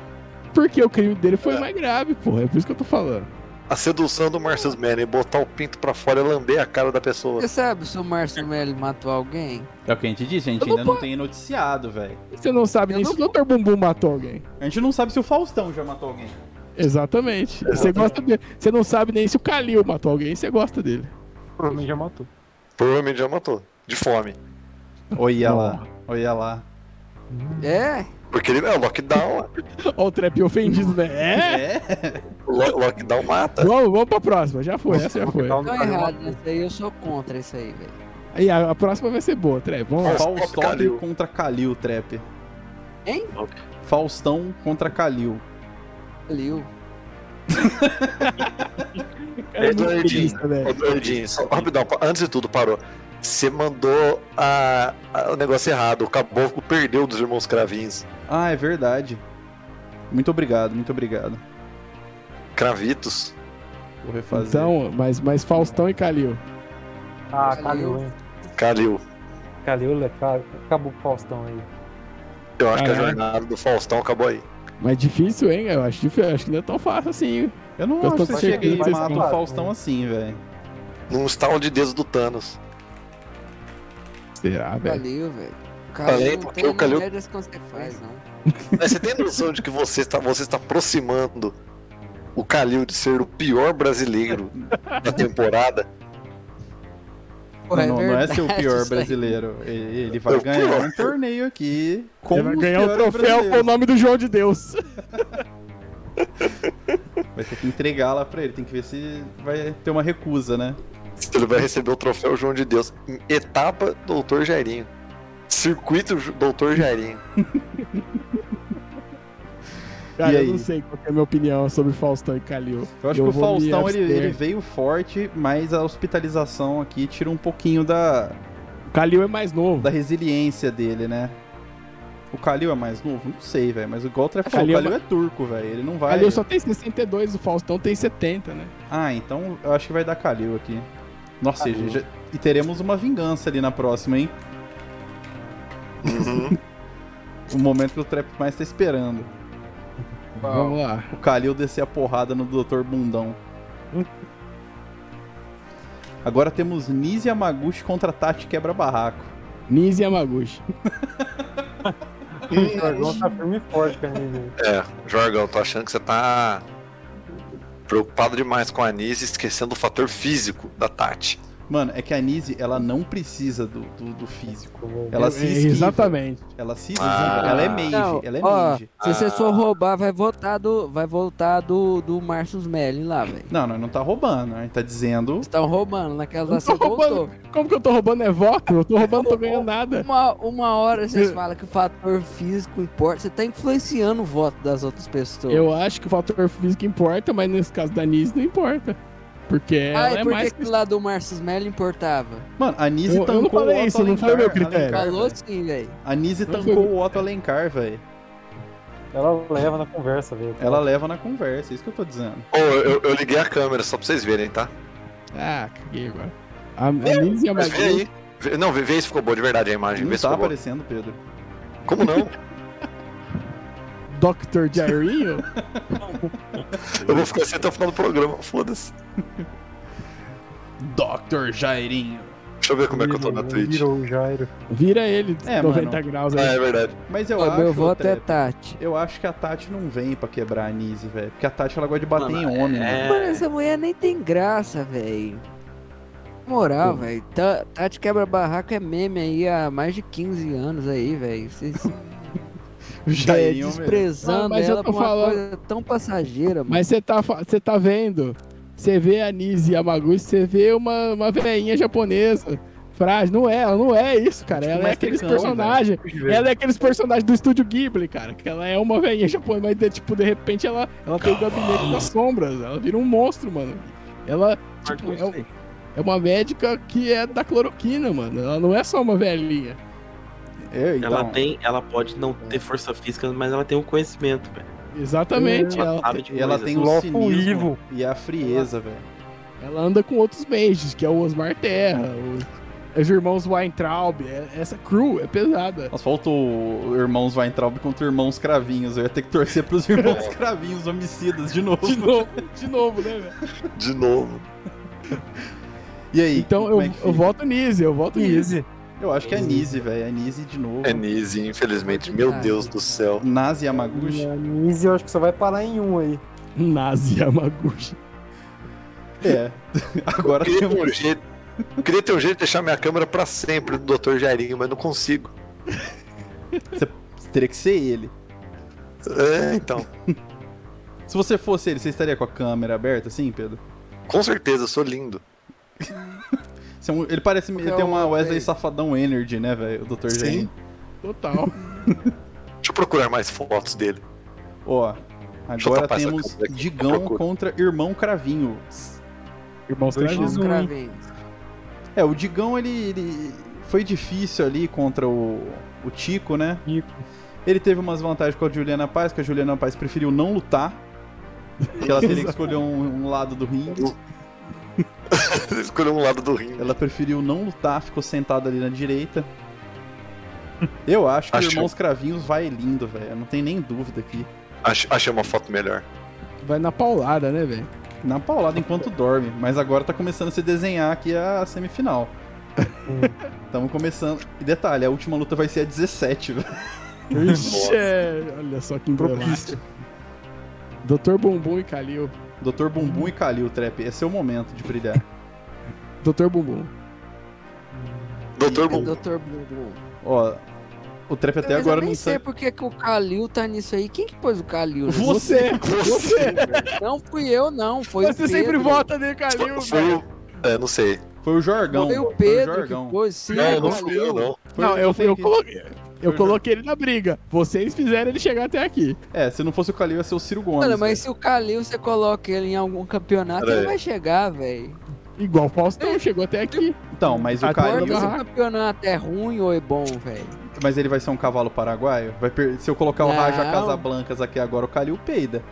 Speaker 3: Porque o crime dele foi
Speaker 2: É.
Speaker 3: mais grave, porra. É por isso que eu tô falando.
Speaker 2: A sedução do Marcus Manning, botar o pinto pra fora e lamber a cara da pessoa.
Speaker 6: Você sabe se o Márcio Melli matou alguém?
Speaker 5: É o que a gente disse, a gente
Speaker 6: Eu não
Speaker 5: ainda não tem noticiado, velho.
Speaker 3: Você não sabe
Speaker 6: Eu
Speaker 3: nem
Speaker 6: não
Speaker 3: se o Dr. Bumbum matou alguém.
Speaker 5: A gente não sabe se o Faustão já matou alguém.
Speaker 3: Exatamente. Você gosta dele. Você não sabe nem se o Kalil matou alguém, você gosta dele.
Speaker 7: Provavelmente já matou.
Speaker 2: Provavelmente já matou. De fome.
Speaker 5: Olha lá, olha lá.
Speaker 6: É?
Speaker 2: Porque ele é lockdown.
Speaker 3: Ó, o Trap ofendido, né? É?
Speaker 2: lo- Lockdown mata.
Speaker 3: Vamos, vamos pra próxima. Já foi, essa já foi.
Speaker 4: É.
Speaker 7: Tal
Speaker 6: Tô
Speaker 7: não faz
Speaker 6: errado
Speaker 7: uma-
Speaker 6: nisso aí, eu sou contra isso aí, velho.
Speaker 3: Aí a, a próxima vai ser boa, Trap. Vamos lá.
Speaker 5: Faustão
Speaker 2: Kalil.
Speaker 5: contra Kalil, Trap.
Speaker 6: Hein?
Speaker 5: Faustão contra Kalil.
Speaker 6: Liu.
Speaker 3: Cara, é muito
Speaker 2: Eduardinho.
Speaker 3: egoísta, velho.
Speaker 2: Ô, Dordinho, só rapidão, pa- antes de tudo, parou. Você mandou a- a- o negócio errado. O caboclo perdeu dos irmãos cravinhos.
Speaker 5: Ah, é verdade. Muito obrigado, muito obrigado.
Speaker 2: Cravitos.
Speaker 5: Vou refazer.
Speaker 3: Então, mas, mas Faustão e Kalil.
Speaker 7: Ah, Calil, hein?
Speaker 2: Calil.
Speaker 7: Calil, é caro. acabou com o Faustão aí.
Speaker 2: Eu acho que a
Speaker 3: Caralho.
Speaker 2: jornada do Faustão acabou aí.
Speaker 3: Mas difícil, hein? Eu acho, difí- eu acho que não é tão fácil assim.
Speaker 5: eu não
Speaker 3: eu
Speaker 5: acho
Speaker 3: tô
Speaker 5: que você
Speaker 3: certeza
Speaker 5: chega e
Speaker 3: que vocês
Speaker 5: mata o
Speaker 7: mataram,
Speaker 5: Faustão
Speaker 7: né?
Speaker 5: assim, velho.
Speaker 2: Num estalo de dedos do Thanos.
Speaker 3: Será, velho?
Speaker 6: Calil, velho.
Speaker 2: Falei,
Speaker 6: Calil não
Speaker 2: porque
Speaker 6: tem
Speaker 2: o Calil-
Speaker 6: média das que você faz, não.
Speaker 2: Mas você tem noção de que você está, você está aproximando o Calil de ser o pior brasileiro da temporada?
Speaker 6: Porra,
Speaker 5: não, não é
Speaker 6: verdade
Speaker 5: ser o pior
Speaker 6: isso aí.
Speaker 5: brasileiro. Ele, ele vai
Speaker 2: Eu-
Speaker 5: ganhar um torneio aqui. Com
Speaker 3: Ele vai
Speaker 5: os
Speaker 3: ganhar o
Speaker 5: piores
Speaker 3: troféu com o
Speaker 5: brasileiros.
Speaker 3: nome do João de Deus.
Speaker 5: Vai ter que entregar lá pra ele. Tem que ver se vai ter uma recusa, né?
Speaker 2: Ele vai receber o troféu João de Deus. Em etapa, Doutor Jairinho. Circuito, Ju- Doutor Jairinho.
Speaker 3: Cara,
Speaker 5: E
Speaker 3: eu
Speaker 5: aí?
Speaker 3: não sei qual que é a minha opinião sobre Faustão e Calil.
Speaker 5: Eu acho que o
Speaker 3: vou me
Speaker 5: Faustão ele,
Speaker 3: abster.
Speaker 5: ele veio forte, mas a hospitalização aqui tira um pouquinho da,
Speaker 3: O Calil é mais novo.
Speaker 5: da resiliência dele, né? O Kalil é mais novo? Não sei, velho. Mas igual o Trefão, o
Speaker 3: Kalil é
Speaker 5: Kalil é turco, velho. Ele não
Speaker 3: O
Speaker 5: vai.
Speaker 3: Calil só tem 62, o Faustão tem 70, né?
Speaker 5: Ah, então eu acho que vai dar Kalil aqui. Nossa, já- e
Speaker 2: Uhum.
Speaker 5: teremos uma vingança ali na próxima, hein? o momento que o Trap mais tá esperando.
Speaker 3: Vamos lá.
Speaker 5: O Kalil descer a porrada no Dr. Bundão. Agora temos Nizi Yamaguchi contra Tati Quebra-Barraco.
Speaker 3: Nizi Yamaguchi.
Speaker 7: O dragão tá firme e forte, Carlinhos.
Speaker 2: É, Jorgão, eu tô achando que você tá preocupado demais com a Anise, esquecendo o fator físico da Tati.
Speaker 5: Mano, é que a Nizi, ela não precisa do, do, do físico.
Speaker 3: É,
Speaker 5: Ela se esquiva.
Speaker 3: exatamente.
Speaker 5: Ela se esquiva.
Speaker 2: Ah.
Speaker 5: Ela é mage.
Speaker 6: Não,
Speaker 5: ela é
Speaker 6: ó,
Speaker 5: mage.
Speaker 6: se você for roubar, vai voltar do, vai voltar do, do Marcius Mellin lá, velho.
Speaker 5: Não, não, não tá roubando. né? tá dizendo...
Speaker 6: Estão roubando, naquela lá você
Speaker 3: Tô roubando.
Speaker 6: voltou.
Speaker 3: Como que eu tô roubando é voto? Eu tô roubando, não tô ganhando nada.
Speaker 6: Uma, uma hora vocês falam que o fator físico importa, você tá influenciando o voto das outras pessoas.
Speaker 3: Eu acho que o fator físico importa, mas nesse caso da Nise não importa. Porque ela
Speaker 6: ah, e
Speaker 3: é
Speaker 6: por
Speaker 3: mais.
Speaker 6: que que lá do Marcius Mellin importava?
Speaker 5: Mano, a Nise
Speaker 3: Eu- eu
Speaker 5: tancou
Speaker 3: não falei
Speaker 5: o Otto
Speaker 3: isso, não foi o meu
Speaker 5: Alencar,
Speaker 3: critério.
Speaker 5: Alencar,
Speaker 6: Falou
Speaker 5: velho.
Speaker 6: sim, velho.
Speaker 5: A Nise
Speaker 3: Não foi
Speaker 5: tancou
Speaker 3: meu-
Speaker 5: o Otto Alencar, velho.
Speaker 7: Ela leva na conversa, velho.
Speaker 5: Ela leva na conversa, é isso que eu tô dizendo.
Speaker 2: Ô, eu, eu liguei a câmera só pra vocês verem, tá?
Speaker 3: Ah, caguei agora. A, a Nise
Speaker 2: Mas vê aí.
Speaker 3: Yamaguchi.
Speaker 2: Vê- não, vê, vê aí se ficou boa de verdade a imagem.
Speaker 5: Não
Speaker 2: Vê se
Speaker 5: tá
Speaker 2: ficou boa.
Speaker 5: aparecendo, Pedro.
Speaker 2: Como não?
Speaker 3: Dr. Jairinho?
Speaker 2: Eu vou ficar assim até o final do programa, foda-se.
Speaker 5: Dr. Jairinho.
Speaker 2: Deixa eu ver como é que eu tô na Twitch.
Speaker 7: Virou o Jairo.
Speaker 3: Vira ele,
Speaker 5: É,
Speaker 3: 90
Speaker 5: mano.
Speaker 3: graus
Speaker 2: Ah,
Speaker 3: aí.
Speaker 2: é verdade.
Speaker 5: Mas eu
Speaker 6: Ó,
Speaker 5: acho.
Speaker 6: meu
Speaker 5: ô,
Speaker 6: voto é
Speaker 5: Trep,
Speaker 6: Tati.
Speaker 5: Eu acho que a Tati não vem pra quebrar a Nise, velho. Porque a Tati ela gosta de bater em homem, né? mano.
Speaker 6: Mano, essa mulher nem tem graça, velho. Na Moral, velho. Ta- Tati quebra-barraco é meme aí há mais de 15 anos aí, velho. Vocês
Speaker 5: O
Speaker 6: é,
Speaker 5: Jairinho, velho.
Speaker 3: Não,
Speaker 6: desprezando
Speaker 3: mas eu
Speaker 6: ela
Speaker 3: tô
Speaker 6: por uma
Speaker 3: falando-
Speaker 6: coisa tão passageira, mano.
Speaker 3: Mas você tá, fa- você tá vendo? Você vê a Nise Yamaguchi, você vê uma, uma veinha japonesa. Frágil. Não é, ela não é isso, cara. Ela é
Speaker 5: mais
Speaker 3: aqueles
Speaker 5: tricão,
Speaker 3: personagens. Ela é aqueles personagens do estúdio Ghibli, cara. Que ela é uma veinha japonesa, mas de- tipo, de repente ela, ela tem o gabinete das sombras. Ela vira um monstro, mano. Ela, tipo, é, um- é uma médica que é da cloroquina, mano. Ela não é só uma velhinha.
Speaker 5: É, então,
Speaker 4: Ela tem, ela pode não ter força física, mas ela tem um conhecimento, velho.
Speaker 3: Exatamente.
Speaker 4: Ela,
Speaker 3: Ela,
Speaker 4: sabe de
Speaker 5: Ela
Speaker 4: coisas.
Speaker 5: tem o
Speaker 3: um
Speaker 7: Loco
Speaker 5: cinismo
Speaker 7: Ivo.
Speaker 5: e a frieza, velho.
Speaker 3: ela anda com outros mages, que é o Osmar Terra, o- é os irmãos Weintraub. é- Essa crew é pesada.
Speaker 5: Nossa, faltou o Irmãos Weintraub contra Irmãos Cravinhos. Eu ia ter que torcer pros Irmãos Cravinhos homicidas de novo.
Speaker 3: De novo, de novo, né, velho?
Speaker 2: De novo.
Speaker 5: E aí?
Speaker 3: Então eu,
Speaker 5: como é que
Speaker 3: eu
Speaker 5: fica?
Speaker 3: voto Nise, eu voto Nise.
Speaker 7: Easy.
Speaker 5: Eu acho que é Nise, velho. É Nise de novo.
Speaker 2: É Nise, infelizmente. Meu Deus do céu.
Speaker 5: Nazi
Speaker 7: E
Speaker 5: Yamaguchi.
Speaker 7: a Nise eu acho que só vai parar em um aí.
Speaker 3: Nazi Yamaguchi.
Speaker 5: É. Agora
Speaker 2: Eu queria
Speaker 5: temos.
Speaker 2: ter um jeito. eu queria ter um jeito de deixar minha câmera pra sempre do Dr. Jairinho, mas não consigo.
Speaker 5: Teria que ser ele.
Speaker 2: É, então.
Speaker 5: Se você fosse ele, você estaria com a câmera aberta assim, Pedro?
Speaker 2: Com certeza, eu sou lindo.
Speaker 5: Você é um- Ele parece. Ele
Speaker 6: Eu-
Speaker 3: Então,
Speaker 5: tem uma Wesley
Speaker 3: é.
Speaker 6: ei.
Speaker 5: Safadão Energy, né, velho? O Dr.
Speaker 2: Sim.
Speaker 5: Jane.
Speaker 3: Total.
Speaker 2: Deixa eu procurar mais fotos dele.
Speaker 5: Ó.
Speaker 2: eu
Speaker 5: Agora
Speaker 2: tapar essa
Speaker 5: temos
Speaker 2: câmera aqui, eu
Speaker 5: Digão
Speaker 2: procuro.
Speaker 5: contra Irmão Cravinho.
Speaker 3: Irmãos
Speaker 7: Dois
Speaker 3: Cravinhos.
Speaker 6: Vamos,
Speaker 7: um, hein?
Speaker 6: Cravinhos.
Speaker 5: É, o Digão, ele, ele foi difícil ali contra o, o Tico, né?
Speaker 7: Tico.
Speaker 5: Ele teve umas vantagens com a Juliana Paz, que a Juliana Paz preferiu não lutar. Porque ela teria que escolher um, um lado do ringue.
Speaker 2: Ele escolheu um lado do ringue.
Speaker 5: Ela preferiu não lutar, ficou sentada ali na direita. Eu acho que
Speaker 2: Acho-
Speaker 5: o Irmãos Cravinhos vai lindo, velho. Não tem nem dúvida aqui.
Speaker 2: Ach- achei uma foto melhor.
Speaker 3: Vai na paulada, né, velho?
Speaker 5: Na paulada enquanto dorme. Mas agora tá começando a se desenhar aqui a semifinal. Estamos começando. E detalhe, a última luta vai ser a 17, velho.
Speaker 3: Ixi, é, olha só que
Speaker 7: Propício.
Speaker 3: emblemático. Doutor Bumbum e Kalil.
Speaker 5: Dr. Bumbum e Kalil, Trap. Esse é o momento de brilhar.
Speaker 3: Doutor Bumbum.
Speaker 2: Doutor
Speaker 6: É
Speaker 2: Bum.
Speaker 6: Dr. Bumbum.
Speaker 5: Ó, o Trap até
Speaker 6: Mas
Speaker 5: agora
Speaker 6: eu nem
Speaker 5: não
Speaker 6: sei
Speaker 5: sabe.
Speaker 6: por que que o Kalil tá nisso aí. Quem que pôs o Kalil? né?
Speaker 3: Você! Você!
Speaker 6: Não fui eu, não. Foi
Speaker 3: Você
Speaker 6: o Pedro.
Speaker 3: sempre vota nele, Kalil,
Speaker 2: Foi
Speaker 3: velho.
Speaker 2: o. É, não sei.
Speaker 5: Foi o Jorgão.
Speaker 6: Foi o
Speaker 5: Foi o
Speaker 6: Pedro que
Speaker 5: Jorgão.
Speaker 6: pôs. Sim,
Speaker 2: Não,
Speaker 6: o
Speaker 2: não fui eu,
Speaker 6: Kalil.
Speaker 2: não.
Speaker 5: Foi o
Speaker 3: Não, eu,
Speaker 5: Jorgão
Speaker 3: eu
Speaker 5: que-
Speaker 3: coloquei.
Speaker 5: Foi
Speaker 3: Eu
Speaker 5: o
Speaker 3: coloquei ele na briga. Vocês fizeram ele chegar até aqui.
Speaker 5: É, se não fosse o Kalil, ia ser o Ciro Gomes.
Speaker 6: Mano, mas
Speaker 5: velho.
Speaker 6: se o Kalil você coloca ele em algum campeonato,
Speaker 2: Pera
Speaker 6: ele
Speaker 2: aí.
Speaker 6: vai chegar, velho.
Speaker 3: Igual o Faustão chegou até aqui.
Speaker 5: Então, mas o
Speaker 3: Agora
Speaker 5: Kalil.
Speaker 6: Importa se o
Speaker 3: barraco.
Speaker 6: campeonato é ruim ou é bom, velho.
Speaker 5: Mas ele vai ser um cavalo paraguaio? Vai per- Se eu colocar o
Speaker 6: Não.
Speaker 5: Raja Casablancas aqui agora, o Kalil peida.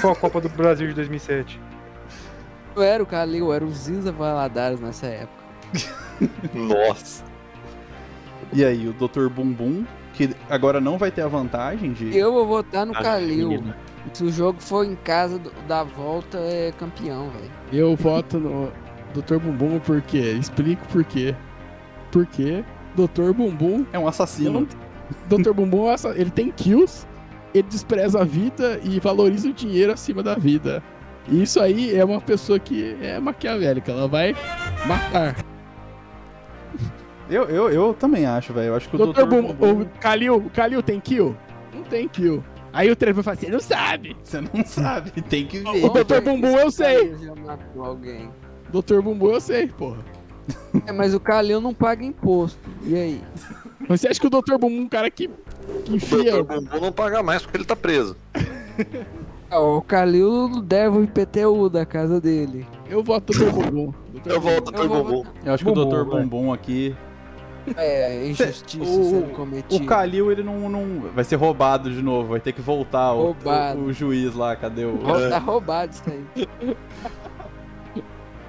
Speaker 7: Qual a Copa do Brasil de 2007?
Speaker 6: Não era o Kalil, era o Ziza Valadares nessa época.
Speaker 2: Nossa.
Speaker 5: E aí, o Dr. Bumbum, que agora não vai ter a vantagem de.
Speaker 6: Eu vou votar no
Speaker 4: Ah,
Speaker 6: Kalil.
Speaker 4: menino.
Speaker 6: Se o jogo for em casa do- da volta, é campeão, velho.
Speaker 3: Eu voto no Dr. Bumbum porque explico por quê. Porque Dr. Bumbum,
Speaker 5: É um assassino.
Speaker 3: Dr. Bumbum, essa- ele tem kills, ele despreza a vida e valoriza o dinheiro acima da vida. E isso aí é uma pessoa que é maquiavélica, ela vai matar.
Speaker 5: Eu, eu, eu também acho, velho. Eu acho que o
Speaker 3: Dr.
Speaker 5: Dr.
Speaker 3: Bumbum,
Speaker 5: Bumbum,
Speaker 3: o Kalil, o Kalil tem kill? Não tem kill. Aí o Trevor fala assim, não sabe.
Speaker 5: Você não sabe, tem que ver.
Speaker 3: O Dr. Bumbum eu sei.
Speaker 6: Kalil já matou alguém.
Speaker 3: Dr. Bumbum eu sei, porra.
Speaker 6: É, mas o Kalil não paga imposto. E aí?
Speaker 3: Você acha que o Dr. Bumbum é um cara que, que
Speaker 2: O Dr.
Speaker 3: enfia...
Speaker 2: Bumbum não paga mais porque ele tá preso.
Speaker 6: Ah, O Kalil deve o IPTU da casa dele.
Speaker 3: Eu voto Dr. Bumbum. Dr.
Speaker 2: Eu volto, Dr.
Speaker 6: Eu vou
Speaker 2: Bumbum.
Speaker 5: Eu acho que o
Speaker 7: Bumbum,
Speaker 5: Dr.
Speaker 7: velho.
Speaker 5: Bumbum aqui.
Speaker 6: É, injustiça
Speaker 5: Cê- o-
Speaker 6: sendo cometida.
Speaker 5: O Kalil, ele não, não. Vai ser roubado de novo, vai ter que voltar o,
Speaker 6: Roubado.
Speaker 5: o, o juiz lá, cadê o. é,
Speaker 6: Ro- Tá roubado isso aí.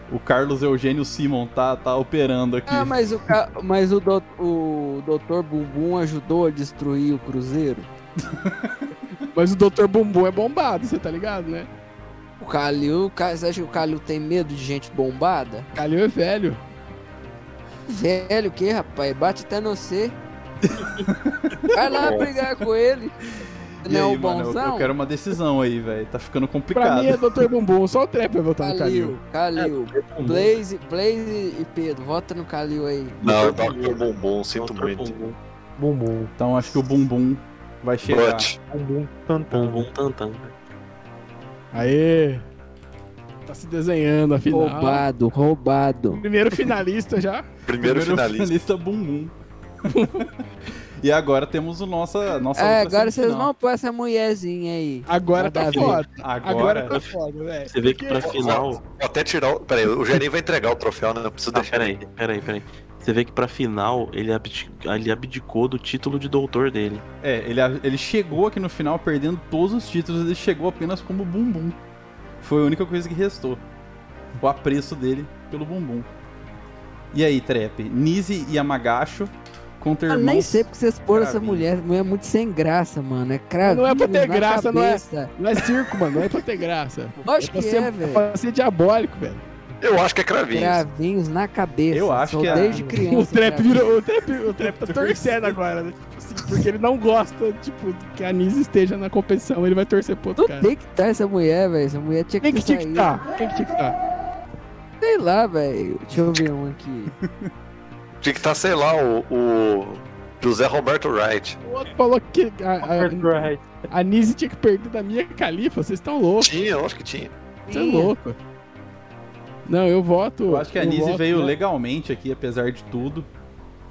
Speaker 5: O Carlos Eugênio Simon tá, tá operando aqui.
Speaker 6: Ah, mas o, ca- mas o, do... o Dr. Bumbum ajudou a destruir o Cruzeiro?
Speaker 3: Mas o Dr. Bumbum é bombado, você tá ligado, né?
Speaker 6: O Kalil, ca- você acha que o Kalil tem medo de gente bombada?
Speaker 3: Calil é velho.
Speaker 6: Velho, o que, rapaz? Bate até não ser. Vai lá brigar com ele.
Speaker 5: É. E
Speaker 6: Não é
Speaker 5: aí,
Speaker 6: o
Speaker 5: mano, eu- eu,
Speaker 6: bonzão?
Speaker 5: quero uma decisão aí, velho. Tá ficando
Speaker 3: Pra
Speaker 5: complicado.
Speaker 3: mim é Dr. Bumbum, só o Trap vai votar no Calil.
Speaker 6: Calil, Calil.
Speaker 5: É,
Speaker 3: é
Speaker 5: um
Speaker 6: Blaze, Blaze e Pedro, vota no Calil aí.
Speaker 2: Não,
Speaker 4: Dr.
Speaker 2: Dr. Bumbum, sinto
Speaker 4: Dr.
Speaker 2: muito.
Speaker 4: Bumbum.
Speaker 7: Bumbum.
Speaker 5: Então acho que o bumbum vai chegar.
Speaker 2: Brot.
Speaker 7: Bumbum tantão.
Speaker 4: Bumbum tantan. né?
Speaker 3: Aê! Tá se desenhando a final.
Speaker 6: Roubado, roubado.
Speaker 3: Primeiro finalista já.
Speaker 2: Primeiro finalista.
Speaker 5: bumbum. e agora temos o nossa nossa
Speaker 6: É,
Speaker 5: outra
Speaker 6: agora vocês
Speaker 5: semifinal.
Speaker 6: não põem essa mulherzinha aí.
Speaker 3: Agora
Speaker 6: Nada
Speaker 3: tá
Speaker 6: a ver.
Speaker 3: foda.
Speaker 5: Agora,
Speaker 3: Agora, tá foda, velho.
Speaker 4: Você vê que pra
Speaker 3: Porque-
Speaker 4: final.
Speaker 2: Vou até tirar o. Peraí, o Gerim vai entregar o troféu, né? Eu preciso
Speaker 4: Ah,
Speaker 2: deixar.
Speaker 4: peraí, peraí, peraí. Você vê que pra final ele, abdi- ele abdicou do título de doutor dele.
Speaker 5: é, ele ele chegou aqui no final perdendo todos os títulos, ele chegou apenas como bumbum. Foi a única coisa que restou. O apreço dele pelo bumbum. E aí, Trap? Nise e Yamagacho
Speaker 3: Ah,
Speaker 5: contra
Speaker 6: Eu
Speaker 5: irmãos...
Speaker 6: nem sei porque vocês pôr essa
Speaker 5: Cravinho.
Speaker 6: mulher. Mulher é muito sem graça, mano. É cravo.
Speaker 3: Não é pra ter graça, não é-
Speaker 6: é.
Speaker 3: Não é circo, mano. Não é pra ter graça.
Speaker 6: Lógico
Speaker 3: pra
Speaker 6: que
Speaker 3: ser,
Speaker 6: é, velho.
Speaker 3: pra ser diabólico, velho.
Speaker 2: Eu acho que é cravinho.
Speaker 6: Cravinhos na cabeça.
Speaker 5: Eu acho
Speaker 6: Sou
Speaker 5: que é-
Speaker 6: desde
Speaker 3: O
Speaker 6: criança. né?
Speaker 3: trap
Speaker 6: cravinho.
Speaker 3: virou. O trap, o trap tá torcendo agora, né? Tipo assim, porque ele não gosta, tipo, que a Nise esteja na competição. Ele vai torcer pro outro
Speaker 6: Não
Speaker 3: cara.
Speaker 6: tem que estar essa mulher, velho. Essa mulher tinha que
Speaker 3: Quem que
Speaker 6: ter
Speaker 3: tinha que
Speaker 6: saído.
Speaker 3: tá? Quem que tinha que tá?
Speaker 6: Sei lá, velho. Deixa eu ver um aqui.
Speaker 2: Tinha que estar, sei lá, o, o José Roberto Wright.
Speaker 3: O outro falou que
Speaker 7: Ah, é
Speaker 3: a, a,
Speaker 7: Right.
Speaker 3: a Nise tinha que perder da minha califa. Vocês estão loucos.
Speaker 2: Tinha, eu acho que tinha.
Speaker 3: Você é louco. Não, eu voto.
Speaker 5: Eu acho que a
Speaker 3: eu né?
Speaker 5: Nise
Speaker 3: voto
Speaker 5: veio
Speaker 3: na-
Speaker 5: legalmente aqui, apesar de tudo.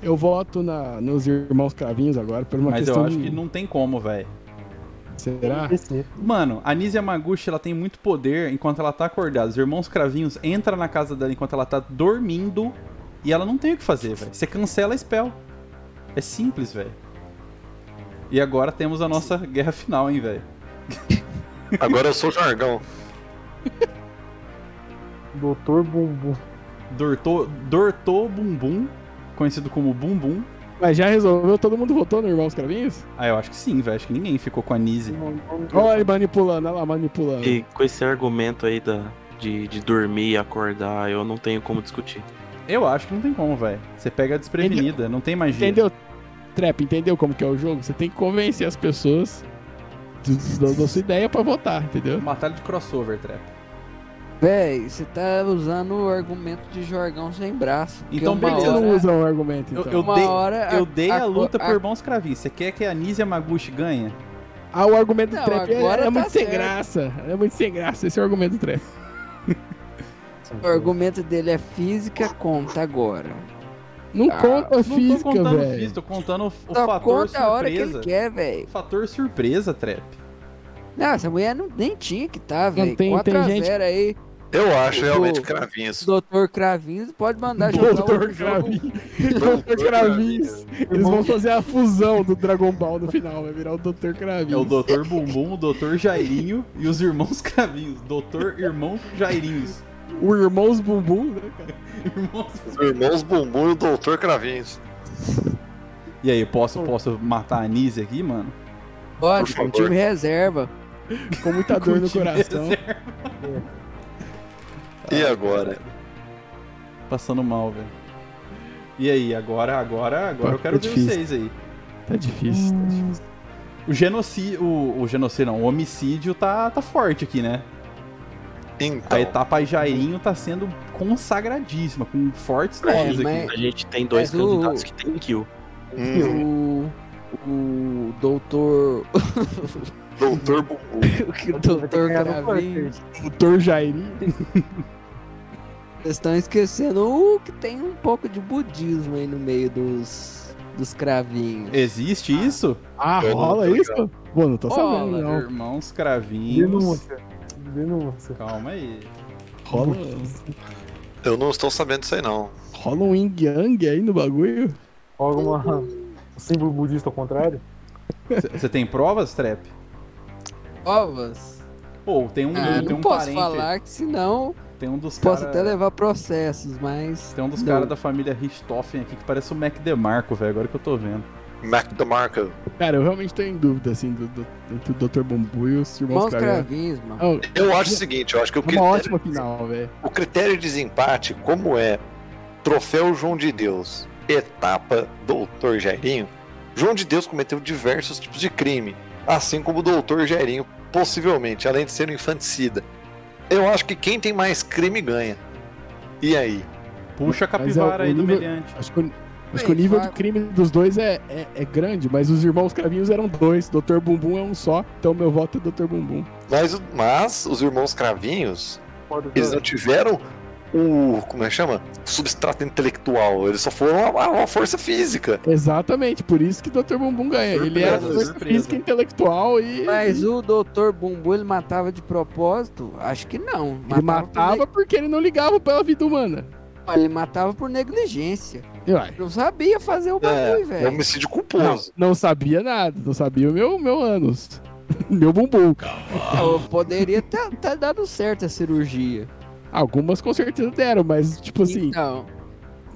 Speaker 3: Eu voto na, nos irmãos cravinhos agora, por uma
Speaker 5: Mas eu
Speaker 3: questão.
Speaker 5: acho
Speaker 3: de-
Speaker 5: que não tem como, velho.
Speaker 3: Será?
Speaker 5: Mano, a Nise Yamaguchi, ela tem muito poder enquanto ela tá acordada. Os irmãos cravinhos entram na casa dela enquanto ela tá dormindo e ela não tem o que fazer, velho. Você cancela a spell. É simples, velho. E agora temos a nossa guerra final, hein, velho.
Speaker 2: Agora eu sou o Jargão.
Speaker 7: Doutor Bumbum.
Speaker 5: Dorto, Dorto Bumbum, conhecido como Bumbum.
Speaker 3: Mas já resolveu, todo mundo votou no irmãos cravinhos?
Speaker 5: Ah, eu acho que sim, velho. Acho que ninguém ficou com a Nise.
Speaker 3: Olha ele manipulando, olha lá, manipulando.
Speaker 4: E com esse argumento aí da, de, de dormir e acordar, eu não tenho como discutir.
Speaker 5: Eu acho que não tem como, velho. Você pega desprevenida, não tem magia.
Speaker 3: Entendeu? Trap, entendeu como que é o jogo? Você tem que convencer as pessoas do- do- da sua ideia pra votar, entendeu?
Speaker 5: Batalha de crossover, trap.
Speaker 6: Véi, você tá usando o argumento de jorgão sem braço. que
Speaker 5: Então,
Speaker 6: uma
Speaker 3: Por que você
Speaker 5: beleza.
Speaker 6: hora-
Speaker 3: não usa o argumento,
Speaker 5: Eu-
Speaker 3: então?
Speaker 5: eu-
Speaker 6: uma
Speaker 5: dei-
Speaker 6: hora
Speaker 5: Eu dei a, luta
Speaker 6: co-
Speaker 5: por irmãos cravinhos. Você quer que a Nise Yamaguchi ganhe?
Speaker 3: Ah, o argumento do
Speaker 6: Não,
Speaker 3: Trap é,
Speaker 6: agora
Speaker 3: é
Speaker 6: tá
Speaker 3: muito sem
Speaker 6: certo.
Speaker 3: graça. É muito sem graça, esse é o argumento do Trap.
Speaker 6: O argumento dele é física, conta agora.
Speaker 3: Não
Speaker 6: Ah,
Speaker 3: conta a
Speaker 5: não tô
Speaker 3: física,
Speaker 5: contando
Speaker 3: velho.
Speaker 5: física, tô contando o, o
Speaker 6: Só
Speaker 5: fator
Speaker 6: conta a hora que
Speaker 5: surpresa.
Speaker 6: ele quer, velho.
Speaker 5: Fator surpresa, Trap.
Speaker 6: Não, essa mulher não, nem tinha que tá,
Speaker 3: Não,
Speaker 6: velho.
Speaker 3: tem-
Speaker 6: 4
Speaker 3: tem
Speaker 6: a 0
Speaker 3: gente-
Speaker 6: aí.
Speaker 2: Eu acho realmente
Speaker 6: O-
Speaker 2: cravinho.
Speaker 6: Doutor Cravinhos pode
Speaker 3: Tá
Speaker 6: mandar jogar
Speaker 3: Doutor
Speaker 6: outro jogo.
Speaker 3: Gravinhos. Doutor Gravinhos. Eles vão fazer a fusão do Dragon Ball no final, vai virar o Dr. Kravinhos.
Speaker 5: É o Dr. Bumbum, o Dr. Jairinho e os irmãos cravinhos. Dr. Irmão Jairinhos.
Speaker 3: O Irmãos Bumbum, né, cara?
Speaker 5: Irmãos...
Speaker 2: Os irmãos Bumbum e o Doutor Cravinhos.
Speaker 5: E aí, posso, posso matar a Anise aqui, mano?
Speaker 2: Por
Speaker 6: Pode, o
Speaker 2: favor.
Speaker 6: time reserva.
Speaker 3: Com muita dor no coração.
Speaker 2: E agora?
Speaker 5: Passando mal, velho. E aí, agora, agora, agora eu
Speaker 3: Pô,
Speaker 5: quero
Speaker 3: tá
Speaker 5: ver
Speaker 3: difícil.
Speaker 5: vocês aí.
Speaker 3: Tá difícil, tá difícil.
Speaker 5: O genocídio, o, o genocídio não, o homicídio tá, tá forte aqui, né?
Speaker 2: Então,
Speaker 5: A etapa Jairinho tá sendo consagradíssima, com fortes
Speaker 6: É,
Speaker 5: nomes aqui.
Speaker 6: mas-
Speaker 4: A gente tem dois
Speaker 6: Mas o-
Speaker 4: candidatos que tem kill.
Speaker 2: hum,
Speaker 6: O, o doutor.
Speaker 2: doutor Bubu.
Speaker 6: o doutor Cravinho.
Speaker 3: Doutor Jairinho.
Speaker 6: Vocês estão esquecendo o que tem um pouco de budismo aí no meio dos, dos cravinhos.
Speaker 5: Existe isso?
Speaker 3: Ah,
Speaker 2: Eu não
Speaker 3: rola
Speaker 2: tô
Speaker 3: isso? Pô, não tô sabendo,
Speaker 6: Rola,
Speaker 3: não.
Speaker 5: Irmãos cravinhos.
Speaker 7: Denúncia. Denúncia.
Speaker 5: Calma aí.
Speaker 3: Rola,
Speaker 2: Eu não estou sabendo disso aí, não.
Speaker 3: rola um yin yang aí no bagulho.
Speaker 7: Alguma. um Símbolo budista ao contrário?
Speaker 5: Você tem provas, Trap?
Speaker 6: Ovas?
Speaker 5: Pô, tem um,
Speaker 6: Ah,
Speaker 5: tem
Speaker 6: não
Speaker 5: um
Speaker 6: posso
Speaker 5: parente,
Speaker 6: falar, que senão
Speaker 5: tem um dos
Speaker 6: posso
Speaker 5: cara-
Speaker 6: até levar processos, mas.
Speaker 5: Tem um dos
Speaker 6: não.
Speaker 5: caras da família Richthofen aqui que parece o Mac DeMarco, velho, agora que eu tô vendo.
Speaker 2: Mac DeMarco.
Speaker 3: Cara, eu realmente tô em dúvida, assim, do, do, entre o Dr. Bambu e os irmãos
Speaker 6: Mãos
Speaker 3: Cravinho.
Speaker 6: cravinhos, mano.
Speaker 3: Oh,
Speaker 2: Eu acho o seguinte, eu acho que o
Speaker 3: uma
Speaker 2: critério,
Speaker 3: ótima final, velho.
Speaker 2: o critério de desempate, como é troféu João de Deus, etapa Doutor Jairinho, João de Deus cometeu diversos tipos de crime, assim como o Doutor Jairinho, possivelmente, além de ser um infanticida. Eu acho que quem tem mais crime ganha. E aí?
Speaker 5: Puxa a
Speaker 3: Mas é o
Speaker 5: capivara aí do
Speaker 3: nível-
Speaker 5: meliante.
Speaker 3: Acho que, o- acho que o nível de crime dos dois é, é, é grande, mas os irmãos Cravinhos eram dois. Dr. Bumbum é um só, então meu voto é Dr. Bumbum.
Speaker 2: Mas, o- mas os irmãos Cravinhos,
Speaker 7: Pode
Speaker 2: eles não tiveram o. como é que chama? Substrato intelectual. Eles só foram a, a força física.
Speaker 3: Exatamente, por isso que Dr. Bumbum ganha. Ele era
Speaker 5: Surpresa,
Speaker 3: força
Speaker 5: surpresa.
Speaker 3: física intelectual e.
Speaker 6: Mas o doutor Bumbu ele matava de propósito? Acho que não.
Speaker 3: Ele
Speaker 6: por
Speaker 3: matava porque ele não ligava pela vida humana.
Speaker 6: ne- ele matava por negligência.
Speaker 3: E vai.
Speaker 6: Não sabia fazer o bagulho,
Speaker 2: É um
Speaker 6: velho.
Speaker 2: homicídio
Speaker 3: Não,
Speaker 2: culposo.
Speaker 3: não sabia nada, não sabia o meu, meu ânus. meu bumbum.
Speaker 6: Eu Poderia ter ter dado certo a cirurgia.
Speaker 3: Algumas com certeza deram, mas tipo assim,
Speaker 6: Então,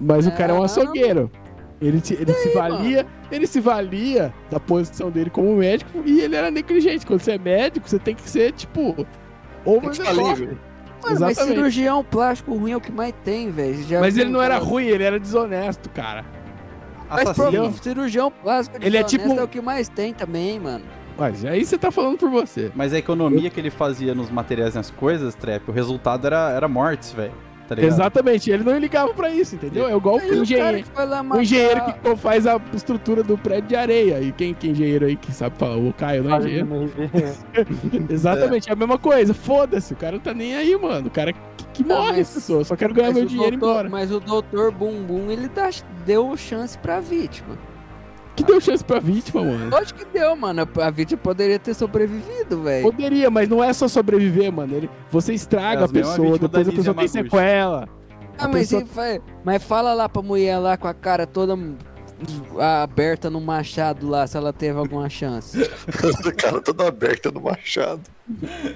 Speaker 3: mas o cara é um
Speaker 6: Ah.
Speaker 3: açougueiro. Ele, te- ele se valia, ele se valia da posição dele como médico e ele era negligente. Quando você é médico, você tem que ser tipo over the top.
Speaker 2: Infalível.
Speaker 6: Mano, mas
Speaker 3: Exatamente.
Speaker 6: cirurgião plástico ruim é o que mais tem, velho. Já
Speaker 3: Mas
Speaker 6: viu
Speaker 3: ele não era
Speaker 6: aquelas-
Speaker 3: ruim, ele era desonesto, cara.
Speaker 6: Mas
Speaker 5: Assassino.
Speaker 6: pro, cirurgião plástico
Speaker 3: Ele é tipo
Speaker 6: desonesto
Speaker 3: um-
Speaker 6: é o que mais tem também, mano.
Speaker 3: Mas aí você tá falando por você.
Speaker 5: Mas a economia que ele fazia nos materiais e nas coisas, Trap, o resultado era, era mortes, velho. Tá ligado?
Speaker 3: Exatamente, ele não ligava pra isso, entendeu? É igual
Speaker 6: Aí
Speaker 3: o
Speaker 6: o cara
Speaker 3: engenheiro.
Speaker 6: que foi lá
Speaker 3: O
Speaker 6: matar-
Speaker 3: engenheiro que co- faz a estrutura do prédio de areia. E quem que é engenheiro aí que sabe falar? O Caio,
Speaker 6: Ah,
Speaker 3: não é engenheiro?
Speaker 7: né?
Speaker 3: Exatamente, é a mesma coisa. Foda-se, o cara não tá nem aí, mano. O cara que, que
Speaker 6: Não,
Speaker 3: morre,
Speaker 6: mas-
Speaker 3: as pessoas. Só quero ganhar
Speaker 6: Mas
Speaker 3: meu
Speaker 6: o
Speaker 3: dinheiro e ir
Speaker 6: doutor-
Speaker 3: embora.
Speaker 6: Mas o doutor Bumbum, ele dá- deu chance pra vítima.
Speaker 3: Que deu chance pra vítima, mano.
Speaker 6: Lógico que deu, mano. A vítima poderia ter sobrevivido, velho.
Speaker 3: Poderia, mas não é só sobreviver, mano. Ele, você estraga
Speaker 5: É,
Speaker 3: a
Speaker 5: as mesmas
Speaker 3: pessoa,
Speaker 5: vítimas
Speaker 3: depois
Speaker 5: da
Speaker 3: a pessoa tem
Speaker 5: Lígia Maguchi.
Speaker 3: sequela.
Speaker 6: Ah,
Speaker 3: a
Speaker 6: mas,
Speaker 3: pessoa-
Speaker 6: e fa- mas fala lá pra mulher lá com a cara toda hum, aberta no machado lá, se ela teve alguma chance.
Speaker 2: O cara todo aberto no machado.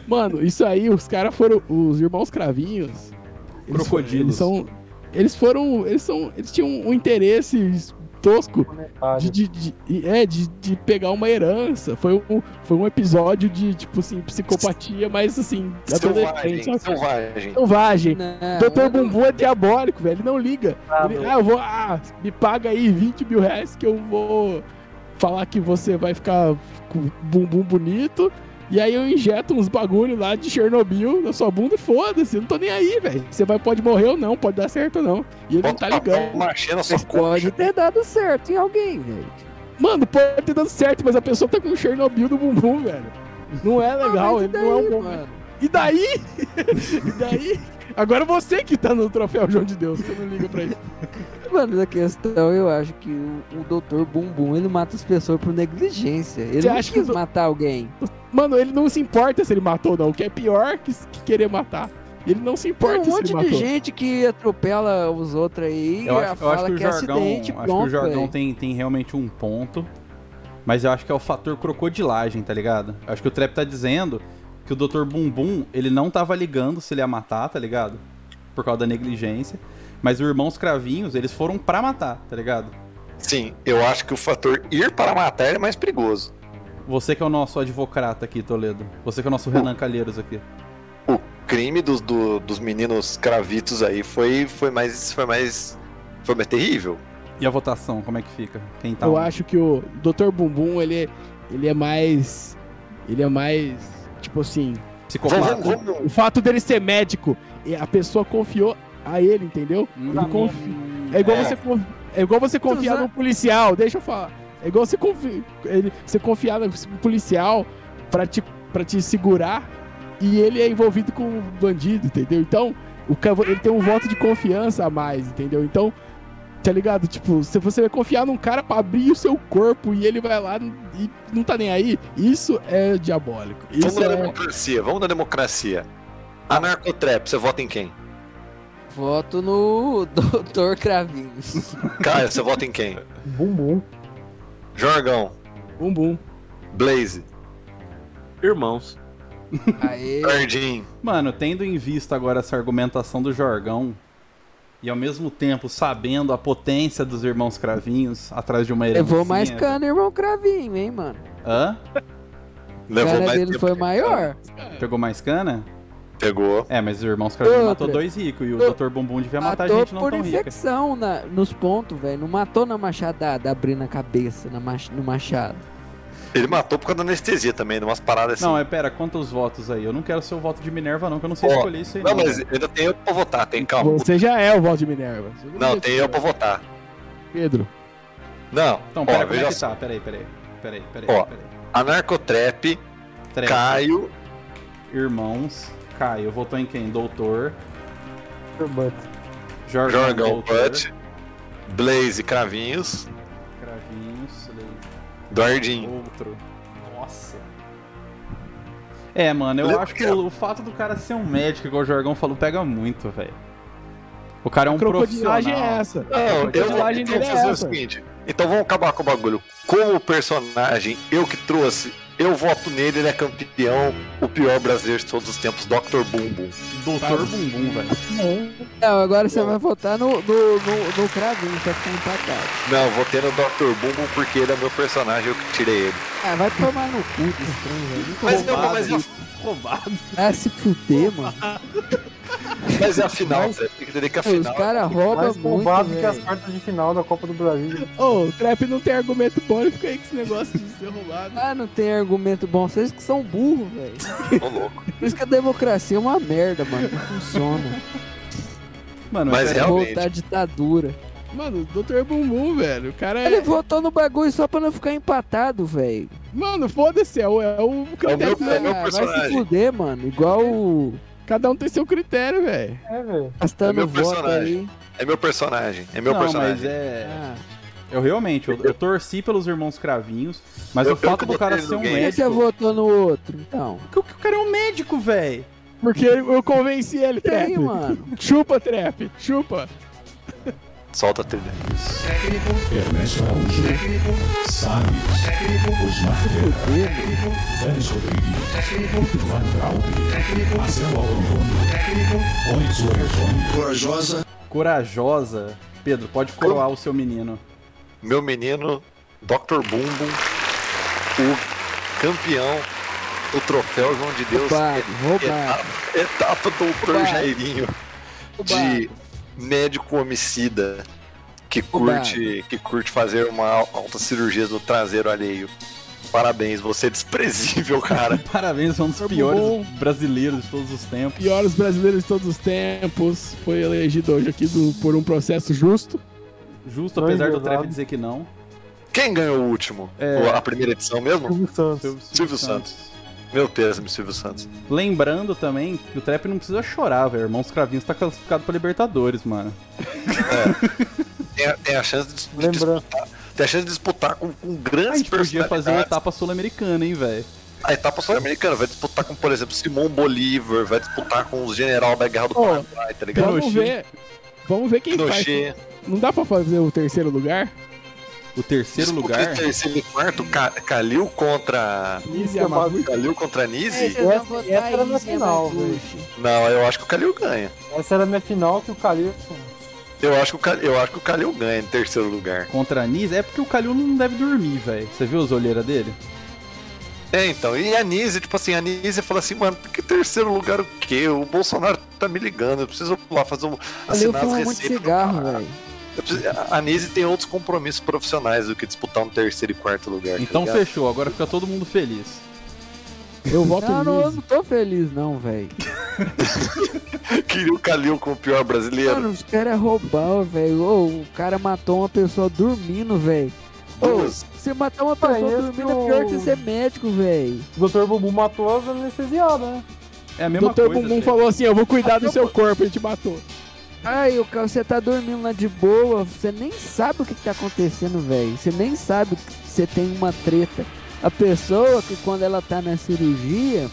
Speaker 3: Mano, isso aí, os caras foram. Os irmãos cravinhos. eles
Speaker 5: Crocodilos.
Speaker 3: foram- Eles, são. Eles foram. Eles são. Eles tinham um interesse tosco de, de, de- e- é, de, de pegar uma herança. Foi um, foi um episódio de, tipo assim, psicopatia, mas assim,
Speaker 2: Selvagem,
Speaker 3: adolescente. sabe?
Speaker 2: selvagem.
Speaker 3: Selvagem.
Speaker 6: Não,
Speaker 3: Doutor
Speaker 6: eu não-
Speaker 3: Bumbum é diabólico, velho. Ele não liga.
Speaker 7: Ah,
Speaker 3: Ele,
Speaker 7: meu.
Speaker 3: ah, eu vou. Ah, me paga aí 20 mil reais que eu vou falar que você vai ficar com o bumbum bonito. E aí eu injeto uns bagulho lá de Chernobyl na sua bunda e foda-se. eu Não tô nem aí, velho. Você vai, pode morrer ou não, pode dar certo ou não. E ele não tá
Speaker 2: Bota
Speaker 3: ligando.
Speaker 2: um machê na sua
Speaker 6: Mas pode
Speaker 2: coxa.
Speaker 6: ter dado certo em alguém, velho.
Speaker 3: Mano, pode ter dado certo, mas a pessoa tá com o Chernobyl do bumbum, velho. Não é legal,
Speaker 6: Ah, mas e
Speaker 3: ele não é um
Speaker 6: daí,
Speaker 3: bom.
Speaker 6: mano?
Speaker 3: E daí? e daí? Agora você que tá no troféu João de Deus, você não liga pra isso.
Speaker 6: Mano, a questão, eu acho que o, o doutor Bumbum, ele mata as pessoas por negligência. Ele
Speaker 3: Você
Speaker 6: não
Speaker 3: acha que
Speaker 6: quis
Speaker 3: o do-
Speaker 6: matar alguém.
Speaker 3: Mano, ele não se importa se ele matou ou não. O que é pior que, que querer matar. Ele não se
Speaker 6: Tem
Speaker 3: importa
Speaker 6: um
Speaker 3: se
Speaker 6: monte
Speaker 3: ele
Speaker 6: de
Speaker 3: matou.
Speaker 6: gente que atropela os outros aí
Speaker 5: Eu
Speaker 6: e
Speaker 5: acho, eu acho
Speaker 6: fala
Speaker 5: que o
Speaker 6: que é
Speaker 5: jargão,
Speaker 6: acidente,
Speaker 5: acho que
Speaker 6: pronto,
Speaker 5: o jargão
Speaker 6: velho.
Speaker 5: tem, tem realmente um ponto. Mas eu acho que é o fator crocodilagem, tá ligado? Eu acho que o Trap tá dizendo que o Dr. Bumbum, ele não tava ligando se ele ia matar, tá ligado? Por causa da negligência. Mas os irmãos cravinhos, eles foram pra matar, tá ligado?
Speaker 2: Sim, eu acho que o fator ir para matar é mais perigoso.
Speaker 5: Você que é o nosso advocrata aqui, Toledo. Você que é o nosso Renan Calheiros aqui.
Speaker 2: O crime dos, do- dos meninos cravitos aí foi, foi mais. Foi mais. Foi mais terrível.
Speaker 5: E a votação, como é que fica? Quem tá?
Speaker 3: Eu
Speaker 5: onde?
Speaker 3: acho que o Dr. Bumbum, ele, ele é mais. Ele é mais. Tipo assim.
Speaker 5: Psicopata.
Speaker 2: Vamos- vamos-
Speaker 3: O fato dele ser médico, e a pessoa confiou a ele, entendeu? Ele confi-
Speaker 5: tá-
Speaker 3: É igual,
Speaker 2: É.
Speaker 3: Você, con- é igual você confiar
Speaker 6: Exato.
Speaker 3: num policial, deixa eu falar. É igual você, confi... ele... você confiar no policial pra te... pra te segurar e ele é envolvido com um bandido, entendeu? Então, o... ca- ele tem um voto de confiança a mais, entendeu? Então, tá ligado? Tipo, se você vai confiar num cara pra abrir o seu corpo e ele vai lá e não tá nem aí, isso é diabólico.
Speaker 2: Vamos
Speaker 3: Isso
Speaker 2: na
Speaker 3: é...
Speaker 2: democracia, vamos na democracia. Anarcotrap, você vota em quem?
Speaker 6: Voto É no Dr. Cravinhos.
Speaker 2: Caio, você vota em quem?
Speaker 7: Bumbum.
Speaker 2: Jorgão,
Speaker 3: Bumbum.
Speaker 2: Blaze,
Speaker 4: Irmãos.
Speaker 6: Aê.
Speaker 2: Jardim.
Speaker 5: Mano, tendo em vista agora essa argumentação do Jorgão e ao mesmo tempo sabendo a potência dos irmãos cravinhos atrás de uma herança.
Speaker 6: Levou mais cana, irmão Cravinho, hein, mano?
Speaker 5: Hã?
Speaker 6: A
Speaker 2: Levou
Speaker 6: cana
Speaker 2: mais
Speaker 6: dele
Speaker 2: tempo.
Speaker 6: foi maior.
Speaker 5: Pegou mais cana?
Speaker 2: Pegou.
Speaker 5: É, mas os irmãos cravinhos
Speaker 6: Outra.
Speaker 5: matou dois ricos e o
Speaker 6: Outra.
Speaker 5: Dr. Bumbum devia matar
Speaker 6: Matou
Speaker 5: gente não
Speaker 6: por
Speaker 5: tão rica.
Speaker 6: infecção na- nos pontos, velho. Não matou na machadada, abrindo a cabeça na mach- no machado.
Speaker 2: Ele matou por causa da anestesia também, de umas paradas assim.
Speaker 5: Não, é pera, conta os votos aí. Eu não quero ser o voto de Minerva, não, que eu não sei
Speaker 2: Ó,
Speaker 5: escolher isso aí.
Speaker 2: Não, mas ainda tem eu pra votar, tem calma.
Speaker 3: Você já é o voto de Minerva. Você é
Speaker 2: Não, tem eu pra votar.
Speaker 3: Pedro.
Speaker 2: Não,
Speaker 5: Então,
Speaker 2: ó,
Speaker 5: pera, como é
Speaker 2: veja
Speaker 5: que
Speaker 2: só.
Speaker 5: tá? Peraí, peraí. Peraí, peraí.
Speaker 2: Ó.
Speaker 5: peraí.
Speaker 2: Anarcotrap,
Speaker 5: Três.
Speaker 2: Caio,
Speaker 5: Irmãos, Caio, votou em quem? Doutor. Jorgão,
Speaker 2: Jorgão,
Speaker 5: doutor.
Speaker 2: Butt, Blaze, Cravinhos,
Speaker 5: Cravinhos, Leite,
Speaker 2: Dordinho.
Speaker 5: outro. Nossa. É, mano, eu
Speaker 2: Lembra
Speaker 5: acho que
Speaker 2: que-
Speaker 5: o, o fato do cara ser um médico, igual o Jorgão falou, pega muito, velho. O cara é um profissional.
Speaker 3: Crocodilagem é essa.
Speaker 2: Não, eu vou
Speaker 3: personagem
Speaker 2: então
Speaker 3: dele é
Speaker 2: fazer o
Speaker 3: essa.
Speaker 2: seguinte. Então vamos acabar com o bagulho. Como personagem, eu que trouxe, eu voto nele, ele é campeão, o pior brasileiro de todos os tempos, Dr. Bumbum.
Speaker 5: Doutor Bumbum, velho.
Speaker 6: Não, agora você vai votar no, no, no, no Cravinho, tá pra ficar empatado.
Speaker 2: Não, votei no Dr. Bumbum porque ele é meu personagem, eu que tirei ele.
Speaker 6: Ah, vai tomar no cu desse trem, velho. Muito
Speaker 2: Mas, não,
Speaker 6: roubado.
Speaker 2: mas, é,
Speaker 5: Roubado.
Speaker 6: Ah, se fuder, mano.
Speaker 2: mas é a final, Zé. Tem que entender que a
Speaker 6: Os
Speaker 2: final.
Speaker 6: caras roubam
Speaker 7: Mais
Speaker 6: muito,
Speaker 7: bombado que as
Speaker 6: velho.
Speaker 7: quartas de final da Copa do Brasil.
Speaker 3: Ô, o Trap não tem argumento bom, ele fica aí com esse negócio de ser roubado.
Speaker 6: Ah, não tem argumento bom. Vocês que são burros, velho.
Speaker 2: Ô, louco.
Speaker 6: Por isso que a democracia é uma merda, mano. Não funciona.
Speaker 5: Mano,
Speaker 2: Mas
Speaker 5: pera-
Speaker 2: é- Realmente.
Speaker 6: Voltar à ditadura.
Speaker 3: Mano, o Dr. Bumbum, velho. O cara
Speaker 6: Ele
Speaker 3: é.
Speaker 6: votou no bagulho só pra não ficar empatado, velho.
Speaker 3: Mano, foda-se, é o, é o critério.
Speaker 2: meu- é
Speaker 3: né?
Speaker 2: meu-
Speaker 6: Ah, vai se
Speaker 2: personagem.
Speaker 6: fuder, mano. Igual o.
Speaker 3: Cada um tem seu critério, velho.
Speaker 7: É, velho.
Speaker 6: Gastando
Speaker 2: É meu
Speaker 6: voto aí.
Speaker 2: personagem. É meu personagem. É meu
Speaker 5: não,
Speaker 2: personagem.
Speaker 5: mas é.
Speaker 6: Ah,
Speaker 5: Eu realmente, eu, eu torci pelos irmãos cravinhos, mas
Speaker 2: Eu- eu
Speaker 5: o fato
Speaker 2: que
Speaker 5: do cara
Speaker 2: botei
Speaker 5: ser um
Speaker 2: no game.
Speaker 6: por que
Speaker 3: é
Speaker 6: você
Speaker 5: médico.
Speaker 6: votou no outro, então?
Speaker 5: Porque o que o cara é um médico, velho.
Speaker 3: Porque eu convenci ele,
Speaker 6: E
Speaker 3: Trap.
Speaker 6: aí, mano?
Speaker 3: Chupa, Trap. Chupa.
Speaker 2: Solta a trilha.
Speaker 1: Ernesto Araújo, Sábio, Osmar Ferreira, Denis Rodrigues, Ivan Traub, Marcelo Alonso, Onyx Lorenzoni,
Speaker 5: Corajosa. Pedro, pode coroar o seu menino.
Speaker 2: Meu menino, Dr. Bumbum, o campeão do troféu João de Deus.
Speaker 6: Roubado,
Speaker 2: é
Speaker 6: roubado,
Speaker 2: Etapa doutor
Speaker 6: Roubado.
Speaker 2: Jairinho de
Speaker 6: roubado.
Speaker 2: médico homicida que
Speaker 6: Roubado.
Speaker 2: curte, que curte fazer uma alta cirurgia no traseiro alheio. Parabéns, você é desprezível, cara.
Speaker 5: Parabéns, um dos
Speaker 3: Foi
Speaker 5: piores
Speaker 3: bom.
Speaker 5: brasileiros de todos os tempos.
Speaker 3: Piores brasileiros de todos os tempos. Foi elegido hoje aqui do- por um processo justo.
Speaker 5: Justo,
Speaker 7: Foi
Speaker 5: apesar do
Speaker 7: endeusado.
Speaker 5: Treve dizer que não.
Speaker 2: Quem ganhou o último?
Speaker 5: É. Uhum.
Speaker 2: A primeira edição mesmo?
Speaker 7: Silvio Santos.
Speaker 2: Silvio Santos. Meu péssimo, Silvio Santos.
Speaker 5: Lembrando também que o Trap não precisa chorar, velho. Irmãos Cravinhos tá classificado pra Libertadores, mano.
Speaker 2: Tem a, tem a chance de, de
Speaker 7: Lembrando.
Speaker 2: disputar. Tem a chance de disputar com, com
Speaker 5: A
Speaker 2: grandes
Speaker 5: gente podia fazer uma
Speaker 2: personalidades.
Speaker 5: etapa sul-americana, hein, velho.
Speaker 2: A etapa sul-americana vai disputar com, por exemplo, Simão Bolívar, vai disputar com os general da Guerra do
Speaker 3: Ó,
Speaker 2: Paraguai, tá ligado?
Speaker 3: Vamos ver. Vamos ver quem faz.
Speaker 2: Pinochet.
Speaker 3: Não dá pra fazer o terceiro lugar?
Speaker 5: O terceiro
Speaker 2: Disputa
Speaker 5: lugar.
Speaker 2: em terceiro e quarto, Ca- Calil contra.
Speaker 3: Isso
Speaker 7: é uma-
Speaker 2: Calil contra
Speaker 6: É,
Speaker 2: Nise?
Speaker 6: vocês vão
Speaker 7: Essa- essa
Speaker 6: votar
Speaker 7: era na
Speaker 6: em cima
Speaker 7: final,
Speaker 6: do
Speaker 7: velho.
Speaker 6: Bush.
Speaker 2: Não, eu acho que o Calil ganha.
Speaker 7: Essa era a minha final que o Calil.
Speaker 2: Eu acho que o Cal- eu acho que o Calil ganha em terceiro lugar.
Speaker 5: Contra a Nis, é porque o Kalil não deve dormir, velho. Você viu as olheiras dele?
Speaker 2: Tá É, então, e a Nise, tipo assim, a Nise fala assim, mano, que terceiro lugar o quê? O Bolsonaro tá me ligando, eu preciso lá fazer um.
Speaker 6: Ali eu
Speaker 2: assinar as
Speaker 6: fumo muito
Speaker 2: receitas.
Speaker 6: cigarro, velho.
Speaker 2: Eu preciso- a- A Nise tem outros compromissos profissionais do que disputar um terceiro e quarto lugar. tá
Speaker 5: Então
Speaker 2: ligado?
Speaker 5: fechou, agora fica todo mundo feliz.
Speaker 3: Eu voto
Speaker 6: Não, não, eu
Speaker 3: nisso.
Speaker 6: não tô feliz, não, velho.
Speaker 2: Queria o Calil como o pior
Speaker 5: Ah,
Speaker 2: brasileiro.
Speaker 6: Mano, os caras é roubar, velho. Ô, o cara matou uma pessoa dormindo, velho. Ô,
Speaker 2: Duas.
Speaker 6: você matar uma
Speaker 7: Mas
Speaker 6: pessoa
Speaker 7: esse
Speaker 6: dormindo
Speaker 7: o-
Speaker 6: é pior que ser médico, velho.
Speaker 7: O Dr. Bubu matou as anestesiadas, né?
Speaker 5: É a mesma
Speaker 3: Doutor
Speaker 5: coisa.
Speaker 3: Bumbum
Speaker 5: velho.
Speaker 3: falou assim: eu vou cuidar do seu corpo, e te matou.
Speaker 6: Ai, o cara, você tá dormindo lá de boa, você nem sabe o que, que tá acontecendo, velho. Você nem sabe que você tem uma treta. A pessoa que quando ela tá na cirurgia,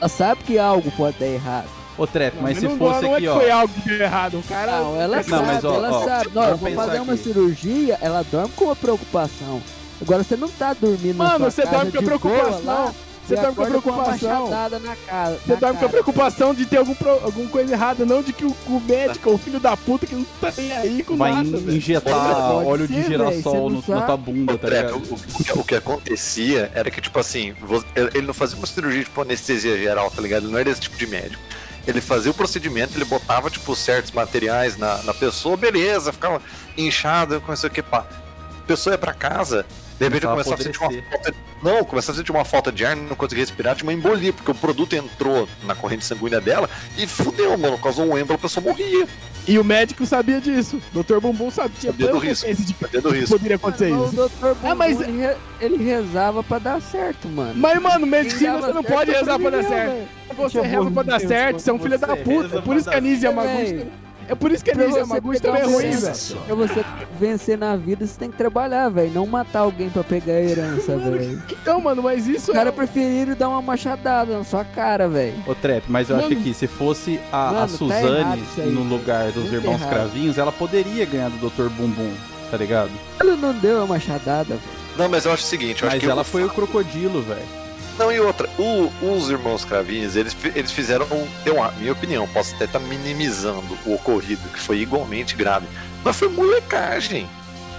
Speaker 6: ela sabe que algo pode dar errado.
Speaker 5: Ô, Trap, mas se
Speaker 3: não,
Speaker 5: fosse
Speaker 3: não
Speaker 5: aqui,
Speaker 3: é que
Speaker 5: ó.
Speaker 3: foi algo de errado. O cara. é
Speaker 6: Não, ela
Speaker 5: Não,
Speaker 6: sabe,
Speaker 5: mas, ó,
Speaker 6: ela é
Speaker 5: ó,
Speaker 6: sabe. Não,
Speaker 5: vamos
Speaker 6: eu vou
Speaker 5: pensar
Speaker 6: fazer uma
Speaker 5: aqui.
Speaker 6: cirurgia, ela dorme com a preocupação. Agora você não tá dormindo na
Speaker 3: Mano,
Speaker 6: sua
Speaker 3: você
Speaker 6: casa
Speaker 3: dorme com a
Speaker 6: de boa
Speaker 3: preocupação.
Speaker 6: lá,
Speaker 3: Você
Speaker 6: e
Speaker 3: dorme com a
Speaker 6: acorda
Speaker 3: preocupação.
Speaker 6: uma machadada na cara.
Speaker 3: Você
Speaker 6: na
Speaker 3: dorme com a
Speaker 6: cara.
Speaker 3: preocupação de ter algum pro- alguma coisa errada, não de que o, o médico, o filho da puta, que não tá nem aí com
Speaker 5: Vai
Speaker 3: nada.
Speaker 5: in-
Speaker 3: velho.
Speaker 5: injetar
Speaker 6: Pode
Speaker 5: óleo
Speaker 6: ser,
Speaker 5: de
Speaker 6: velho,
Speaker 5: girassol
Speaker 6: você
Speaker 5: no,
Speaker 6: não
Speaker 5: na tua
Speaker 6: sabe.
Speaker 5: bunda, tá
Speaker 2: É,
Speaker 5: ligado?
Speaker 2: o, o que- o que acontecia era que, tipo assim, vo- ele não fazia uma cirurgia tipo anestesia geral, tá ligado? Ele não era esse tipo de médico. Ele fazia o procedimento, ele botava, tipo, certos materiais na, na pessoa, beleza, ficava inchado, começou a que pá. A pessoa ia pra casa, de repente
Speaker 5: Começava
Speaker 2: começava
Speaker 5: a
Speaker 2: a sentir uma
Speaker 5: apodrecer.
Speaker 2: falta. Não, começava a sentir uma falta de ar, não conseguia respirar, tinha uma embolia, porque o produto entrou na corrente sanguínea dela e fudeu, mano, causou um êmbolo, a pessoa morria.
Speaker 3: E o médico sabia disso. Doutor Bumbum sabia, tinha
Speaker 2: Sabia do
Speaker 3: plena
Speaker 2: risco.
Speaker 3: consciência de que
Speaker 2: Entendeu isso?
Speaker 3: poderia acontecer
Speaker 6: Mano,
Speaker 3: isso.
Speaker 6: O doutor Bumbum,
Speaker 3: Ah, mas-
Speaker 6: ele, re- ele rezava pra dar certo, mano.
Speaker 3: Mas, mano, medicina
Speaker 6: Quem
Speaker 3: você não
Speaker 6: dava
Speaker 3: pode
Speaker 6: certo,
Speaker 3: rezar pra dar
Speaker 6: sobreviveu,
Speaker 3: certo.
Speaker 6: velho.
Speaker 3: Você
Speaker 7: Tinha
Speaker 3: reza pra
Speaker 7: morrido
Speaker 3: dar
Speaker 7: de
Speaker 3: certo,
Speaker 7: Deus,
Speaker 3: você é um
Speaker 5: você
Speaker 3: filho da
Speaker 5: reza
Speaker 3: puta.
Speaker 5: pra
Speaker 3: Por isso que a
Speaker 5: dar
Speaker 3: Nise é
Speaker 6: certo,
Speaker 3: magusta.
Speaker 6: velho.
Speaker 3: É por isso que a
Speaker 6: Pra
Speaker 3: Nise é
Speaker 6: você,
Speaker 3: magusta
Speaker 6: pegar
Speaker 3: também é
Speaker 6: uma
Speaker 3: ruim, velho.
Speaker 6: herança, pra você vencer na vida, você tem que trabalhar, velho. Não matar alguém pra pegar a herança, velho.
Speaker 3: Então, mano, mas isso
Speaker 6: Os
Speaker 3: é.
Speaker 6: caras preferiram dar uma machadada na sua cara, velho.
Speaker 5: Ô, Trap, mas eu acho
Speaker 3: Mano.
Speaker 5: que se fosse a,
Speaker 6: Mano,
Speaker 5: a
Speaker 6: tá errado
Speaker 5: Suzane
Speaker 6: isso aí.
Speaker 5: no lugar dos
Speaker 6: Muito
Speaker 5: irmãos
Speaker 6: errado.
Speaker 5: Cravinhos, ela poderia ganhar do Dr. Bumbum, tá ligado?
Speaker 6: Ele não deu a machadada, velho.
Speaker 2: Não, mas eu acho o seguinte, eu acho
Speaker 5: Mas
Speaker 2: que
Speaker 5: ela
Speaker 2: o
Speaker 5: foi o crocodilo, velho.
Speaker 2: Não, e outra, o- os irmãos Cravinhos, eles, fi- eles fizeram, um, eu, a minha opinião, posso até estar minimizando o ocorrido, que foi igualmente grave, mas foi molecagem,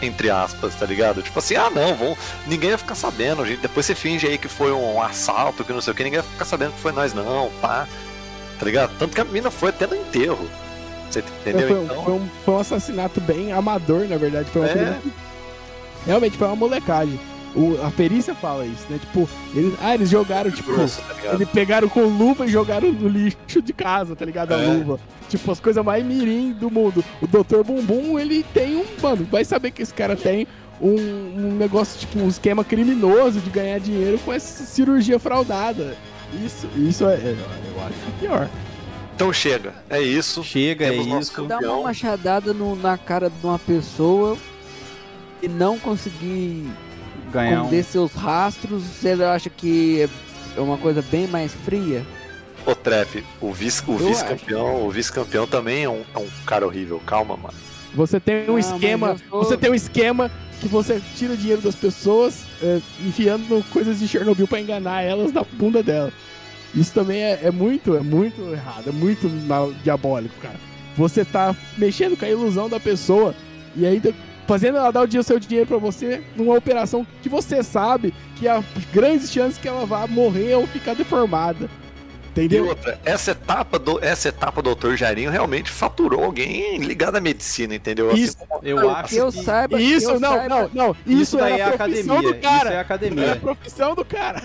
Speaker 2: entre aspas, tá ligado? Tipo assim, ah não, vão, ninguém vai ficar sabendo, gente, depois você finge aí que foi um assalto, que não sei o que, ninguém vai ficar sabendo que foi nós não, pá, tá ligado? Tanto que a mina foi até no enterro, você entendeu?
Speaker 3: Foi, um-
Speaker 2: então,
Speaker 3: foi um, foi um assassinato bem amador, na verdade. Foi uma
Speaker 2: É.
Speaker 3: coisa- Realmente, foi uma molecagem. O- a perícia fala isso, né? Tipo, eles, ah, eles jogaram, tipo,
Speaker 2: grosso, tá ligado?
Speaker 3: eles pegaram com luva e jogaram no lixo de casa, tá ligado? A
Speaker 2: É.
Speaker 3: luva. Tipo, as coisas mais mirim do mundo. O Dr. Bumbum, ele tem um. Mano, vai saber que esse cara tem um, um negócio, tipo, um esquema criminoso de ganhar dinheiro com essa cirurgia fraudada. Isso, isso é. é, Eu acho pior.
Speaker 2: Então chega, é isso.
Speaker 5: Chega, é
Speaker 2: Temos nosso
Speaker 5: isso.
Speaker 6: Dar
Speaker 2: campeão.
Speaker 6: uma machadada no- na cara de uma pessoa e não conseguir
Speaker 5: Ganhar um.
Speaker 6: esconder seus rastros, você acha que é- é uma coisa bem mais fria?
Speaker 2: Ô Trap, o vice- o
Speaker 6: Eu
Speaker 2: vice-campeão o vice-campeão também é um, é um cara horrível, calma, mano.
Speaker 3: Você tem um
Speaker 6: Não, mas
Speaker 3: esquema.
Speaker 6: eu sou-
Speaker 3: Você tem um esquema que você tira dinheiro das pessoas é, enfiando coisas de Chernobyl pra enganar elas na bunda dela. Isso também é, é muito, é muito errado, é muito mal- diabólico, cara. Você tá mexendo com a ilusão da pessoa e ainda fazendo ela dar o dia- o seu dinheiro pra você numa operação que você sabe que há grandes chances que ela vá morrer ou ficar deformada.
Speaker 6: é
Speaker 2: E
Speaker 3: Entendeu?
Speaker 2: outra, essa etapa do essa etapa do Dr. Jairinho realmente faturou alguém ligado à medicina, entendeu? Assim,
Speaker 3: Isso.
Speaker 2: como-
Speaker 5: Eu
Speaker 6: Que
Speaker 5: acho
Speaker 6: eu
Speaker 5: que
Speaker 6: saiba. que
Speaker 3: Isso,
Speaker 6: eu
Speaker 3: não,
Speaker 6: saiba-
Speaker 3: não, não. Isso,
Speaker 5: isso daí
Speaker 3: era
Speaker 5: é
Speaker 3: a profissão
Speaker 5: academia.
Speaker 3: do cara.
Speaker 5: Isso é
Speaker 3: Era a
Speaker 5: academia.
Speaker 3: profissão do cara.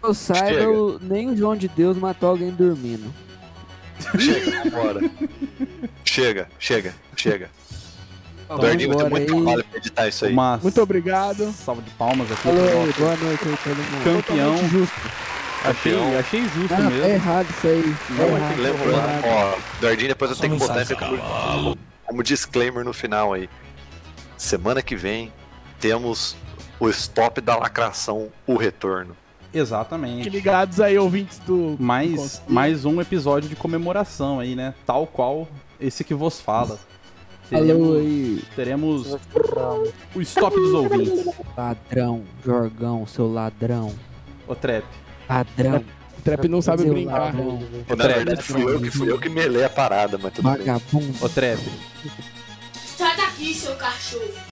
Speaker 6: que Eu saiba,
Speaker 2: Chega.
Speaker 6: o- nem o João de Deus matou alguém dormindo.
Speaker 2: chega, vambora. chega, chega, chega.
Speaker 6: Ó,
Speaker 2: o Dardinho Tá vai ter
Speaker 6: vambora
Speaker 2: muito
Speaker 6: Então, aí.
Speaker 2: trabalho pra editar isso aí.
Speaker 5: Uma
Speaker 3: Muito obrigado.
Speaker 5: salva de palmas aqui.
Speaker 6: Falou aí,
Speaker 5: pro nosso
Speaker 6: boa noite aí todo mundo.
Speaker 5: Campeão.
Speaker 3: Totalmente justo.
Speaker 5: Achei, achei justo
Speaker 6: Ah, é
Speaker 5: mesmo.
Speaker 6: errado isso aí. É
Speaker 5: Não,
Speaker 6: errado.
Speaker 2: Lembrando, ó, Dardinho depois eu tenho que botar
Speaker 9: mensagem
Speaker 2: isso como, como disclaimer no final aí. Semana que vem temos o stop da lacração, o retorno.
Speaker 5: Exatamente.
Speaker 3: Fiquem ligados aí, ouvintes do.
Speaker 5: Mais, mais um episódio de comemoração aí, né? Tal qual esse que vos fala.
Speaker 6: Falou
Speaker 5: Teremos,
Speaker 6: aí,
Speaker 5: teremos o stop dos ouvintes.
Speaker 6: ladrão, Jorgão, seu ladrão.
Speaker 5: Ô, Trap.
Speaker 6: Ladrão.
Speaker 3: Trap não sabe
Speaker 6: Seu
Speaker 3: brincar.
Speaker 6: vagabundo, velho.
Speaker 2: Na verdade, fui eu, que, fui eu que melei a parada, mas tudo bem.
Speaker 6: Vagabundo.
Speaker 5: Ô, Trap,
Speaker 9: Sai daqui, seu cachorro.